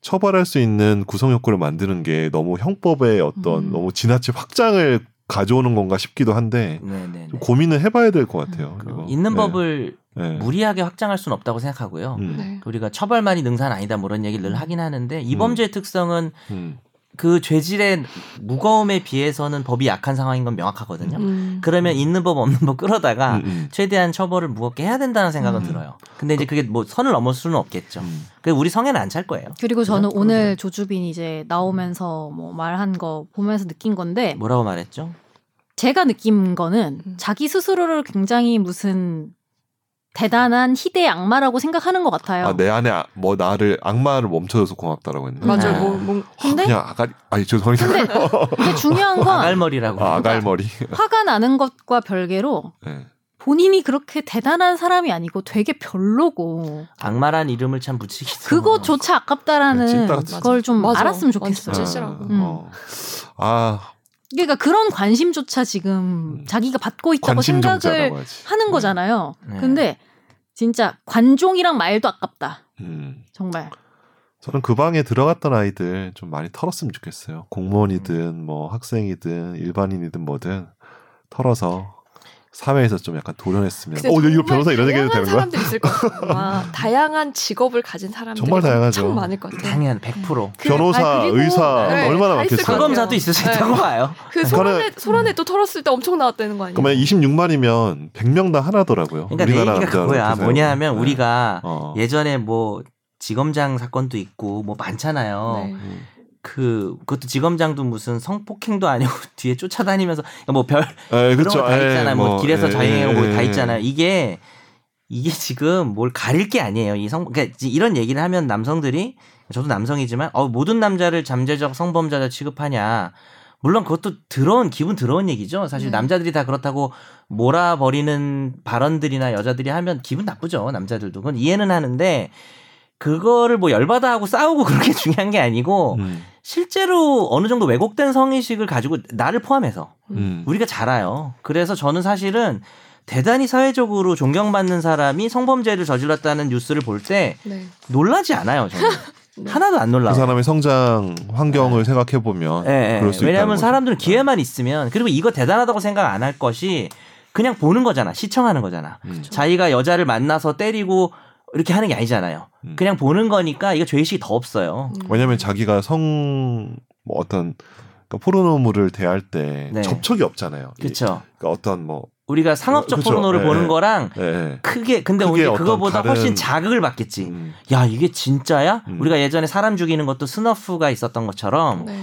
Speaker 3: 처벌할 수 있는 구성 요건을 만드는 게 너무 형법의 어떤
Speaker 4: 음.
Speaker 3: 너무 지나친 확장을 가져오는 건가 싶기도 한데
Speaker 5: 네, 네, 네.
Speaker 3: 좀 고민을 해봐야 될 것 같아요.
Speaker 5: 그
Speaker 3: 이거.
Speaker 5: 있는
Speaker 3: 네.
Speaker 5: 법을
Speaker 3: 네.
Speaker 5: 무리하게 확장할 수는 없다고 생각하고요.
Speaker 3: 음.
Speaker 1: 네.
Speaker 5: 우리가 처벌만이 능사는 아니다 뭐 이런 얘기를 늘 하긴 하는데 이
Speaker 3: 음.
Speaker 5: 범죄의 특성은
Speaker 3: 음.
Speaker 5: 그 죄질의 무거움에 비해서는 법이 약한 상황인 건 명확하거든요.
Speaker 1: 음.
Speaker 5: 그러면 있는 법 없는 법 끌어다가
Speaker 3: 음, 음.
Speaker 5: 최대한 처벌을 무겁게 해야 된다는 생각은
Speaker 4: 음.
Speaker 5: 들어요. 근데 이제 그게 뭐 선을 넘을 수는 없겠죠. 그 우리 성에는 안 찰 거예요.
Speaker 4: 그리고 저는 오늘 조주빈 이제 나오면서 뭐 말한 거 보면서 느낀 건데
Speaker 5: 뭐라고 말했죠?
Speaker 4: 제가 느낀 거는
Speaker 1: 음.
Speaker 4: 자기 스스로를 굉장히 무슨 대단한 희대의 악마라고 생각하는 것 같아요.
Speaker 3: 아, 내 안에 아- 뭐 나를 악마를 멈춰줘서 고맙다라고 했는데.
Speaker 1: 맞아요.
Speaker 5: 네.
Speaker 1: 뭐,
Speaker 3: 어,
Speaker 1: 뭐
Speaker 4: 근데-
Speaker 3: 그냥 아가리 아니 죄송해요.
Speaker 4: 근데, 근데 중요한 건
Speaker 5: 아갈머리라고.
Speaker 3: 아, 아갈머리.
Speaker 4: 화가 나는 것과 별개로
Speaker 3: 네.
Speaker 4: 본인이 그렇게 대단한 사람이 아니고 되게 별로고
Speaker 5: 악마란 이름을 참 붙이기도.
Speaker 4: 그거조차
Speaker 3: 네,
Speaker 4: 아깝다라는
Speaker 3: 찐따같이.
Speaker 4: 걸 좀
Speaker 1: 맞아.
Speaker 4: 알았으면
Speaker 1: 완전
Speaker 4: 좋겠어요.
Speaker 1: 찐따. 찔찔하고.
Speaker 3: 아, 어. 아
Speaker 4: 그러니까 그런 관심조차 지금
Speaker 3: 음.
Speaker 4: 자기가 받고 있다고
Speaker 3: 관심
Speaker 4: 생각을
Speaker 3: 정자라고 하지.
Speaker 1: 음.
Speaker 4: 하는
Speaker 3: 네.
Speaker 4: 거잖아요.
Speaker 5: 네.
Speaker 4: 근데 진짜 관종이랑 말도 아깝다.
Speaker 3: 음.
Speaker 4: 정말.
Speaker 3: 저는 그 방에 들어갔던 아이들 좀 많이 털었으면 좋겠어요.
Speaker 5: 음.
Speaker 3: 공무원이든 뭐 학생이든 일반인이든 뭐든 털어서 사회에서 좀 약간 도련했으면.
Speaker 1: 근데
Speaker 3: 어, 이거
Speaker 1: 정말
Speaker 3: 변호사 이런 얘기해도 되는
Speaker 1: 다양한 사람들
Speaker 3: 거야?
Speaker 1: 있을 것 같아요. 아마 다양한 직업을 가진 사람들이
Speaker 3: 정말 다양하죠.
Speaker 1: 참 많을 것 같아요.
Speaker 5: 당연 100%.
Speaker 1: 그-
Speaker 3: 변호사,
Speaker 4: 아, 그리고-
Speaker 3: 의사 뭐
Speaker 1: 네,
Speaker 3: 얼마나
Speaker 1: 다 있을 것
Speaker 3: 많겠어요.
Speaker 1: 같아요.
Speaker 5: 상검사도 있을 수
Speaker 1: 네.
Speaker 5: 있다고 봐요.
Speaker 1: 그 소란에 소란에 또 털었을 때 엄청 나왔다는 거 아니에요?
Speaker 3: 음.
Speaker 1: 네.
Speaker 3: 그러면 26만이면 100명당 하나더라고요.
Speaker 5: 그러니까 내 얘기가
Speaker 3: 남자로
Speaker 5: 그거야.
Speaker 3: 계산해보면.
Speaker 5: 뭐냐면
Speaker 3: 네.
Speaker 5: 우리가
Speaker 3: 어.
Speaker 5: 예전에 뭐 지검장 사건도 있고 뭐 많잖아요.
Speaker 1: 네.
Speaker 3: 음.
Speaker 5: 그 그것도 지검장도 무슨 성폭행도 아니고 뒤에 쫓아다니면서 뭐별
Speaker 3: 예,
Speaker 5: 그런
Speaker 3: 그렇죠.
Speaker 5: 거 다
Speaker 3: 예,
Speaker 5: 있잖아요. 뭐, 길에서
Speaker 3: 예,
Speaker 5: 자행하고
Speaker 3: 예,
Speaker 5: 뭐다
Speaker 3: 예.
Speaker 5: 있잖아요. 이게 이게 지금 뭘 가릴 게 아니에요. 이 성, 그러니까 이제 이런 얘기를 하면 남성들이 저도 남성이지만 어, 모든 남자를 잠재적 성범죄자 취급하냐. 물론 그것도 더러운 기분 더러운 얘기죠. 사실
Speaker 1: 네.
Speaker 5: 남자들이 다 그렇다고 몰아버리는 발언들이나 여자들이 하면 기분 나쁘죠. 남자들도 그건 이해는 하는데 그거를 뭐 열받아 하고 싸우고 그렇게 중요한 게 아니고
Speaker 3: 음.
Speaker 5: 실제로 어느 정도 왜곡된 성의식을 가지고 나를 포함해서
Speaker 3: 음.
Speaker 5: 우리가 잘 알아요. 그래서 저는 사실은 대단히 사회적으로 존경받는 사람이 성범죄를 저질렀다는 뉴스를 볼 때
Speaker 1: 네.
Speaker 5: 놀라지 않아요. 저는
Speaker 1: 네.
Speaker 5: 하나도 안
Speaker 3: 그
Speaker 5: 놀라요.
Speaker 3: 사람의 성장 환경을 생각해 보면
Speaker 5: 네. 예,
Speaker 3: 그럴 수
Speaker 5: 예. 왜냐하면
Speaker 3: 있다는 거죠. 네.
Speaker 5: 사람들은 기회만 있으면 그리고 이거 대단하다고 생각 안 할 것이 그냥 보는 거잖아. 시청하는 거잖아.
Speaker 3: 음.
Speaker 5: 자기가 여자를 만나서 때리고 이렇게 하는 게 아니잖아요.
Speaker 3: 음.
Speaker 5: 그냥 보는 거니까 이거 죄의식이 더 없어요.
Speaker 1: 음.
Speaker 3: 왜냐면 자기가 성뭐 어떤 그러니까 포르노물을 대할 때
Speaker 5: 네.
Speaker 3: 접촉이 없잖아요. 이-
Speaker 5: 그렇죠.
Speaker 3: 그러니까 어떤 뭐
Speaker 5: 우리가 상업적
Speaker 3: 그쵸.
Speaker 5: 포르노를
Speaker 3: 네,
Speaker 5: 보는
Speaker 3: 네.
Speaker 5: 거랑
Speaker 3: 예, 예.
Speaker 5: 크게 근데
Speaker 3: 크게
Speaker 5: 오히려
Speaker 3: 어떤
Speaker 5: 그거보다
Speaker 3: 다른-
Speaker 5: 훨씬 자극을 받겠지.
Speaker 3: 음,
Speaker 5: 야 이게 진짜야?
Speaker 3: 음.
Speaker 5: 우리가 예전에 사람 죽이는 것도 스너프가 있었던 것처럼
Speaker 1: 네.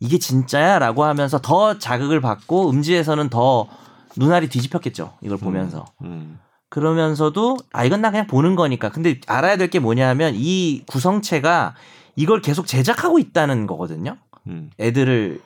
Speaker 5: 이게 진짜야라고 하면서 더 자극을 받고 음지에서는 더 눈알이 뒤집혔겠죠. 이걸 보면서.
Speaker 3: 음.
Speaker 5: 그러면서도 아 이건 나 그냥 보는 거니까. 근데 알아야 될 게 뭐냐면 이 구성체가 이걸 계속 제작하고 있다는 거거든요.
Speaker 3: 음. 그렇죠.
Speaker 5: 애들을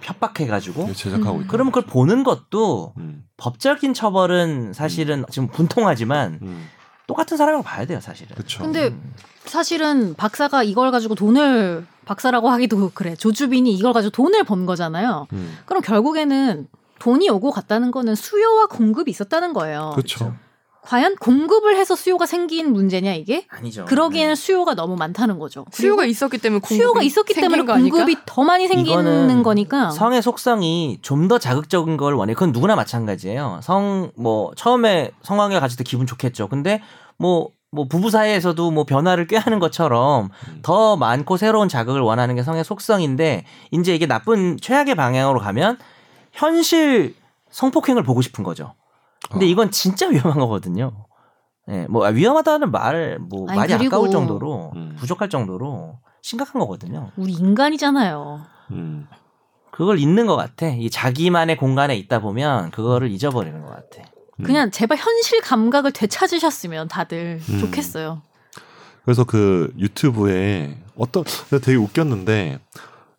Speaker 5: 협박해 가지고.
Speaker 3: 이게 제작하고
Speaker 1: 음.
Speaker 3: 있다.
Speaker 5: 어? 그러면 그걸 보는 것도
Speaker 3: 음,
Speaker 5: 법적인 처벌은 사실은 지금 분통하지만
Speaker 3: 음.
Speaker 5: 똑같은 사람이라고 봐야 돼요, 사실은. 음.
Speaker 3: 그렇죠.
Speaker 1: 음.
Speaker 4: 근데 사실은 박사가 이걸 가지고 돈을 박사라고 하기도 그래. 조주빈이 이걸 가지고 돈을 번 거잖아요.
Speaker 3: 음.
Speaker 4: 그럼 결국에는 돈이 오고 갔다는 거는 수요와 공급이 있었다는 거예요.
Speaker 3: 그렇죠.
Speaker 4: 과연 공급을 해서 수요가 생긴 문제냐 이게?
Speaker 5: 아니죠.
Speaker 4: 그러기에는 수요가 너무 많다는 거죠.
Speaker 1: 음. 수요가 있었기 때문에 공급이
Speaker 4: 수요가 있었기
Speaker 1: 생긴
Speaker 4: 때문에
Speaker 1: 거 아닐까?
Speaker 4: 공급이 더 많이
Speaker 5: 이거는
Speaker 4: 생기는 거니까.
Speaker 5: 성의 속성이 좀 더 자극적인 걸 원해. 그건 누구나 마찬가지예요. 성 뭐 처음에 성관계 가질 때 기분 좋겠죠. 근데 뭐 뭐 부부 사이에서도 뭐 변화를 꾀하는 것처럼
Speaker 3: 음.
Speaker 5: 더 많고 새로운 자극을 원하는 게 성의 속성인데 이제 이게 나쁜 최악의 방향으로 가면 현실 성폭행을 보고 싶은 거죠. 근데
Speaker 3: 어.
Speaker 5: 이건 진짜 위험한 거거든요. 예, 뭐 아, 위험하다는 말 뭐
Speaker 4: 아니,
Speaker 5: 말이
Speaker 4: 그리고-
Speaker 5: 아까울 정도로
Speaker 3: 음.
Speaker 5: 부족할 정도로 심각한 거거든요.
Speaker 4: 우리 인간이잖아요.
Speaker 3: 음.
Speaker 5: 그걸 잊는 것 같아. 이 자기만의 공간에 있다 보면 그거를 잊어버리는 것 같아.
Speaker 3: 음.
Speaker 4: 그냥 제발 현실 감각을 되찾으셨으면 다들
Speaker 3: 음.
Speaker 4: 좋겠어요.
Speaker 3: 그래서 그 유튜브에 어떤 근데 되게 웃겼는데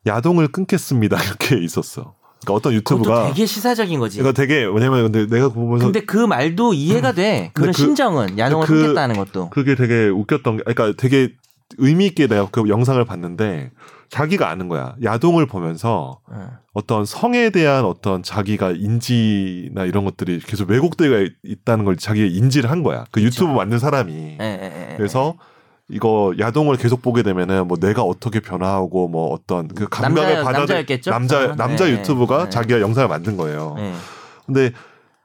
Speaker 3: 야동을 끊겠습니다 이렇게 있었어. 그러니까
Speaker 5: 그것도
Speaker 3: 어떤 유튜브가
Speaker 5: 되게 시사적인 거지.
Speaker 3: 그러니까 되게 왜냐면 근데 내가 보면서
Speaker 5: 근데 그 말도 이해가 돼. 그런
Speaker 3: 그-
Speaker 5: 심정은 야동을
Speaker 3: 그-
Speaker 5: 끊겠다는 것도.
Speaker 3: 그게 되게 웃겼던 게 그러니까 되게 의미 있게 내가 그 영상을 봤는데 자기가 아는 거야. 야동을 보면서
Speaker 5: 응.
Speaker 3: 어떤 성에 대한 어떤 자기가 인지나 이런 것들이 계속 왜곡되어 있다는 걸 자기가 인지를 한 거야. 그 유튜브 만든 사람이.
Speaker 5: 예, 예, 예.
Speaker 3: 그래서 이거 야동을 계속 보게 되면은 뭐 내가 어떻게 변화하고 뭐 어떤 그 감각을
Speaker 5: 남자-
Speaker 3: 받아들
Speaker 5: 남자였겠죠?
Speaker 3: 남자
Speaker 5: 아,
Speaker 3: 남자
Speaker 5: 네.
Speaker 3: 유튜브가
Speaker 5: 네.
Speaker 3: 자기가 영상을 만든 거예요.
Speaker 5: 예.
Speaker 3: 근데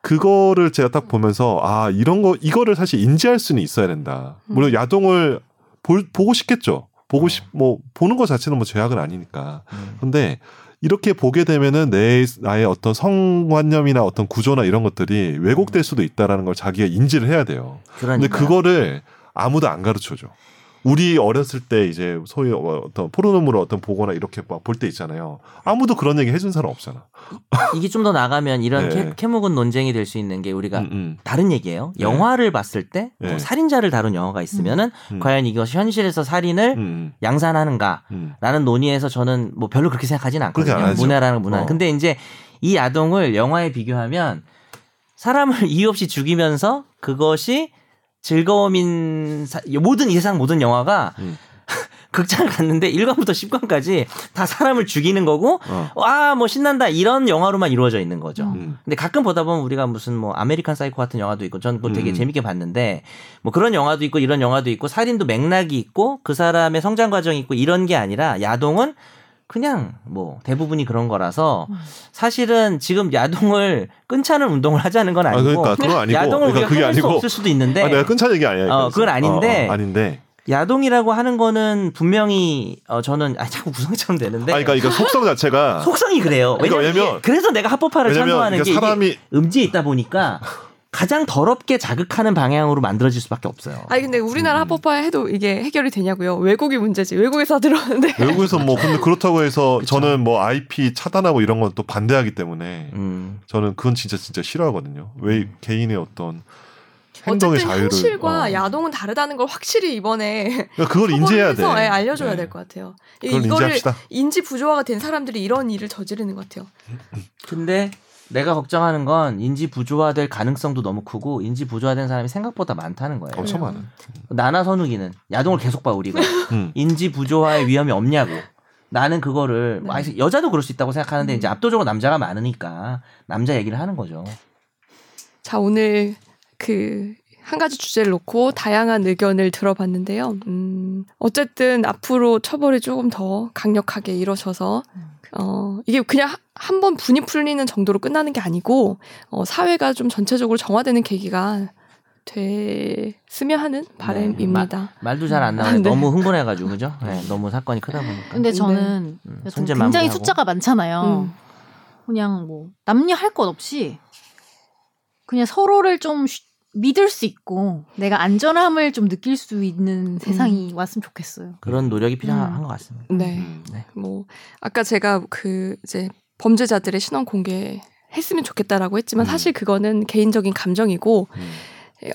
Speaker 3: 그거를 제가 딱 보면서 아 이런 거 이거를 사실 인지할 수는 있어야 된다. 물론 야동을 볼, 보고 싶겠죠. 보고 싶 뭐 보는 거 자체는 뭐 제약은 아니니까.
Speaker 5: 음.
Speaker 3: 근데 이렇게 보게 되면은 내 나의 어떤 성관념이나 어떤 구조나 이런 것들이 왜곡될 수도 있다라는 걸 자기가 인지를 해야 돼요. 근데
Speaker 5: 그러니까.
Speaker 3: 그거를 아무도 안 가르쳐 줘. 우리 어렸을 때 이제 소위 뭐 어떤 포르노물 어떤 보거나 이렇게 막 볼 때 있잖아요. 아무도 그런 얘기 해준 사람 없잖아.
Speaker 5: 이게 좀 더 나가면 이런
Speaker 3: 네.
Speaker 5: 캐, 캐묵은 논쟁이 될 수 있는 게 우리가
Speaker 3: 음, 음.
Speaker 5: 다른 얘기예요.
Speaker 3: 네.
Speaker 5: 영화를 봤을 때뭐
Speaker 3: 네.
Speaker 5: 살인자를 다룬 영화가 있으면은
Speaker 3: 음.
Speaker 5: 과연 이것이 현실에서 살인을
Speaker 3: 음,
Speaker 5: 양산하는가
Speaker 3: 음, 음.
Speaker 5: 라는 논의에서 저는 뭐 별로 그렇게 생각하진
Speaker 3: 그렇게 안
Speaker 5: 않거든요.
Speaker 3: 하죠.
Speaker 5: 문화라는 문화.
Speaker 3: 어.
Speaker 5: 근데 이제 이 야동을 영화에 비교하면 사람을 이유 없이 죽이면서 그것이 즐거움인 사- 모든 이 세상 모든 영화가
Speaker 3: 음.
Speaker 5: 극장을 갔는데 1관부터 10관까지 다 사람을 죽이는 거고
Speaker 3: 어.
Speaker 5: 와 뭐 신난다 이런 영화로만 이루어져 있는 거죠.
Speaker 3: 음.
Speaker 5: 근데 가끔 보다 보면 우리가 무슨 뭐 아메리칸 사이코 같은 영화도 있고 전 그거 되게
Speaker 3: 음.
Speaker 5: 재밌게 봤는데 뭐 그런 영화도 있고 이런 영화도 있고 살인도 맥락이 있고 그 사람의 성장 과정이 있고 이런 게 아니라 야동은 그냥 뭐 대부분이 그런 거라서 사실은 지금 야동을 끊자는 운동을 하자는 건
Speaker 3: 아,
Speaker 5: 아니고
Speaker 3: 그러니까 그건 아니고
Speaker 5: 야동을
Speaker 3: 그러니까
Speaker 5: 우리가
Speaker 3: 그게
Speaker 5: 끊을 수
Speaker 3: 아니고
Speaker 5: 없을 수도 있는데
Speaker 3: 아, 내가 끊자 얘기 아니야.
Speaker 5: 어, 그건 아닌데.
Speaker 3: 어, 어, 아닌데.
Speaker 5: 야동이라고 하는 거는 분명히 어 저는 아 자꾸 구성처럼 되는데
Speaker 3: 아, 그러니까 이거 속성 자체가
Speaker 5: 속성이 그래요.
Speaker 3: 그러니까
Speaker 5: 왜냐면,
Speaker 3: 왜냐면-
Speaker 5: 이게- 그래서 내가 합법화를
Speaker 3: 왜냐면
Speaker 5: 찬성하는
Speaker 3: 이게
Speaker 5: 게
Speaker 3: 사람이-
Speaker 5: 이게 음지에 있다 보니까 가장 더럽게 자극하는 방향으로 만들어질 수밖에 없어요.
Speaker 1: 아니 근데 우리나라 합법화해도 이게 해결이 되냐고요? 외국이 문제지. 외국에서 들어오는데
Speaker 3: 외국에서 뭐 근데 그렇다고 해서 저는 뭐 IP 차단하고 이런 건 또 반대하기 때문에
Speaker 5: 음.
Speaker 3: 저는 그건 진짜 진짜 싫어하거든요. 왜 개인의 어떤 행동의
Speaker 1: 어쨌든
Speaker 3: 자유를
Speaker 1: 현실과
Speaker 3: 어.
Speaker 1: 야동은 다르다는 걸 확실히 이번에
Speaker 3: 그러니까 그걸
Speaker 1: 처벌을
Speaker 3: 인지해야 돼.
Speaker 1: 해서, 예, 알려줘야
Speaker 3: 네.
Speaker 1: 될 것 같아요. 이-
Speaker 3: 그걸
Speaker 1: 이거를
Speaker 3: 인지합시다. 어,
Speaker 1: 인지 부조화가 된 사람들이 이런 일을 저지르는 것 같아요.
Speaker 5: 근데 내가 걱정하는 건 인지 부조화될 가능성도 너무 크고 인지 부조화된 사람이 생각보다 많다는 거예요.
Speaker 1: 음.
Speaker 3: 엄청 많아.
Speaker 5: 나나 선욱이는 야동을 계속 봐 우리가
Speaker 3: 음.
Speaker 5: 인지 부조화의 위험이 없냐고. 나는
Speaker 4: 네.
Speaker 5: 그거를 뭐, 아니, 여자도 그럴 수 있다고 생각하는데
Speaker 4: 음.
Speaker 5: 이제 압도적으로 남자가 많으니까 남자 얘기를 하는 거죠.
Speaker 1: 자 오늘 그 한 가지 주제를 놓고 다양한 의견을 들어봤는데요. 음, 어쨌든 앞으로 처벌이 조금 더 강력하게 이루어져서
Speaker 5: 음,
Speaker 1: 어, 이게 그냥 한 번 분이 풀리는 정도로 끝나는 게 아니고 어, 사회가 좀 전체적으로 정화되는 계기가 됐으면 하는
Speaker 5: 네, 마-
Speaker 1: 바람입니다.
Speaker 5: 말도 잘 안 나와요.
Speaker 1: 아, 네.
Speaker 5: 너무 흥분해가지고 그죠? 네, 너무 사건이 크다 보니까.
Speaker 4: 음. 근데 저는
Speaker 5: 음,
Speaker 4: 여튼
Speaker 5: 손재
Speaker 4: 굉장히
Speaker 5: 마무리하고.
Speaker 4: 숫자가 많잖아요.
Speaker 5: 어.
Speaker 1: 음.
Speaker 4: 그냥 뭐 남녀 할 것 없이 그냥 서로를 좀 쉬- 믿을 수 있고 내가 안전함을 좀 느낄 수
Speaker 5: 음.
Speaker 4: 있는 세상이 왔으면 좋겠어요.
Speaker 5: 그런 노력이 필요한
Speaker 4: 음.
Speaker 5: 것 같습니다.
Speaker 1: 네.
Speaker 3: 음.
Speaker 1: 뭐 아까 제가 그 이제 범죄자들의 신원 공개 했으면 좋겠다라고 했지만
Speaker 3: 음.
Speaker 1: 사실 그거는 개인적인 감정이고
Speaker 3: 음.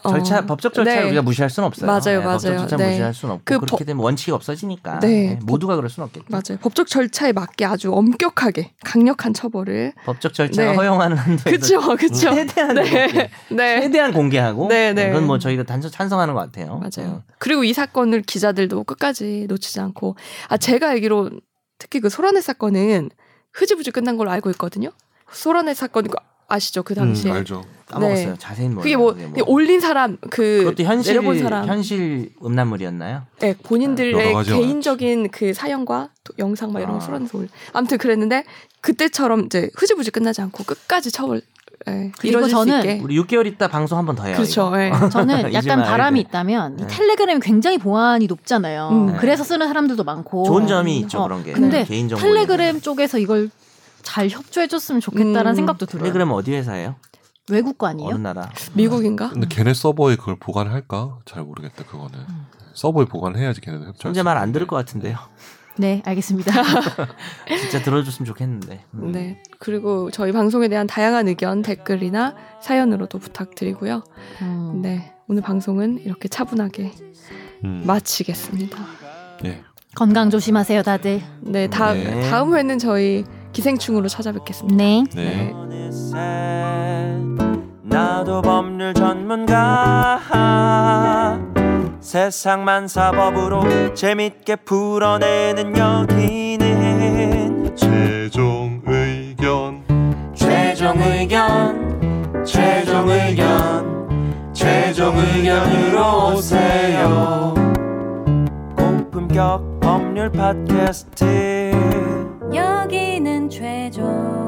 Speaker 1: 어,
Speaker 5: 절차 법적 절차를
Speaker 1: 네.
Speaker 5: 우리가 무시할 수는 없어요.
Speaker 1: 맞아요,
Speaker 5: 법적
Speaker 1: 맞아요.
Speaker 5: 절차
Speaker 1: 네.
Speaker 5: 무시할 수는 없고
Speaker 1: 그
Speaker 5: 그렇게
Speaker 1: 법-
Speaker 5: 되면 원칙이 없어지니까
Speaker 1: 네.
Speaker 5: 네,
Speaker 1: 법-
Speaker 5: 모두가 그럴 수는 없겠죠.
Speaker 1: 맞아요. 법적 절차에 맞게 아주 엄격하게 강력한 처벌을
Speaker 5: 법적 절차가
Speaker 1: 네.
Speaker 5: 허용하는 한도에서
Speaker 1: 그쵸,
Speaker 5: 음,
Speaker 1: 그쵸.
Speaker 5: 최대한 공개.
Speaker 1: 네.
Speaker 5: 최대한 공개하고
Speaker 1: 네, 네.
Speaker 5: 그건 뭐 저희가 단순 찬성하는 것 같아요. 음,
Speaker 1: 맞아요. 그리고 이 사건을 기자들도 끝까지 놓치지 않고 아 제가 알기로 특히 그 소란의 사건은 흐지부지 끝난 걸로 알고 있거든요. 소란의 사건 그거 아시죠 그 당시에
Speaker 3: 음, 알죠.
Speaker 5: 까먹었어요.
Speaker 1: 네.
Speaker 5: 자세히 뭐
Speaker 1: 그게 뭐 올린 사람 그
Speaker 5: 그것도 현실
Speaker 1: 내려본 사람
Speaker 5: 현실 음란물이었나요?
Speaker 1: 네,
Speaker 3: 여러
Speaker 1: 본인들의
Speaker 3: 가지가
Speaker 1: 개인적인 그 사연과 또 영상 막 이런
Speaker 5: 아.
Speaker 1: 거 소란에서 올 아무튼 그랬는데 그때처럼 이제 흐지부지 끝나지 않고 끝까지 처벌 예,
Speaker 4: 그리고
Speaker 1: 이뤄질 수
Speaker 4: 저는
Speaker 1: 있게
Speaker 5: 우리 6개월 있다 방송 한 번 더 해요.
Speaker 1: 그렇죠. 예.
Speaker 5: 잊으면
Speaker 4: 저는 약간
Speaker 5: 안 돼.
Speaker 4: 바람이 있다면 이
Speaker 5: 네.
Speaker 4: 텔레그램이 굉장히 보안이 높잖아요.
Speaker 1: 음.
Speaker 4: 그래서 쓰는 사람들도 많고
Speaker 5: 이거. 좋은 점이 있죠
Speaker 4: 어,
Speaker 5: 그런 게. 네,
Speaker 4: 근데
Speaker 5: 개인 정보
Speaker 4: 텔레그램 쪽에서 이걸 잘 협조해줬으면 좋겠다라는
Speaker 1: 음.
Speaker 4: 생각도 들어요.
Speaker 5: 텔레그램 어디 회사예요?
Speaker 4: 외국 거 아니에요?
Speaker 5: 어느 나라?
Speaker 1: 미국인가?
Speaker 3: 근데 걔네 서버에 그걸 보관할까? 잘 모르겠다. 그거는
Speaker 1: 음.
Speaker 3: 서버에 보관해야지 걔네도 협조.
Speaker 5: 현재 말 안 들을 것 같은데요.
Speaker 4: 네, 알겠습니다.
Speaker 5: 진짜 들어줬으면 좋겠는데. 음.
Speaker 1: 네. 그리고 저희 방송에 대한 다양한 의견 댓글이나 사연으로도 부탁드리고요.
Speaker 4: 음.
Speaker 1: 네. 오늘 방송은 이렇게 차분하게
Speaker 3: 음.
Speaker 1: 마치겠습니다.
Speaker 3: 예.
Speaker 4: 건강 조심하세요, 다들.
Speaker 1: 네. 다,
Speaker 3: 네.
Speaker 1: 다음 회는 저희 기생충으로 찾아뵙겠습니다.
Speaker 4: 네.
Speaker 3: 네.
Speaker 6: 어느새 나도 법률 전문가 세상만 사법으로 재밌게 풀어내는 여기는
Speaker 3: 최종 의견.
Speaker 6: 최종 의견 최종 의견 최종 의견으로 오세요 고품격 법률 팟캐스트
Speaker 7: 여기는 최종